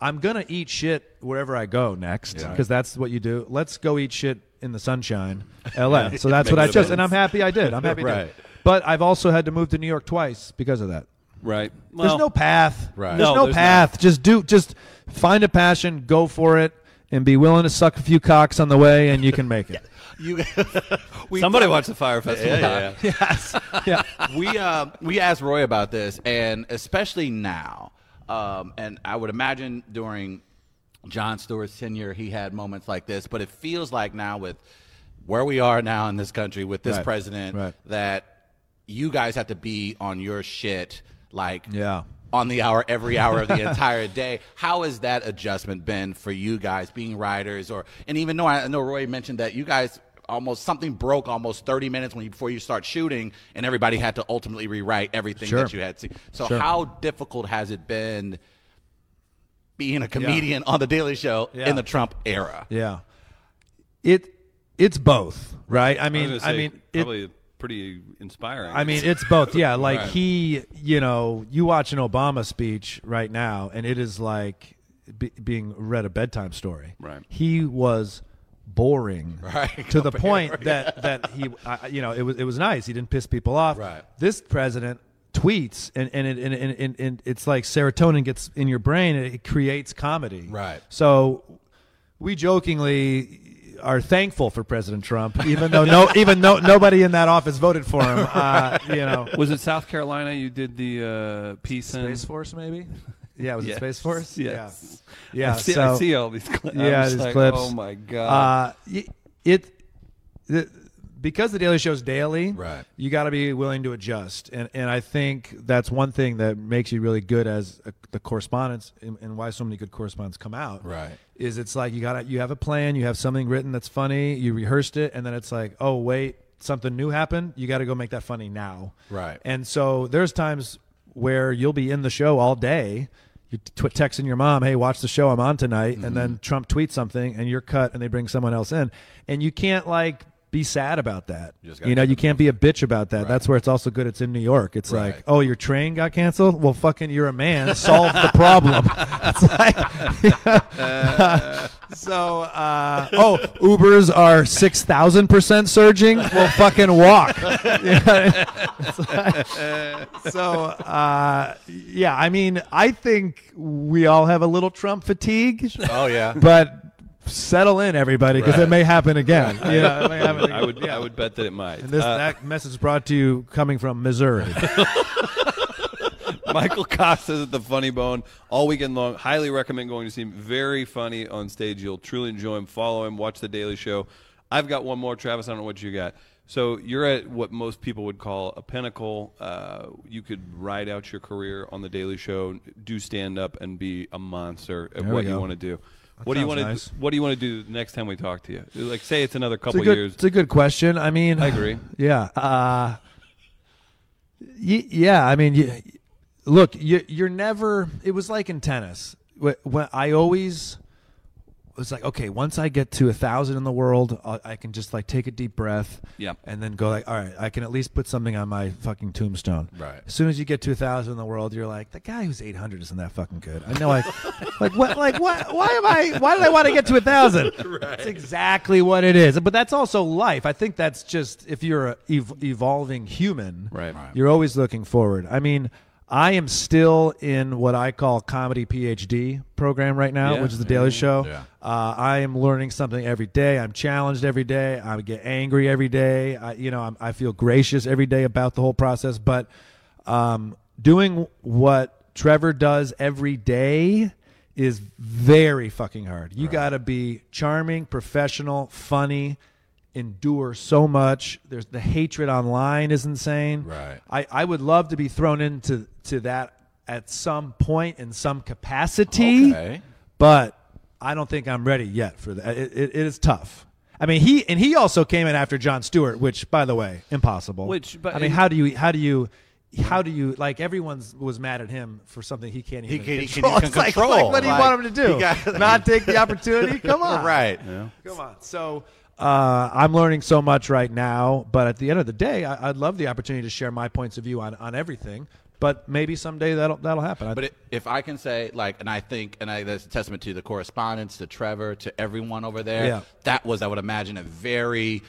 "I'm gonna eat shit wherever I go next because Yeah. that's what you do. Let's go eat shit in the sunshine, L.A." Yeah. So that's Makes what I chose, sense. and I'm happy I did. I'm happy. I did. Right. But I've also had to move to New York twice because of that. Right. there's no path. Right. There's No, no, there's path. Just do. Just find a passion, go for it, and be willing to suck a few cocks on the way, and you can make it. You. we Somebody watch the Fire Festival. Yeah, yeah, yes. Yeah. we uh, we asked Roy about this, and especially now, um, and I would imagine during John Stewart's tenure, he had moments like this. But it feels like now, with where we are now in this country, with this Right. president, Right. that you guys have to be on your shit like Yeah. on the hour every hour of the entire day. How has that adjustment been for you guys being riders or and even though I know Roy mentioned that you guys almost something broke almost 30 minutes when you, before you start shooting and everybody had to ultimately rewrite everything Sure. that you had seen. So Sure. how difficult has it been being a comedian on the Daily Show Yeah. in the Trump era? Yeah. It it's both, right? I mean, I, was I, gonna say, mean, it, probably pretty inspiring. I mean, it's both. Yeah, like Right. he, you know, you watch an Obama speech right now, and it is like be, being read a bedtime story. Right. He was boring Right, to the point that that he, I you know, it was it was nice. He didn't piss people off. Right. This president tweets, and and it, and, and, and, and it's like serotonin gets in your brain, and it creates comedy. Right. So we jokingly are thankful for President Trump, even though no, even though nobody in that office voted for him. Uh, you know, was it South Carolina you did the uh, piece in? Space Force maybe? Yeah, was Yes. it Space Force? Yes. Yeah, yeah. I see, so, I see all these clips. yeah, these clips. Oh my god! Uh, y- it, the because the Daily Show's daily, Right. You got to be willing to adjust, and and I think that's one thing that makes you really good as a, the correspondence, and, and why so many good correspondents come out. Right. Is it's like you got to you have a plan, you have something written that's funny, you rehearsed it, and then it's like, oh wait, something new happened. You got to go make that funny now. Right. And so there's times where you'll be in the show all day. You're tw- texting your mom, "Hey, watch the show I'm on tonight," Mm-hmm. and then Trump tweets something, and you're cut, and they bring someone else in, and you can't like be sad about that. You, just gotta know, keep you can't be a bitch about that. That's where it's also good. It's in New York. It's Right. like, oh, your train got canceled. Well, fucking, you're a man. Solve the problem. it's like, so, uh, oh, Ubers are six thousand percent surging. Well, fucking walk. so uh, yeah i mean i think we all have a little trump fatigue Oh yeah. but settle in everybody because it may happen again yeah it may happen again. I would, I would bet that it might. Uh, and this Uh, that message is brought to you coming from missouri Michael Cox is at the Funny Bone all weekend long. Highly recommend going to see him. Very funny on stage. You'll truly enjoy him. Follow him. Watch the Daily Show. I've got one more, Travis. I don't know what you got. So you're at what most people would call a pinnacle. Uh, you could ride out your career on the Daily Show, do stand up, and be a monster at There what we you go. want to do. what do you sounds want nice. to? What do you want to do next time we talk to you? Like, say it's another it's a couple good years. it's a good question i mean I agree. yeah uh, y- yeah i mean y look you, you're never it was like in tennis Wh- when i always was like okay once i get to a thousand in the world i i can just like take a deep breath Yeah. and then go like all right i can at least put something on my fucking tombstone Right. as soon as you get to a thousand in the world you're like the guy who's 800 isn't that fucking good i know i like what like what why am i why did i want to get to a thousand that's exactly what it is but that's also life i think that's just if you're a ev- evolving human Right. Right. you're always looking forward. I mean, I am still in what I call comedy PhD program right now, Yeah. Mm-hmm. which is the Daily Show. Yeah. Uh, I am learning something every day. I'm challenged every day. I get angry every day. I, you know, I'm, I feel gracious every day about the whole process. But um, doing what Trevor does every day is very fucking hard. You got to be charming, professional, funny, endure so much. There's the hatred online is insane. Right. I, I would love to be thrown into to that at some point in some capacity, Okay. but I don't think I'm ready yet for that. It, it, it is tough. I mean, he and he also came in after John Stewart, which, by the way, impossible. Which, but- I mean, how do you how do you how do you like everyone's was mad at him for something he can't even can- he can- control. he can It's like, control. like, what do you Like, want him to do? he got- Not take the opportunity? Come on, Right. Come on. So uh, I'm learning so much right now, but at the end of the day, I, I'd love the opportunity to share my points of view on, on everything. But maybe someday that'll that'll happen. I- But it, if I can say, like, and I think, and I, that's a testament to the correspondence, to Trevor, to everyone over there. Yeah. That was, I would imagine, a very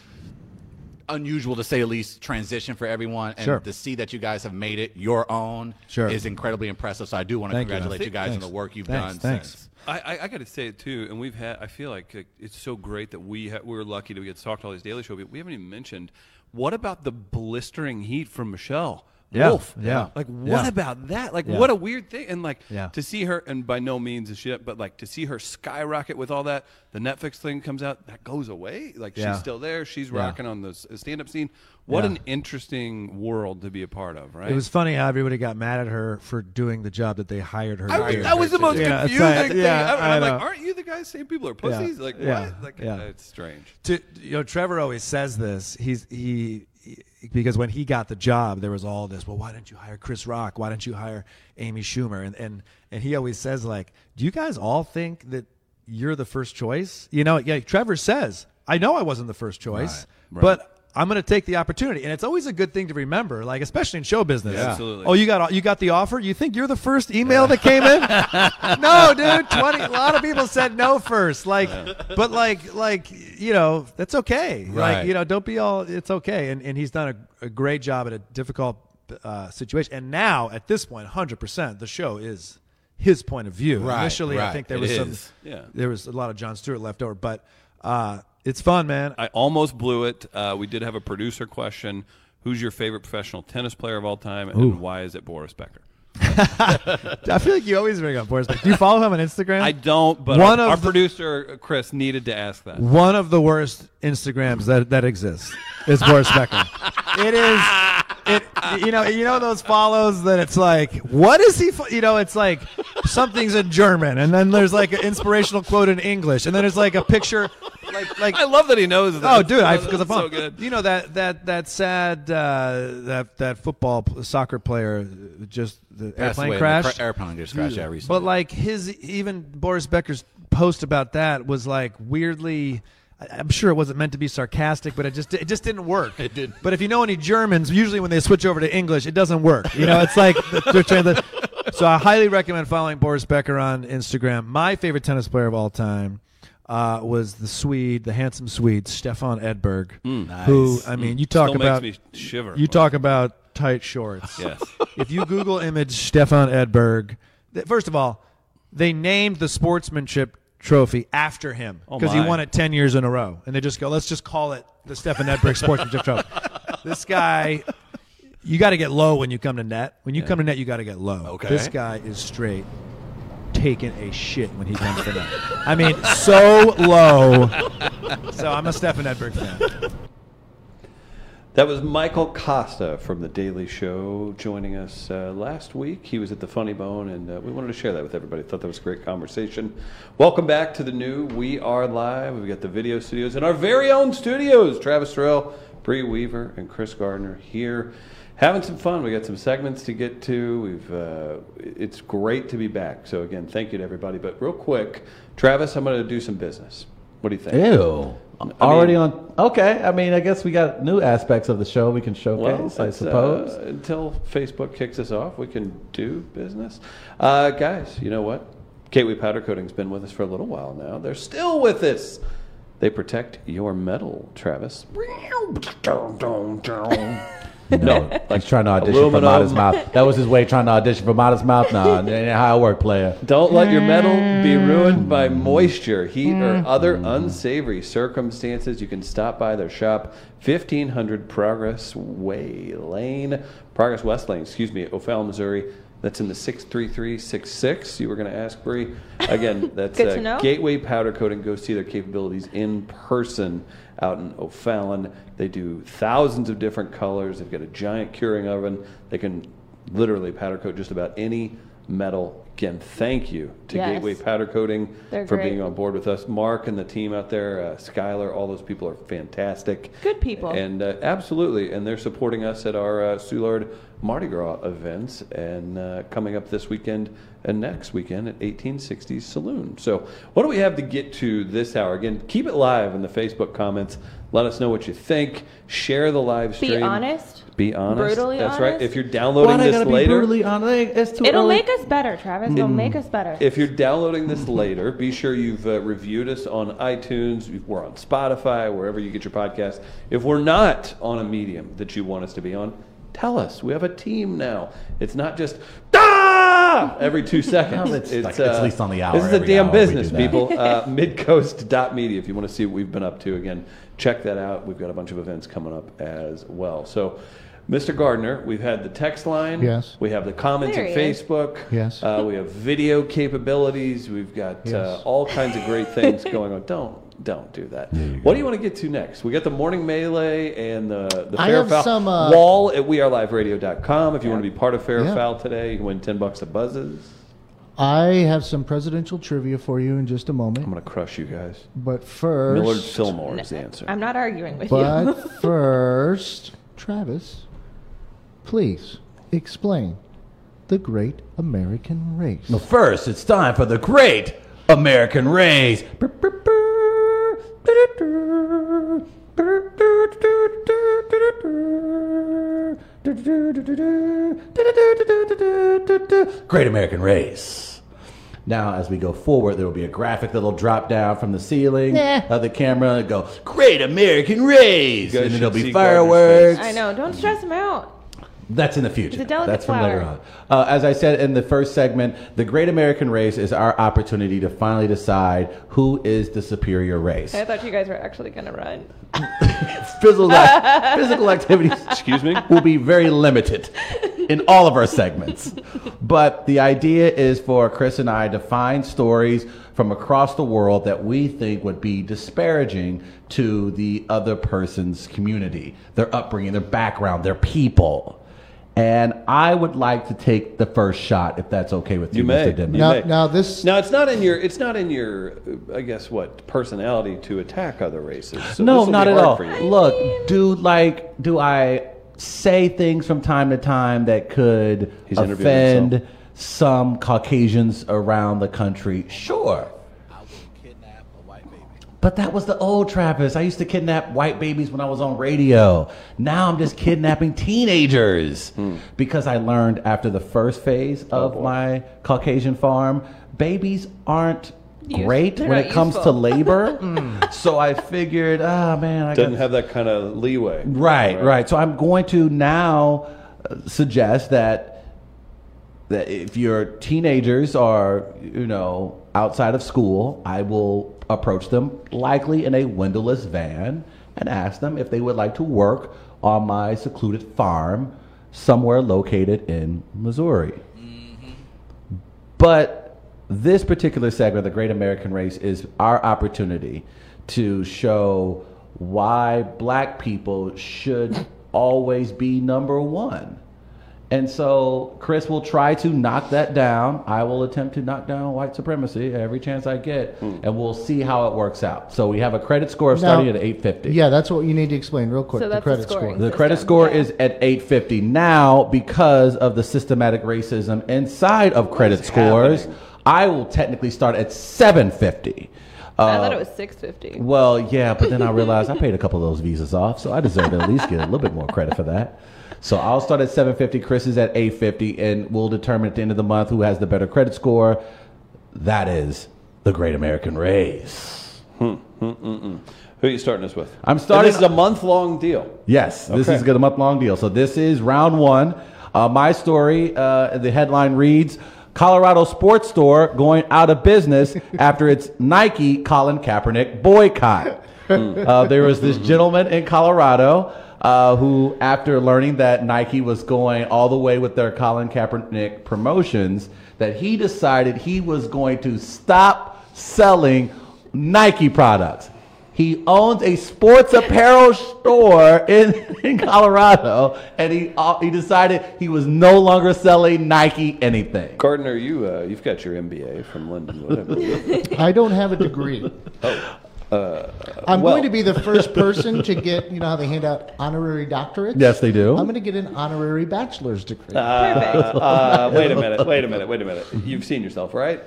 unusual, to say the least, transition for everyone. And Sure. to see that you guys have made it your own Sure. is incredibly impressive. So I do want to Thank you, man. congratulate you, guys on the work you've Thanks, done. thanks. Since. I, I, I got to say it too, and we've had. I feel like uh, it's so great that we ha- we're lucky to get to talk to all these Daily Show people. We haven't even mentioned what about the blistering heat from Michelle? Yeah. Wolf. Yeah. Like what Yeah. about that? Like Yeah. what a weird thing. And like Yeah. to see her, and by no means is shit, but like to see her skyrocket with all that. The Netflix thing comes out, that goes away. Like Yeah. she's still there. She's rocking on the stand up scene. What Yeah. an interesting world to be a part of, right? It was funny how everybody got mad at her for doing the job that they hired her. I to was, do. that was the most Yeah, it's confusing like- thing yeah, ever. I I'm like, know. aren't you the guys saying people are pussies? Like, yeah, what? Like, yeah. it's strange. to you know Trevor always says this. He's he, he- because when he got the job, there was all this. Well, why didn't you hire Chris Rock? Why didn't you hire Amy Schumer? And and and he always says like, do you guys all think that you're the first choice? You know, yeah. Trevor says, I know I wasn't the first choice, but. I'm going to take the opportunity, and it's always a good thing to remember, like especially in show business. Yeah, absolutely. Oh, you got you got the offer. You think you're the first email that came in? no, dude. Twenty. A lot of people said no first. Like, but like, like you know, that's okay. Like, Right. you know, don't be all. It's okay. And and he's done a, a great job at a difficult uh, situation. And now at this point, hundred percent, the show is his point of view. Right, Initially, I right. think there It was is. some. Yeah. There was a lot of John Stewart left over, but uh, it's fun, man. I almost blew it. Uh, we did have a producer question. Who's your favorite professional tennis player of all time, and why is it Boris Becker? I feel like you always bring up Boris. Becker. Do you follow him on Instagram? I don't, but One our, of our the- producer uh, Chris needed to ask that. One of the worst Instagrams that, that exists is Boris Becker. it is, it you know you know those follows that it's like what is he fo-? you know it's like something's in German and then there's like an inspirational quote in English and then there's like a picture like like I love that he knows. That. oh dude I That's because I so good. you know that that that sad uh, that that football pl- soccer player uh, just the That's the way airplane the crash cra- airplane just crashed out recently. but like his even Boris Becker's post about that was like weirdly. I- I'm sure it wasn't meant to be sarcastic, but it just it just didn't work. It didn't. But if you know any Germans, usually when they switch over to English, it doesn't work. You know, it's like they're translating. So I highly recommend following Boris Becker on Instagram. My favorite tennis player of all time uh, was the Swede, the handsome Swede, Stefan Edberg. Who I mean, you talk Hmm, Still about makes me shiver. you talk about tight shorts. Yes. if you Google image Stefan Edberg, th- first of all, they named the sportsmanship trophy after him because he my. won it 10 years in a row. And they just go, let's just call it the Stefan Edberg sportsmanship trophy. This guy, you got to get low when you come to net. When you come to net, you got to get low. Okay. This guy is straight taking a shit when he comes to net. I mean, so low. So I'm a Stefan Edberg fan. That was Michael Costa from The Daily Show joining us uh, last week. He was at the Funny Bone, and uh, we wanted to share that with everybody. Thought that was a great conversation. Welcome back to the new We Are Live. We've got the video studios and our very own studios. Travis Terrell, Bree Weaver, and Chris Gardner here. Having some fun. We got some segments to get to. We've uh, it's great to be back. So again, thank you to everybody. But real quick, Travis, I'm going to do some business. What do you think? Ew. Already on. Okay. I mean, I guess we got new aspects of the show we can showcase, I it's, uh, suppose. until Facebook kicks us off, we can do business. Uh, guys, you know what? Gateway Powder Coating's been with us for a little while now. They're still with us. They protect your metal, Travis. no, like He's trying to audition for Aluminum. Modest Mouth. That was his way of trying to audition for Modest Mouth. Nah, that ain't how I work, player. Don't let your metal be ruined by moisture, heat, or other unsavory circumstances. You can stop by their shop, 1500 Progress Way Lane, Progress West Lane, excuse me, O'Fallon, Missouri. That's in the 63366. You were going to ask, Bree. Again, that's Good to uh, know. Gateway Powder Coating. Go see their capabilities in person out in O'Fallon. They do thousands of different colors. They've got a giant curing oven. They can literally powder coat just about any metal. Again, thank you to Yes. Gateway Powder Coating They're for great. being on board with us. Mark and the team out there, uh, Skylar, all those people are fantastic. Good people. And uh, absolutely, and they're supporting us at our uh, Soulard Mardi Gras events and uh, coming up this weekend and next weekend at 1860s Saloon. So, what do we have to get to this hour? Again, keep it live in the Facebook comments. Let us know what you think. Share the live Be stream. honest. Be honest. Brutally That's right. honest. If you're Why downloading they this gotta be later, brutally honest? It's too It'll early. make us better, Travis. Mm. It'll make us better. if you're downloading Mm-hmm. this later, be sure you've uh, reviewed us on iTunes. We're on Spotify, wherever you get your podcast. If we're not on a medium that you want us to be on, tell us. We have a team now. It's not just "Ah!" every two seconds. uh, No, it's like- it's at least on the hour This is a every damn hour we do business, that. people. Uh, midcoast.media if you want to see what we've been up to. Again, check that out. We've got a bunch of events coming up as well. So, Mr. Gardner, we've had the text line. Yes. We have the comments There in he is. Facebook. Yes. Uh, we have video capabilities. We've got uh, Yes. all kinds of great things going on. Don't don't do that. What do you want to get to next? We got the morning melee and the the I fair have foul some, uh, wall at weareliveradio.com. If you want to be part of fair Yeah. foul today, you can win ten bucks to buzzes. I have some presidential trivia for you in just a I'm moment. gonna crush you guys. But first, Millard Fillmore is the answer. I'm not arguing with But you. first, Travis, please explain the great American race. But first, it's time for the great American race. Great American race. Now, as we go forward, there will be a graphic that'll drop down from the ceiling of the camera and go, Great American Race! guys And then there'll should be see Gardner's fireworks. I know. Don't stress him out. That's in the future. It's a delicate That's from later on. flower. Uh, as I said in the first segment, the great American race is our opportunity to finally decide who is the superior race. I thought you guys were actually gonna run. Physical, act- physical activities Excuse me. will be very limited in all of our segments. But the idea is for Chris and I to find stories from across the world that we think would be disparaging to the other person's community, their upbringing, their background, their people. And I would like to take the first shot, if that's okay with you, You may. Mr. Denman. You now, may. now this Now it's not in your it's not in your uh, I guess what personality to attack other races. So no, this'll be not at hard all. for you. Look, do like do I say things from time to time that could He's interviewing offend himself. some Caucasians around the country? Sure. Kidnap a white baby. But that was the old Trappist. I used to kidnap white babies when I was on radio. Now I'm just kidnapping teenagers Hmm. because I learned after the first phase Oh, of my Caucasian farm, babies aren't Use- great they're when not it comes useful. to labor. Mm. so I figured, ah man, I doesn't gotta- have that kind of leeway. Right, right, So I'm going to now uh, suggest that that if your teenagers are, you know, outside of school, I will approach them likely in a windowless van and ask them if they would like to work on my secluded farm somewhere located in Missouri. But this particular segment, the Great American Race, is our opportunity to show why black people should always be number one. And so Chris will try to knock that down. I will attempt to knock down white supremacy every chance I get, and we'll see how it works out. So we have a credit score Hmm. Now- starting at 850. Yeah, that's what you need to explain real quick. So the that's the credit scoring. score. The credit system, score yeah. is at 850 now because of the systematic racism inside of credit scores. I will technically start at 750. I Uh, thought it was 650. well, yeah, but then I realized I paid a couple of those visas off, so I deserve to at least get a little bit more credit for that. So I'll start at 750. Chris is at 850, and we'll determine at the end of the month who has the better credit score. That is the Great American Race. Who are you starting this with? I'm And starting- Uh, This is a month long deal. Yes, this Okay. is a month long deal. So this is round one. Uh, my story. Uh, the headline reads: Colorado sports store going out of business after its Nike Colin Kaepernick boycott. Uh, there was this gentleman in Colorado uh, who, after learning that Nike was going all the way with their Colin Kaepernick promotions, that he decided he was going to stop selling Nike products. He owns a sports apparel store in, in Colorado, and he uh, he decided he was no longer selling Nike anything. Gardner, you uh, you've got your MBA from Lindenwood. I believe. I don't have a degree. uh, I'm well- going to be the first person to get, you know how they hand out honorary doctorates? Yes, they do. I'm going to get an honorary bachelor's degree. Uh, Perfect. uh, wait a minute. Wait a minute. Wait a minute. You've seen yourself, right?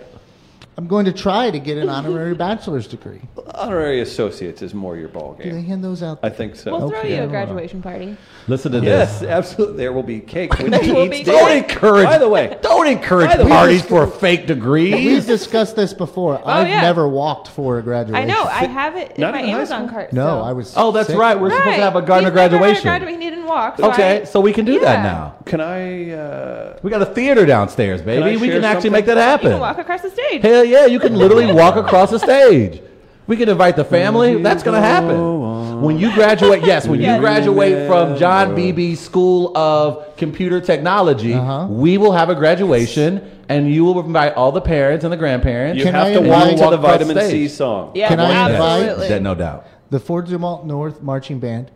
I'm going to try to get an honorary bachelor's degree. Honorary associates is more your ball Do they game. hand those out? I think so. We'll throw Okay. you a graduation party. Listen to Yes, this. absolutely. There will be cake when There will he be eats. Don't dinner. cake. encourage. By the way, don't encourage by the way- parties for fake We've degrees. discussed this before. I've yeah. never walked for a graduation. I know. I have it in Not my even high Amazon school? cart. No, so- I was. Oh, that's sick. right. We're supposed to have a Gardner He's never had a graduation. graduation. He didn't walk. so Okay, I- so we can do that Yeah. now. Can I? Uh, We got a theater downstairs, I baby. we share can actually something? make that You happen. can walk across the stage. Hell yeah, you can literally walk across the stage. We can invite the family. That's going to happen. When you graduate, yes, when you Yes. graduate from John Beebe School of Computer Technology, we will have a graduation and you will invite all the parents and the grandparents. You Can have I to invite- walk to Walk the across vitamin stage. C song. Yeah, Can I invite- absolutely. That no doubt. The Fort Dumont North Marching Band,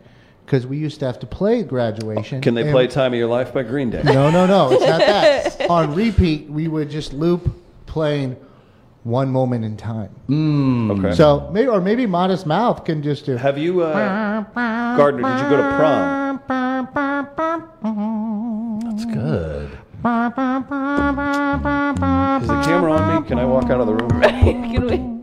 because we used to have to play graduation. Can they and- play "Time of Your Life" by Green Day? No, no, no. It's not that. On repeat, we would just loop playing one moment in time. Okay. So maybe, or maybe Modest Mouth can just do. have you, uh, Gardner? Did you go to prom? That's good. Is Uh-huh. the camera on me? Can I walk out of the room? Can we-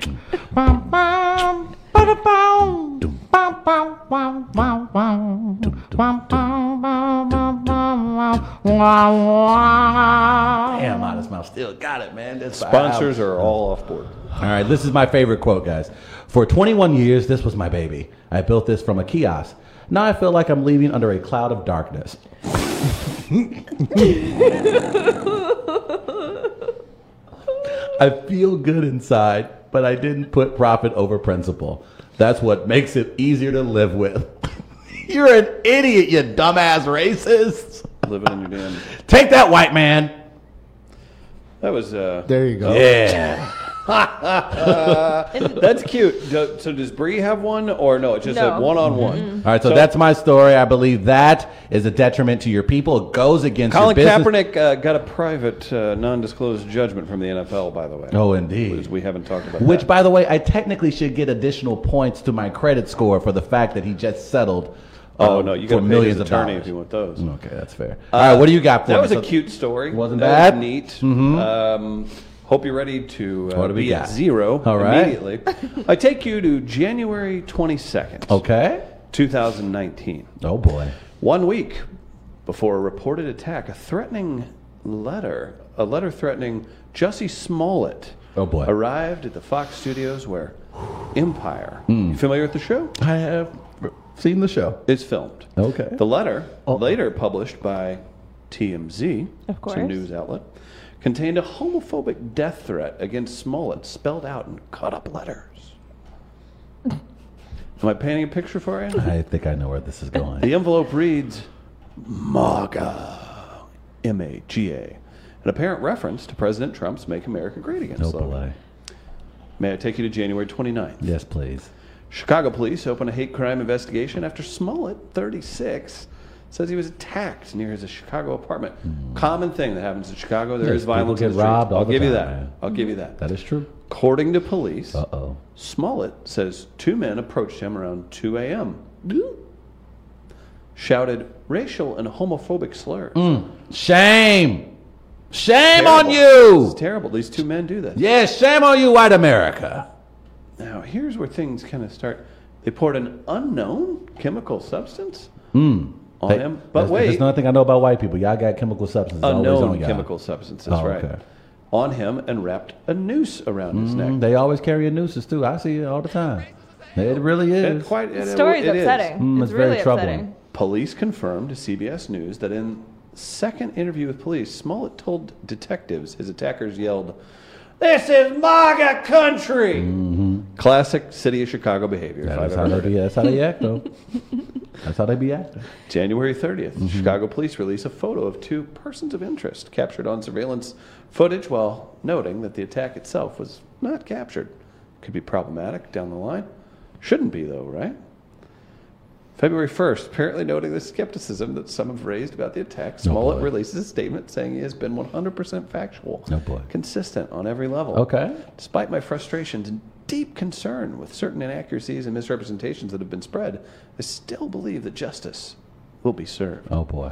Damn, Modest Mouse still got it, man. That's by Sponsors hours. are all off board. All right, this is my favorite quote, guys. For 21 years, this was my baby. I built this from a kiosk. Now I feel like I'm leaving under a cloud of darkness. I feel good inside, but I didn't put profit over principle. That's what makes it easier to live with. You're an idiot, you dumbass racist. Living in your damn. Take that, white man. That was. Uh, There you go. Yeah. that's cute. Do- so does Bree have one or no? It's just No. a one on one. All right, so, that's my story. I believe that is a detriment to your people. It goes against Colin your business. Kaepernick uh, got a private uh, non-disclosed judgment from the NFL, by the way. Oh, indeed. Which we haven't talked about. Which, that. by the way, I technically should get additional points to my credit score for the fact that he just settled. oh um, no, you got to for pay his millions of attorney dollars. if you want those. Okay, that's fair. All right, what do you got for That me? was a So- cute story. Wasn't that bad. Mm-hmm. was neat? Um, hope you're ready to uh, What do we be got? at zero All right. immediately. I take you to January 22nd, Okay. 2019. Oh boy. One week before a reported attack, a threatening letter, a letter threatening Jussie Smollett, Oh, boy. arrived at the Fox studios where Empire, you familiar with the show? I have seen the show. is filmed. Okay. The letter, later published by TMZ, Of course. some news outlet, contained a homophobic death threat against Smollett spelled out in cut up letters. Am I painting a picture for you? I think I know where this is going. The envelope reads MAGA, M A G A, an apparent reference to President Trump's Make America Great Again oh slogan. boy. May I take you to January 29th? Yes, please. Chicago police open a hate crime investigation after Smollett, 36, says he was attacked near his Chicago apartment. Common thing that happens in Chicago. There is Hmm. Yes, people violence. in get the streets. robbed all I'll the give you that. time, man. I'll give you that. That is true. According to police, Uh oh. Smollett says two men approached him around 2 a.m. Shouted racial and homophobic slurs. Hmm. Shame. Shame on It's you. terrible. These two men do this. Yes, shame on you, white America. Now, here's where things kind of start. They poured an unknown chemical substance on him. Hey, Hmm. that's- But wait, There's another thing I know about white people. Y'all got chemical substances. always on unknown y'all. chemical substances, Oh, right? okay. On him and wrapped a noose around his Mm, neck. They always carry a nooses too. I see it all the time. It really It is. quite, it, The it- story's it is. upsetting. Mm, it's it's very really upsetting. troubling. Police confirmed to CBS News that in second interview with police, Smollett told detectives his attackers yelled, "This is MAGA country." Mm-hmm. Classic city of Chicago behavior. if I've That's ever how they heard be. it. That's how they act though. That's how they be acting. January 30th, Mm-hmm. Chicago police release a photo of two persons of interest captured on surveillance footage while noting that the attack itself was not captured. Could be problematic down the line. Shouldn't be, though, right? February 1st, apparently noting the skepticism that some have raised about the attack, Smollett Oh, boy. releases a statement saying he has been 100% factual, Oh, boy. consistent on every level. Okay. Despite my frustrations and deep concern with certain inaccuracies and misrepresentations that have been spread, I still believe that justice will be served. Oh boy.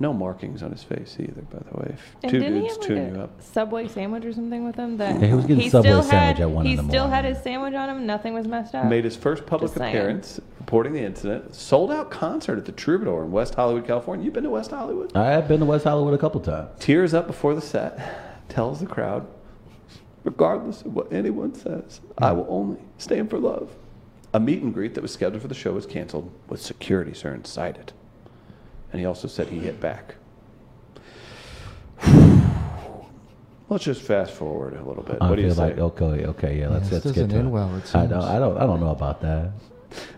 No markings on his face either, by the way. If And two didn't he dudes have like tune you a up. Subway sandwich or something with him? That Yeah, he was getting Subway still sandwich had, at one in He the still had morning. his sandwich on him. Nothing was messed up. Made his first public Just saying. appearance reporting the incident. Sold out concert at the Troubadour in West Hollywood, California. You've been to West Hollywood? I have been to West Hollywood a couple times. Tears up before the set. Tells the crowd, regardless of what anyone says, I will only stand for love. A meet and greet that was scheduled for the show was canceled with security sirens cited. And he also said he hit back. Let's just fast forward a little bit. I what do you feel say? like okay, okay, yeah. Let's this let's get doesn't to end it. well, it I don't, seems. I don't, I don't know about that.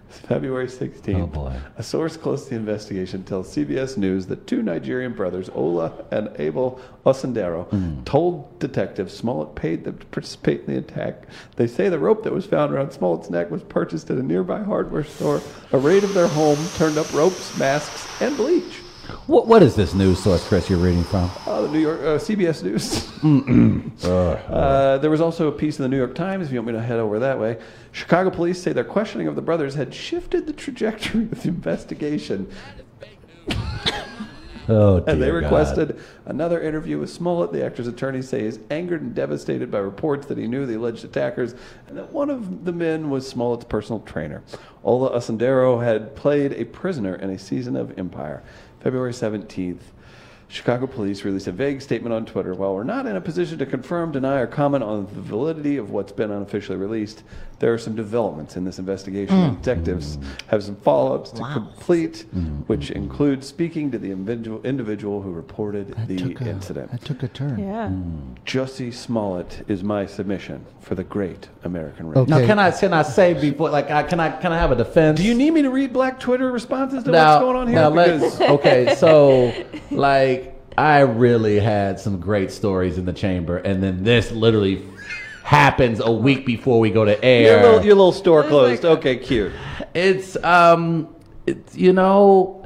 February 16th. Oh, boy. A source close to the investigation tells CBS News that two Nigerian brothers, Ola and Abel Osendero, told detectives Smollett paid them to participate in the attack. They say the rope that was found around Smollett's neck was purchased at a nearby hardware store. A raid of their home turned up ropes, masks, and bleach. What what is this news source, Chris? You're reading from? Oh, the New York uh, CBS News. Uh, there was also a piece in the New York Times, if you want me to head over that way. Chicago police say their questioning of the brothers had shifted the trajectory of the investigation, Oh, dear and they God. requested another interview with Smollett. The actor's attorneys say he's angered and devastated by reports that he knew the alleged attackers and that one of the men was Smollett's personal trainer. Ola Osundero had played a prisoner in a season of Empire. February 17th, Chicago police released a vague statement on Twitter. While we're not in a position to confirm, deny, or comment on the validity of what's been unofficially released, there are some developments in this investigation. Detectives have some follow ups to complete, Hmm. which include speaking to the individual, individual who reported the Took a- incident. That took a turn. Yeah. Mm. Jussie Smollett is my submission for the great American race. Okay. Now, can I can I say before like I, can I can I have a defense? Do you need me to read black Twitter responses to now, what's going on here? Now Because- let's, okay, so like I really had some great stories in the chamber, and then this literally happens a week before we go to air. your little, your little store It's closed. like- okay, cute. It's um, it's you know,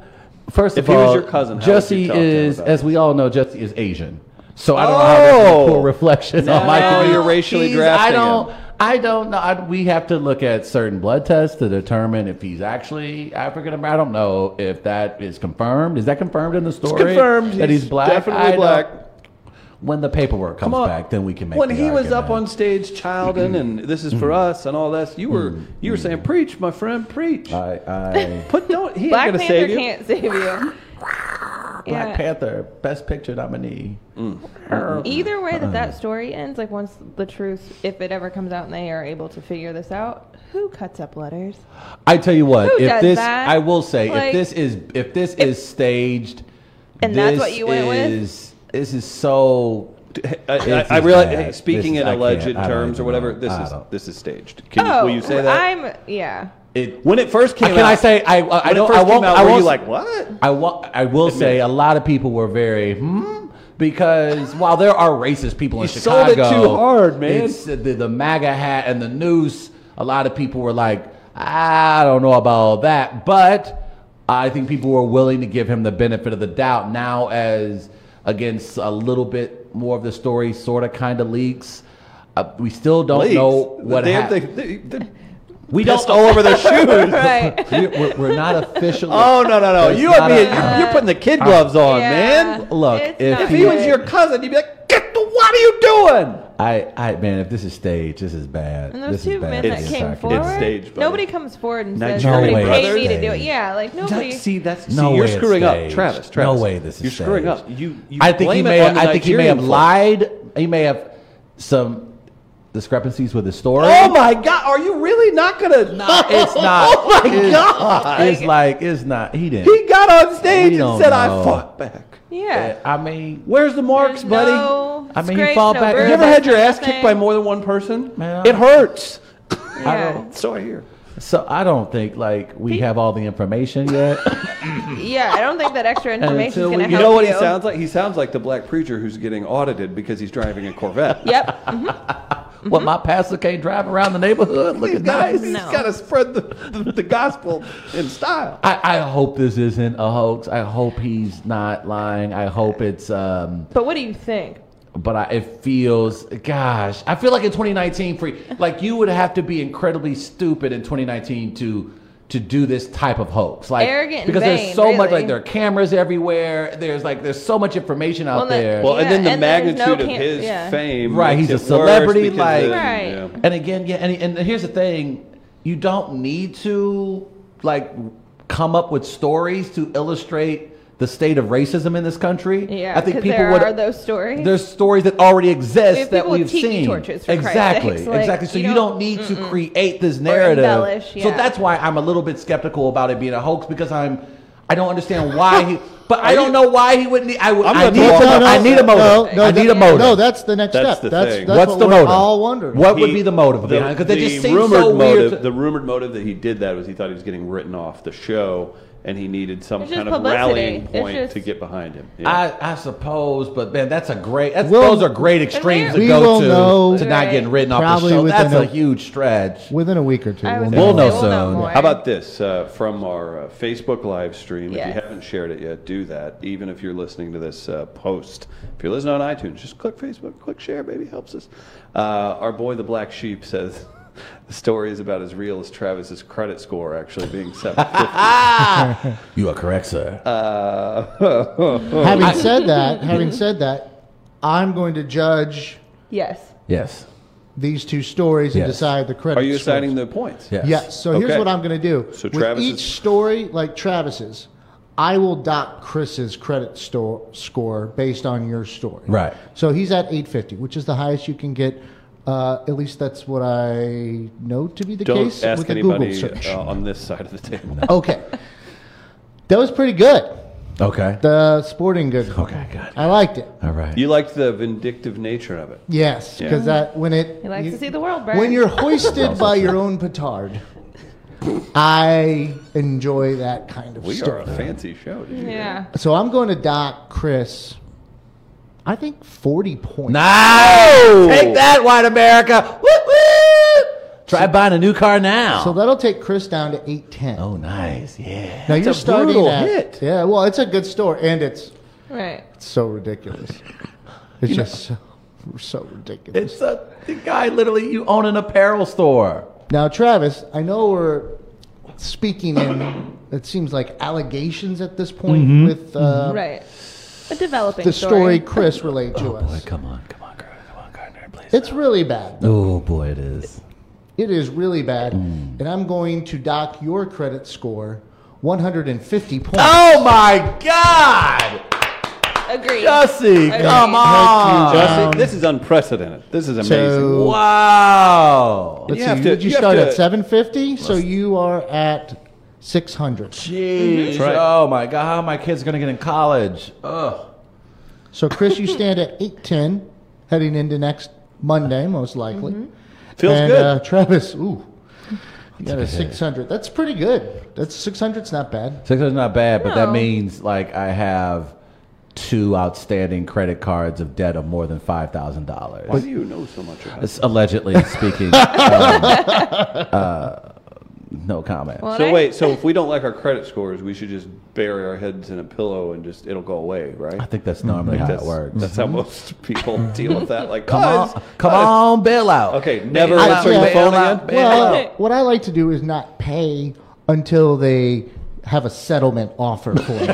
first If of he all, was your cousin, how would you Jesse talk to him is, about as we all know, Jesse is Asian. So I don't know how that's a Oh! cool reflection on my Now community. you're racially He's- I drafting don't. him. I don't know. I, we have to look at certain blood tests to determine if he's actually African American. I don't know if that is confirmed. Is that confirmed in the story? confirmed. that He's he's, black. definitely I don't- black. When the paperwork comes Come on. back, then we can make. When the he was up argument. on stage childing and this is for us and all that, you were you were saying, "Preach, my friend, preach." I, I, Put don't he ain't Black gonna Panther save you. can't save you. Black Yeah. Panther, Best Picture nominee. Either way that that story ends, like once the truth, if it ever comes out and they are able to figure this out, who cuts up letters? I tell you what, Who if does this, that? I will say, Like- if this is if this is staged, And this that's what you went with? is, with. This is so. I, I, This I is realize. bad. hey, speaking This is- in I can't- alleged I don't terms or even whatever, know. this I is don't- this is staged. Can you, will you say that? Oh, I'm yeah. It, when it first came can out, I say I? I, I when it don't. first I Came won't. out, I were won't you like what? I, wa- I will say a lot of people were very hmm because while there are racist people in You sold Chicago, it too hard, man. it's the, the MAGA hat and the noose. A lot of people were like, I don't know about all that, but I think people were willing to give him the benefit of the doubt now as against a little bit more of the story sort of kind of leaks. Uh, we still don't Please. know The what damn happened. thing- they- they- We pissed all over their shoes. Right. We- we're, we're not officially. Oh no no no! There's You are not a- being, you're, you're putting the kid gloves on, Yeah. man. Look, It's if not If he was good. your cousin, you'd be like, "Get the what are you doing?" I, I, man, if this is staged, this is bad. And those this two is bad men for that the came entire forward, community. staged, buddy. nightmare. nobody comes forward and says Nigerian somebody paid brothers. me to do it. Staged. Yeah, like nobody. That- see, that's No see, way you're it's screwing up, staged. Travis. Travis, No way this is You're screwing staged. up. You, you I think he blame it may. on Have, the I think he may Nigerian have folk. lied. He may have some discrepancies with his story. Oh my God! Are you really not gonna? It's not. Oh my it's, God! It's like it's not. He didn't. He got on stage We and don't said, know. "I fought back." yeah. I mean, Where's the marks, There's buddy? no I mean, he scrapes, fall no Have back- burns, you ever had your no ass kicked by nothing. more than one person? Man. It hurts. Yeah. don't- So I hear. so I don't think like we have all the information yet. Yeah, I don't think that extra information is until going we- to you help You know what he you. sounds like? He sounds like the black preacher who's getting audited because he's driving a Corvette. Yep. What my pastor can't drive around the neighborhood He's looking got nice. No. to spread the, the, the gospel in style. I, I hope this isn't a hoax. I hope he's not lying. I hope it's um, But what do you think? but I, it feels gosh i feel like in 2019 for like you would have to be incredibly stupid in 2019 to to do this type of hoax like Arrogant and because there's vain, so much really. like there are cameras everywhere there's like there's so much information out Well, that- there Well, and Yeah, then the and there's no magnitude of can- his yeah. fame. Right, makes he's a it worse celebrity, because like- then- Right. yeah. and again yeah and, and here's the thing you don't need to like come up with stories to illustrate the state of racism in this country Yeah, i think 'cause people there would are those stories. there's stories that already exist We have that people with we've tiki seen torches, for Christ's exactly sakes, like, exactly so you you don't- don't need to create this narrative embellish, so yeah. that's why i'm a little bit skeptical about it being a hoax because i'm i don't understand why he But I don't know why he wouldn't. I, would, I'm I gonna need blow a up motive. that I need a no, motive. no, I need that- a motive. No, that's the next That's step. the that's thing. that's What's what the we're motive? all wondering. What would He- be the motive behind? Because it the just seems rumored so motive, weird. to- The rumored motive that he did that was he thought he was getting written off the show, and he needed some It's just kind of publicity. rallying It's point just- to get behind him. Yeah. I, I suppose, but man, that's a great. That's, We'll- those are great extremes to We go will to know to not getting written off the probably show. That's within a a- huge stretch. Within a week or two, I was We'll gonna know say, soon. more. How about this uh, from our uh, Facebook live stream? If Yes. you haven't shared it yet, do that. Even if you're listening to this uh, post, if you're listening on iTunes, just click Facebook, click share, baby, helps us. Uh, our boy the black sheep says the story is about as real as Travis's credit score actually being 750. You are correct, sir. having said that, having said that, I'm going to judge Yes. yes. these two stories and Yes. decide the credit. Are you score. assigning the points? Yes. Yes. So here's Okay. what I'm going to do. So With Travis's- each story, like Travis's, I will dock Chris's credit store score based on your story. Right. So he's at 850, which is the highest you can get. Uh, at least that's what I know to be the Don't case ask with the Google anybody search. uh, on this side of the table. okay. That was pretty good. Okay. The sporting good. one. Okay, good. I liked it. All right. You liked the vindictive nature of it. Yes, Yeah. because that when it He likes to see the world burn. when you're hoisted by your own petard, I enjoy that kind of We are a stuff. fancy show. Did you hear? Yeah. So I'm going to dock Chris. I think 40 points. Nice. Take that, white America. Woo woo. Try buying a new car now. So that'll take Chris down to 810. oh, nice. Yeah. now you're a starting brutal at, hit. Yeah, well, it's a good store, and it's Right. so ridiculous. It's just so, so ridiculous. It's a the guy. Literally, you own an apparel store. Now, Travis, I know we're speaking in, it seems like allegations at this point Mm-hmm. with uh, Mm-hmm. Um, Right. A developing the story Chris relayed Oh, to us. come on, come on, Gardner, come on, Gardner, please. It's really bad. oh boy, it is. It is really bad. Mm. And I'm going to dock your credit score 150 points. Oh my God, Agreed. Jussie, Okay. come on. Thank you, Justin, Um, this is unprecedented. This is amazing. So, Wow. let's You see, have to- did you, you have start to- at 750? So you are at 600. Jeez. That's right. Oh my God, how are my kids gonna get in college? Oh. Ugh. So, Chris, you stand at 810 heading into next Monday, most likely. Mm-hmm. Feels and, good. Uh, Travis, ooh. You got a 600. That's pretty good. That's 600's not bad. Six hundred's not bad, but that No. means like I have two outstanding credit cards of debt of more than five thousand dollars. Why do you know so much about it? It's allegedly speaking. um, uh, no comment. Well, and So I- wait, so if we don't like our credit scores, we should just bury our heads in a pillow and just it'll go away, right? I think that's normally how Hmm. that's, it works. Mm-hmm. That's how most people deal with that. Like, Come "Oh, on, it's- come uh, on, bail out. Okay, never Bail answer out, your bail phone out, again? bail out. Well, what I like to do is not pay until they have a settlement offer for it.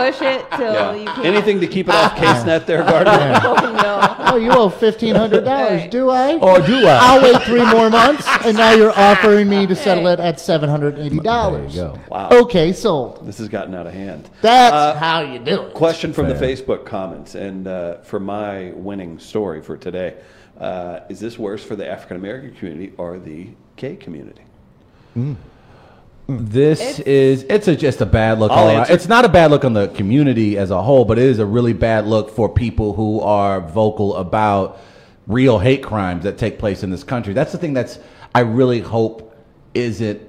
push it till yeah. you can't. Anything to keep it Ah. off case net there, Gardner. Oh oh, you owe $1,500, do I? Or do Uh, I? I'll wait three more months, and now you're offering me to settle it at $780. There you go. Wow. Okay, sold. This has gotten out of hand. That's Uh, how you do it. Question from the Fair. Facebook comments and uh, for my winning story for today. Uh, is this worse for the African American community or the gay community? This is it's a, just a bad look. I'll all around. answer. It's not a bad look on the community as a whole, but it is a really bad look for people who are vocal about real hate crimes that take place in this country. That's the thing that's I really hope isn't.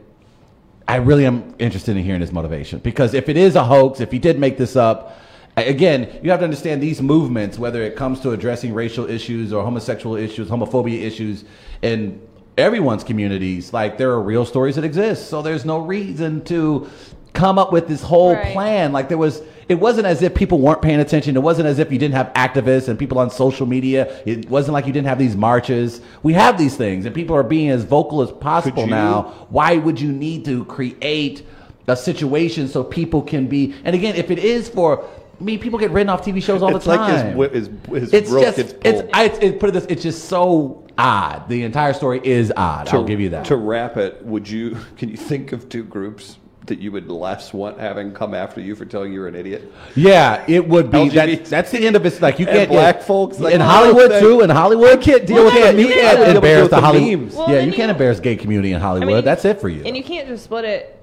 I really am interested in hearing his motivation because if it is a hoax, if he did make this up, a- again, you have to understand these movements, whether it comes to addressing racial issues or homosexual issues, homophobia issues, in everyone's communities, like there are real stories that exist. So there's no reason to come up with this whole Right. plan. Like there was, it wasn't as if people weren't paying attention. It wasn't as if you didn't have activists and people on social media. It wasn't like you didn't have these marches. We have these things, and people are being as vocal as possible you- now why would you need to create a situation so people can be and again if it is for I mean, people get written off TV shows all It's the like time. his whip- his- his it's rope just, gets it's, pulled. I, it's, it- put it this, it's just so odd. The entire story is odd. I'll give you that. To wrap it, would you? Can you think of two groups that you would less want having come after you for telling you were an idiot? yeah, it would be. LGBT. That, that's the end of it. Like you And can't black get, folks, like, in oh, Hollywood they- too. In Hollywood, can't deal Well, with they that. don't You do can't that. They'll embarrass deal the with the Hollywood. memes. Well, yeah, then you can't you- embarrass gay community in Hollywood. mean, that's it for you. And you can't just split it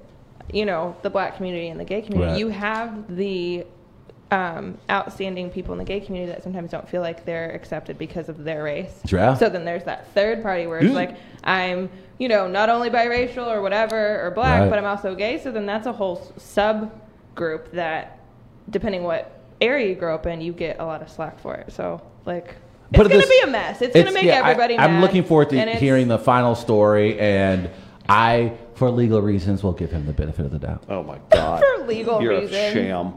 you know, the black community and the gay community. Right. You have the um, outstanding people in the gay community that sometimes don't feel like they're accepted because of their race. Yeah. So then there's that third party where it's Yeah. like, I'm, you know, not only biracial or whatever or black, Right. but I'm also gay. So then that's a whole sub group that, depending what area you grow up in, you get a lot of slack for it. So, like, it's But going to this- be a mess. It's, going to make yeah, everybody I, mad. am looking forward to and it's- hearing the final story, and I, for legal reasons, will give him the benefit of the doubt. Oh my God! For legal You're a reasons. sham.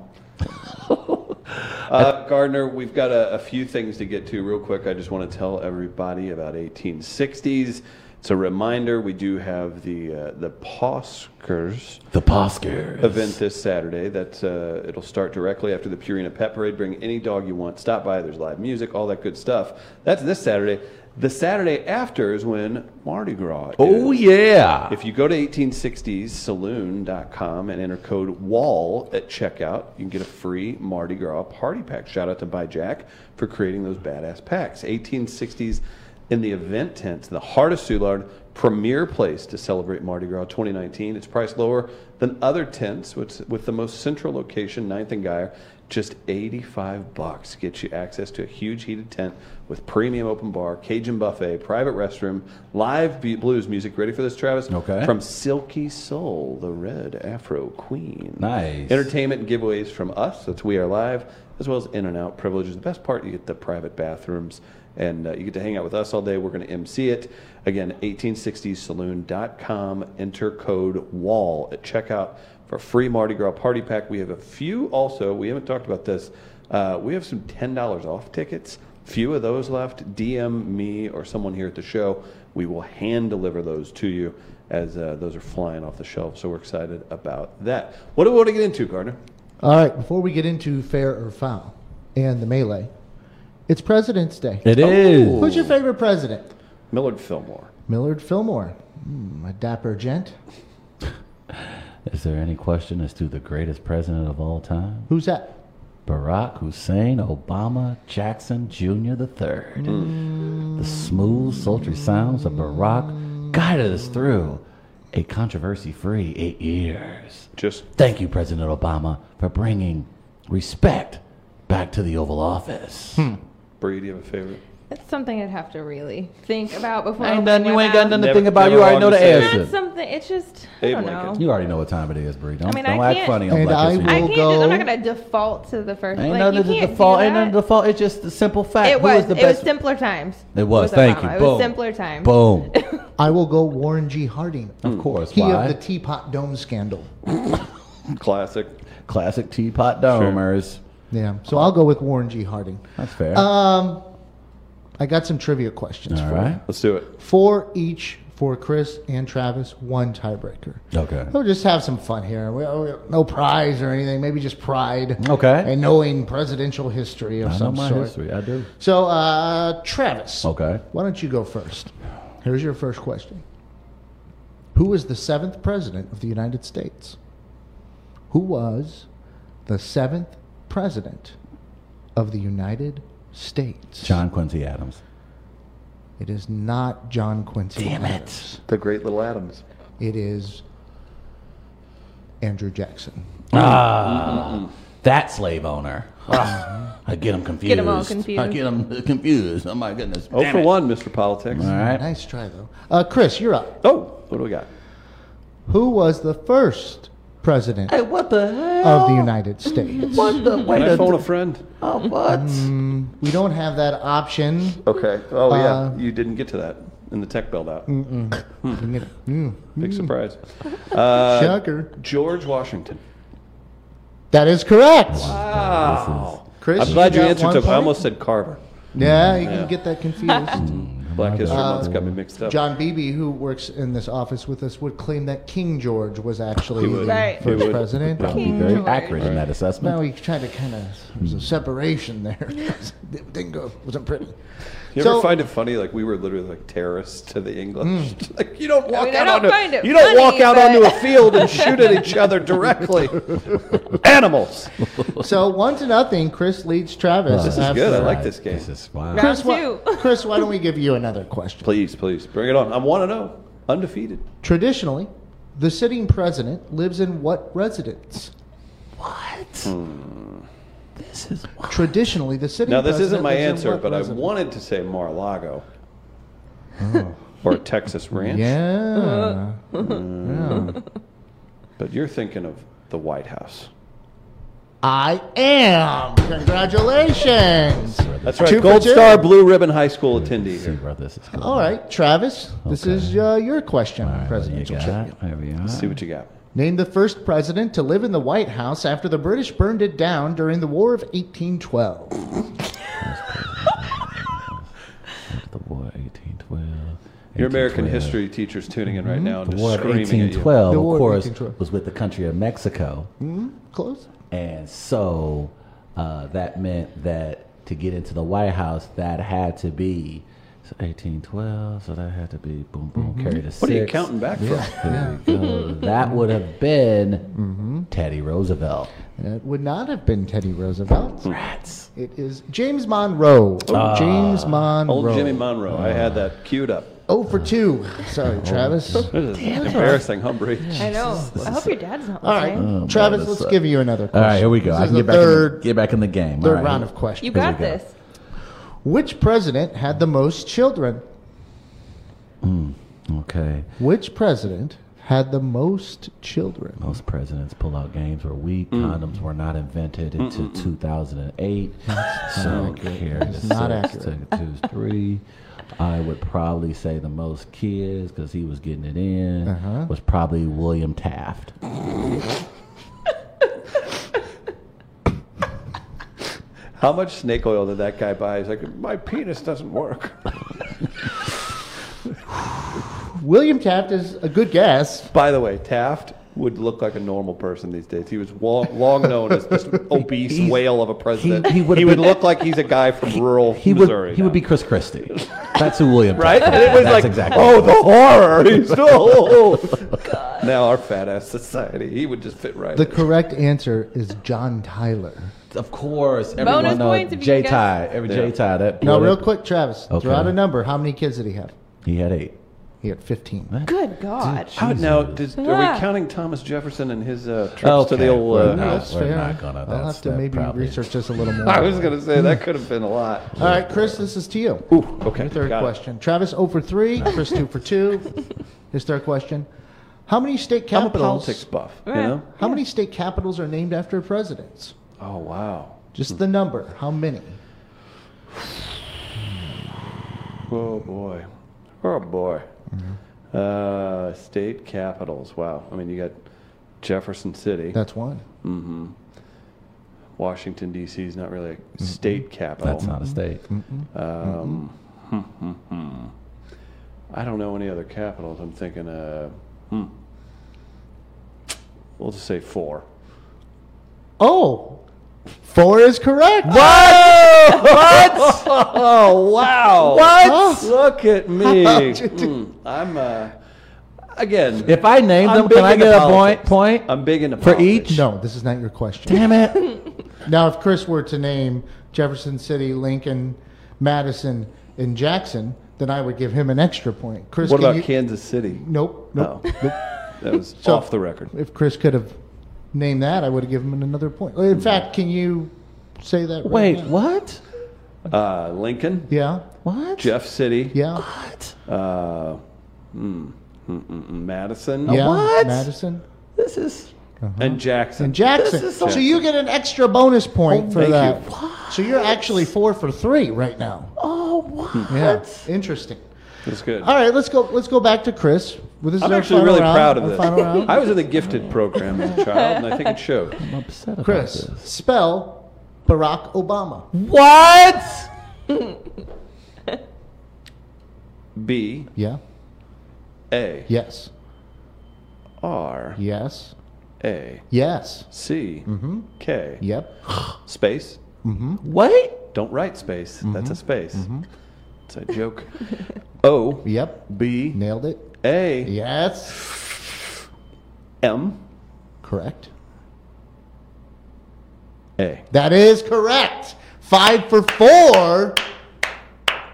uh, Gardner, we've got a, a few things to get to real quick. I just want to tell everybody about 1860s. It's a reminder we do have the uh, the Poskers The Poskers. event this Saturday. That uh, it'll start directly after the Purina Pet Parade. Bring any dog you want. Stop by. There's live music, all that good stuff. That's this Saturday. The Saturday after is when Mardi Gras. Oh is. yeah. If you go to 1860ssaloon.com and enter code WALL at checkout, you can get a free Mardi Gras party pack. Shout out to By Jack for creating those badass packs. 1860s in the event tent, the heart of Soulard, premier place to celebrate Mardi Gras 2019. It's priced lower than other tents, which, with the most central location, 9th and Guyer. Just 85 bucks gets you access to a huge heated tent with premium open bar, Cajun buffet, private restroom, live bu- blues music. Ready for this, Travis? Okay. From Silky Soul, the Red Afro Queen. Nice. Entertainment and giveaways from us. That's We Are Live, as well as In and Out privileges. The best part, you get the private bathrooms, and uh, you get to hang out with us all day. We're going to MC it. Again, 1860saloon.com. Enter code WALL at checkout for a free Mardi Gras party pack. We have a few also. We haven't talked about this. Uh, we have some $10 off tickets. Few of those left. DM me or someone here at the show. We will hand deliver those to you as uh, those are flying off the shelf. So we're excited about that. What do we want to get into, Gardner? All right, before we get into fair or foul and the melee, it's President's Day. Oh. It is. Who's your favorite president? Millard Fillmore. Millard Fillmore. Hmm, a dapper gent. Is there any question as to the greatest president of all time? Who's that? Barack Hussein Obama Jackson Jr. the Third. Hmm. The smooth, sultry sounds of Barack guided us through a controversy-free eight years. Just Thank you, President Obama, for bringing respect back to the Oval Office. Bree, do you have a favorite? That's something I'd have to really think about before. Ain't nothing you opening ain't my got nothing mouth. to Never- think about. You never already know wrong the to say. It's answer. not something. It's just I Abe don't Lincoln. know. You already know what time it is, Bree. Don't, I mean, I don't act can't- funny on And Black I History I Month. can't. Just, will go- I'm not gonna default to the first. Ain't like, nothing you to can't default. do Ain't nothing that. to default. It's just the simple fact. It Who is was. the it was best? simpler times. It was. with Thank Obama. you. It Boom. was simpler times. Boom. I will go Warren G. Harding. of course. He Hmm. why? of the Teapot Dome scandal. Classic. Classic teapot domers. Yeah, so I'll go with Warren G. Harding. That's fair. Um, I got some trivia questions All for right. you. Let's do it. Four each for Chris and Travis, one tiebreaker. Okay. We'll just have some fun here. We, we- no prize or anything. Maybe just pride. Okay. And knowing presidential history of I know some my sort. history. I do. So, uh, Travis. Okay. Why don't you go first? Here's your first question. Who was the seventh president of the United States? Who was the seventh president of the United States? John Quincy Adams. It is not John Quincy. Damn it. Adams. The Great Little Adams. It is Andrew Jackson. That slave owner. Ah, I get him confused. Get 'em all I confused. get him confused. Oh my goodness. Oh Damn for it. one, Mr. Politics. All right. Nice try, though. Uh, Chris, you're up. Oh, what do we got? Who was the first president Hey, what the hell? of the United States? What the wait Can I a phone a friend? oh, what? We don't have that option. Okay. Oh Uh, Mm-hmm. yeah, you didn't get to that in the tech build out. Um, Mm, Big surprise. uh, Shocker. George Washington. That is correct. Wow. Chris, I'm glad you got answered. one To, I point? almost said Carver. Yeah, you can get that confused. Black History Month's got me mixed up. John Beebe, who works in this office with us, would claim that King George was actually would. the Right. He first would. president. That would be King very George. accurate in that assessment. Now we tried to kind of there's a Hmm. separation there. It Didn't go. Wasn't pretty. You So- ever find it funny? Like we were literally like terrorists to the English. like you don't walk mean, Hmm. I out don't onto find it you don't funny, walk out but- onto a field and shoot at each other directly. Animals. So one to nothing. Chris leads Travis. This is after- good. I like this game. This is wow. Round Chris, why, two. Chris, why don't we give you another question? Hmm, Please, please bring it on. I want to know. Undefeated. Traditionally, The sitting president lives in what residence? This is Traditionally, the sitting Hmm. Now, this isn't president my lives in answer, what but I residence? wanted to say Mar-a-Lago. Oh. or a Texas ranch. Yeah. Yeah. But you're thinking of the White House. I am. Congratulations. That's right. Two for Gold two. Star Blue Ribbon High School attendee here. Bro, this is cool. All right, Travis, this is uh, your question on presidential trivia. There we are. Let's see what you got. Name the first president to live in the White House after the British burned it down during the War of 1812. The war 1812. Your American 1812. history teacher's tuning in right Hmm. now and The just war of screaming at you. 1812, The war of of course, 1812. was with the country of Mexico. Close. And so uh, that meant that to get into the White House, that had to be so 1812. So that had to be boom, boom, Mm-hmm. carry the six. What are you counting back from? There we go. that would have been Mm-hmm. Teddy Roosevelt. It would not have been Teddy Roosevelt. Rats. It is James Monroe. Ah. James Monroe. Old Jimmy Monroe. I had that queued up. Oh for two. Sorry, Travis. All This is embarrassing, Humphrey. I know. I hope your dad's not right, listening. Uh, Travis, let's give you another Oh, All question. right, here we go. This I is can the get back, in, third, the- get back in the game. All third right. round of questions. You got we go. this. Which president had the most children? Okay. Which president had the most children? Most presidents' pull-out games were weak. Mm. Condoms were not invented until 2008. so here, That's not six, accurate. take two, three. I would probably say the most kids because he was getting it in Uh-huh. was probably William Taft. Mm-hmm. How much snake oil did that guy buy? He's like, my penis doesn't work. William Taft is a good guess. By the way, Taft would look like a normal person these days. He was long, long known as this obese He's- whale of a president. he- He, he would've would been- look like he's a guy from rural He Missouri. would he would now. be Chris Christie. That's who William right. Taft. And it was That's like, exactly. Oh, oh, the horror. He's no. Now our fat ass society. He would just fit right. The in. correct answer is John Tyler. Of course, everyone Bonus knows points if you J guess. Ty. Every Yeah. J Ty. That Now, boy, real that- quick, Travis, Okay. throw out a number. How many kids did he have? He had eight. He had 15. Good God. How, now, did, are Yeah. we counting Thomas Jefferson and his uh, trips Oh, Okay, to the old? we're Uh, not- That's we're fair. not gonna. I'll That's have to that maybe probably- research this a little more. I was gonna say that could have been a lot. All right, Chris, this is to you. Ooh, okay. Your third got it. question. Travis, 0 for 3. Chris, 2 for 2. His third question. How many state I'm a capitals? politics buff. You Right. know? How many state capitals are named after presidents? Oh wow. Just the number. How many? Oh boy. Oh boy. Uh, state capitals. Wow. I mean, you got Jefferson City. That's one. Washington D.C. is not really a state capital. That's not a state. Mm-hmm. I don't know any other capitals. I'm thinking. Uh, hmm. We'll just say four. Oh, four is correct. What? Oh wow! What? Look at me. How did you do- Mm, I'm uh, again. If I name I'm them, big can I into get a point? politics. Point. I'm big into For politics. each? No, this is not your question. Damn it! Now, if Chris were to name Jefferson City, Lincoln, Madison, and Jackson, then I would give him an extra point. Chris, What can about you- Kansas City? Nope, No, nope. nope. that was So- off the record. If Chris could have named that, I would have given him another point. In fact, can you say that? Right Wait, now? what? Uh, Lincoln, Yeah, What? Jeff City, yeah, What? uh, mm, mm, mm, mm, Madison, yeah. What? Madison This is and Jackson. and Jackson. is So so- you get an extra bonus point for thank you. that. So you're actually four for three right now. oh what? Yeah, interesting. That's good. All right, let's go. Let's go back to Chris. Well, this is I'm our actually final really round, proud of our this. final round. I was in the gifted program as a child, and I think it showed. I'm upset about Chris, this. spell Barack Obama. What? B Yeah. A Yes. R Yes. A Yes. C Mm-hmm. K Yep. space. Wait. Don't write space. That's Mm-hmm. a space. It's a joke. O Yep. B Nailed it. A Yes. M Correct. A. That is correct. Five for four.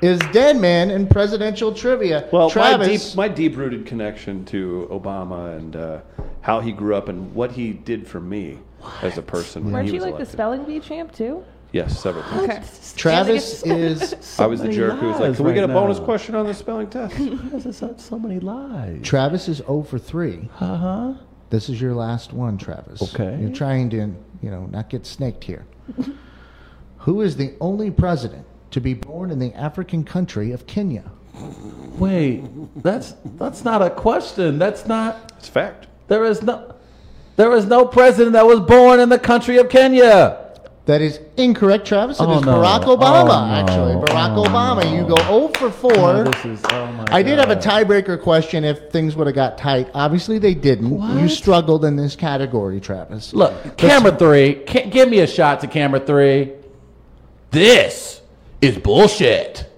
is Dead Man in presidential trivia. Well, my Travis, deep, my deep-rooted connection to Obama and uh, how he grew up and what he did for me as a person. when Weren't he you was like the elected. spelling bee champ too? Yes, several times. Okay. Travis is I was the jerk who was like, lies "Can we right get a bonus now." question on the spelling test?" This is so, so many lies. Travis is 0 for 3. Uh huh. This is your last one, Travis. Okay. You're trying to, you know, not get snaked here. Who is the only president to be born in the African country of Kenya? Wait, that's that's not a question. That's not. It's fact. There is no. There is no president that was born in the country of Kenya. That is incorrect, Travis. It is Oh, no. Barack Oh, Obama, no. actually. Barack Oh, Obama. no. You go 0 for 4. Oh, this is. Oh my. I did have a God. tiebreaker question if things would have got tight. Obviously, they didn't. You What? struggled in this category, Travis. Look, camera three. Ca- give me a shot to camera three. This is bullshit.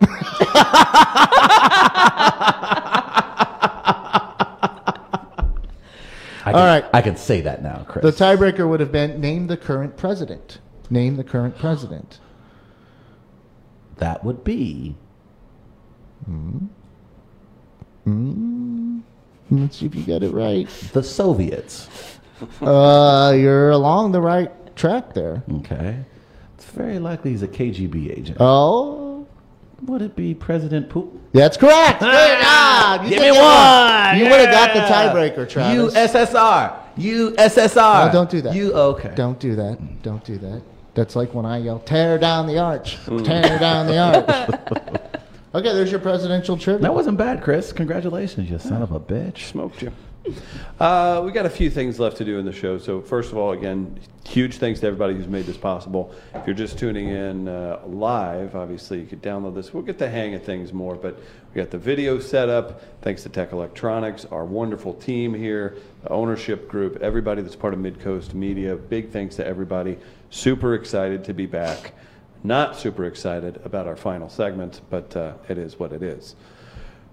I can, All right. I can say that now, Chris. The tiebreaker would have been name the current president. Name the current president. that would be. Let's see if you get it right. the Soviets. Uh, you're along the right track there. Mm-hmm. Okay. It's very likely he's a KGB agent. Oh, Would it be President Putin? that's correct. Ah, you Give did me get one. You would have got the tiebreaker, Travis. USSR. USSR. No, don't do that. You okay? Don't do that. Don't do that. That's like when I yell, "Tear down the arch! Mm. Tear down the arch!" okay, there's your presidential trivia. That wasn't bad, Chris. Congratulations, you son of a bitch. Smoked you. Uh, we got a few things left to do in the show. So first of all, again, huge thanks to everybody who's made this possible. If you're just tuning in uh, live, obviously you could download this. We'll get the hang of things more, but we got the video set up. Thanks to Tech Electronics, our wonderful team here, the ownership group, everybody that's part of Midcoast Media. Big thanks to everybody. Super excited to be back. Not super excited about our final segment, but uh, it is what it is.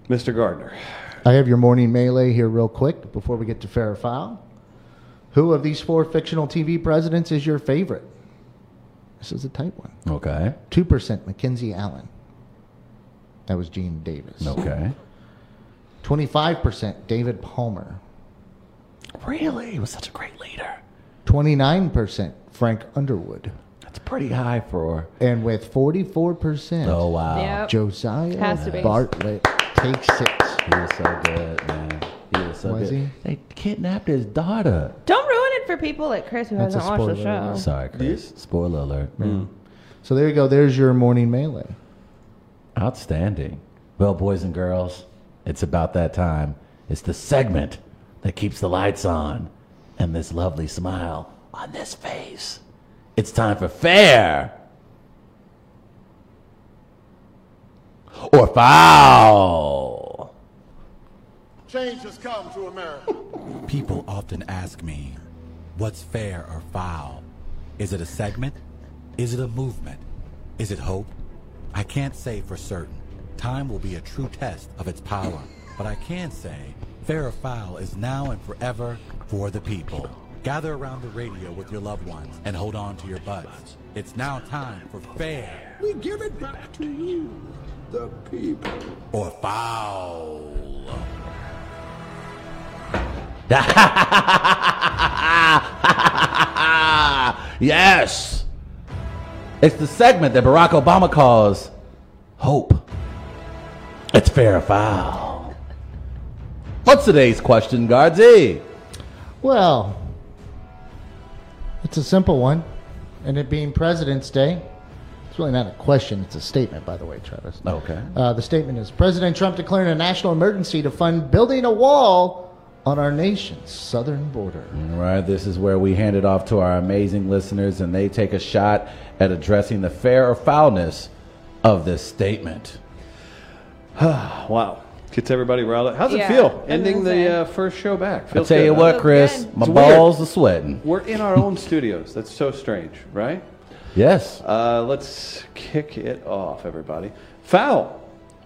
Mr. Gardner, I have your morning melee here, real quick, before we get to fair or foul. Who of these four fictional TV presidents is your favorite? This is a tight one. Okay. Two percent, Mackenzie Allen. That was Gene Davis. Okay. Twenty-five percent, David Palmer. Really? He was such a great leader. Twenty-nine percent, Frank Underwood. That's pretty high for. And with forty-four percent, Oh wow. Yep. Josiah Has to be. Bartlett takes it. He was so good, man. He was so Was good. he? They kidnapped his daughter. Don't ruin it for people like Chris who That's a hasn't watched the spoiler. show. Sorry, Chris. Spoiler alert. Hmm. So there you go. There's your morning melee. Outstanding. Well, boys and girls, it's about that time. It's the segment that keeps the lights on and this lovely smile on this face. It's time for fair or foul. Change has come to America. People often ask me, what's fair or foul? Is it a segment? Is it a movement? Is it hope? I can't say for certain. Time will be a true test of its power. But I can say, fair or foul is now and forever for the people. Gather around the radio with your loved ones and hold on to your butts. It's now time for fair We give it back to you, the people. or foul. yes. It's the segment that Barack Obama calls hope. It's fair or foul. What's today's question, Guardsy? Well, it's a simple one. And it being President's Day, it's really not a question, it's a statement, by the way, Travis. Okay. Uh, the statement is President Trump declaring a national emergency to fund building a wall on our nation's southern border. All right, this is where we hand it off to our amazing listeners and they take a shot at addressing the fair or foulness of this statement. Wow. Gets everybody riled up. How's Yeah, it feel that's ending insane. the uh, first show back? I'll Feels tell good, you huh? what, Chris, good. my It's weird. balls are sweating. We're in our own studios. That's so strange, right? Yes. Uh, let's kick it off, everybody. Foul.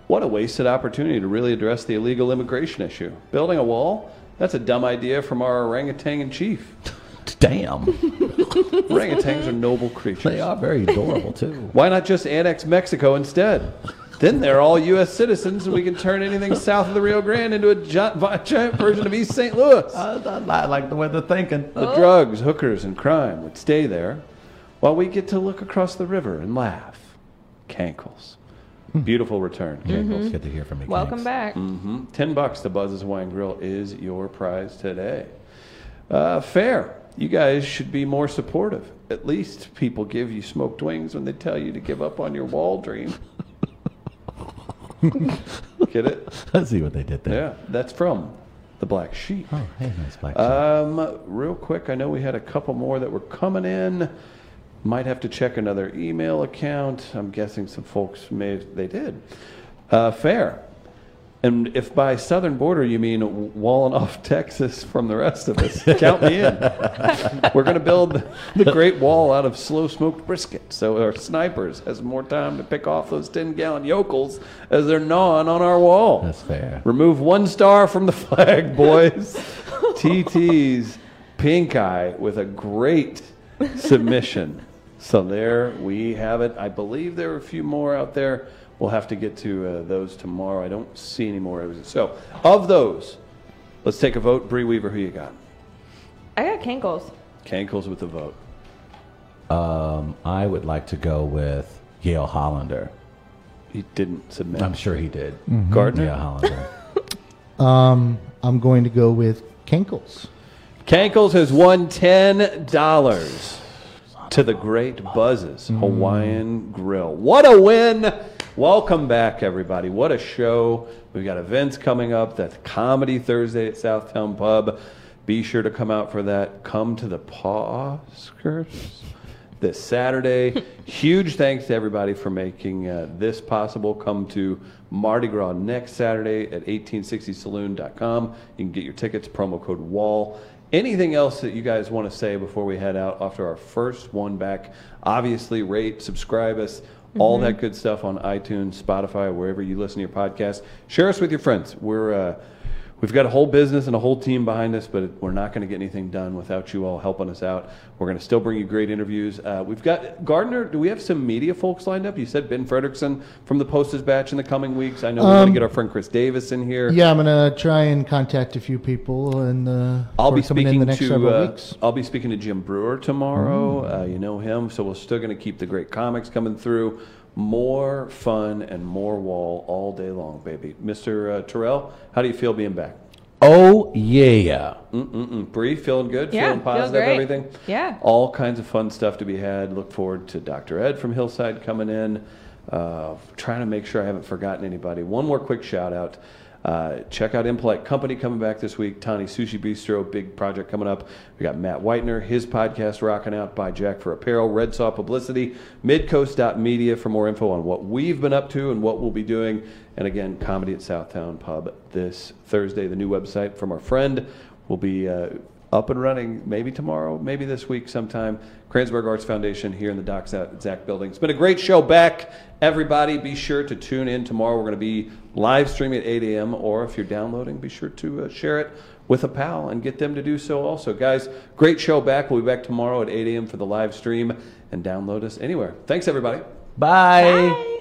What a wasted opportunity to really address the illegal immigration issue. Building a wall? That's a dumb idea from our orangutan in chief. Damn. Orangutans are noble creatures. they are very adorable, too. Why not just annex Mexico instead? Then they're all U.S. citizens, and we can turn anything south of the Rio Grande into a giant, giant version of East St. Louis. I like the way they're thinking. The drugs, hookers, and crime would stay there while we get to look across the river and laugh. Cankles. Beautiful return, Cankles. Good to hear from you. Welcome back. Mm. hmm Ten bucks to Buzz's Wine Grill is your prize today. Uh, fair. You guys should be more supportive. At least people give you smoked wings when they tell you to give up on your wall dream. Get it? Let's see what they did there. Yeah, that's from the Black Sheep. Oh, hey, nice black. Um, real quick, I know we had a couple more that were coming in. Might have to check another email account. I'm guessing some folks may they did. Uh, fair. And if by southern border you mean walling off Texas from the rest of us, count me in. We're going to build the Great Wall out of slow smoked brisket, so our snipers has more time to pick off those ten gallon yokels as they're gnawing on our wall. That's fair. Remove one star from the flag, boys. TT's pink eye with a great submission. So there we have it. I believe there are a few more out there. We'll have to get to uh, those tomorrow. I don't see any more. So of those, let's take a vote. Bree Weaver, who you got? I got cankles. Cankles with a vote. Um, I would like to go with Yale Hollander. He didn't submit. I'm sure he did. Mm. Gardner. Yale Hollander. Um, I'm going to go with Kinkles. Cankles has won ten dollars to the Great Buzzes Hawaiian Grill. What a win! Welcome back, everybody. What a show! We've got events coming up. That's Comedy Thursday at Southtown Pub. Be sure to come out for that. Come to the Paw Oscars this Saturday. Huge thanks to everybody for making uh, this possible. Come to Mardi Gras next Saturday at 1860saloon.com. You can get your tickets, promo code WALL. Anything else that you guys want to say before we head out after our first one back? Obviously, rate, subscribe us, all that good stuff on iTunes, Spotify, wherever you listen to your podcast. Share us with your friends. We're. Uh, We've got a whole business and a whole team behind us, but we're not going to get anything done without you all helping us out. We're going to still bring you great interviews. Uh, we've got Gardner. Do we have some media folks lined up? You said Ben Frederickson from the Posters Batch in the coming weeks. I know we're going to Um, get our friend Chris Davis in here. Yeah, I'm gonna try and contact a few people, and uh, I'll for be coming speaking in the next to several uh, weeks. Mm. I'll be speaking to Jim Brewer tomorrow. Uh, you know him, so we're still going to keep the great comics coming through. More fun and more wall all day long, baby. Mr. Uh, Terrell, how do you feel being back? oh yeah. Mm-mm-mm. Bree, feeling good, Yeah, feeling feel positive, great. everything. Yeah. all kinds of fun stuff to be had. Look forward to Dr. Ed from Hillside coming in. Uh, trying to make sure I haven't forgotten anybody. One more quick shout out. Uh, check out Impolite Company coming back this week. Tani Sushi Bistro, big project coming up. We got Matt Whitener, his podcast rocking out by Jack for Apparel, Red Saw Publicity, Midcoast.media for more info on what we've been up to and what we'll be doing. And again, comedy at Southtown Pub this Thursday. The new website from our friend will be uh, up and running maybe tomorrow, maybe this week sometime. Kranzberg Arts Foundation here in the Doc Zach building. It's been a great show back. Everybody, be sure to tune in tomorrow. We're going to be live streaming at 8 a.m. Or if you're downloading, be sure to uh, share it with a pal and get them to do so also. Guys, great show back. We'll be back tomorrow at 8 a.m. for the live stream and download us anywhere. Thanks, everybody. Bye. Bye.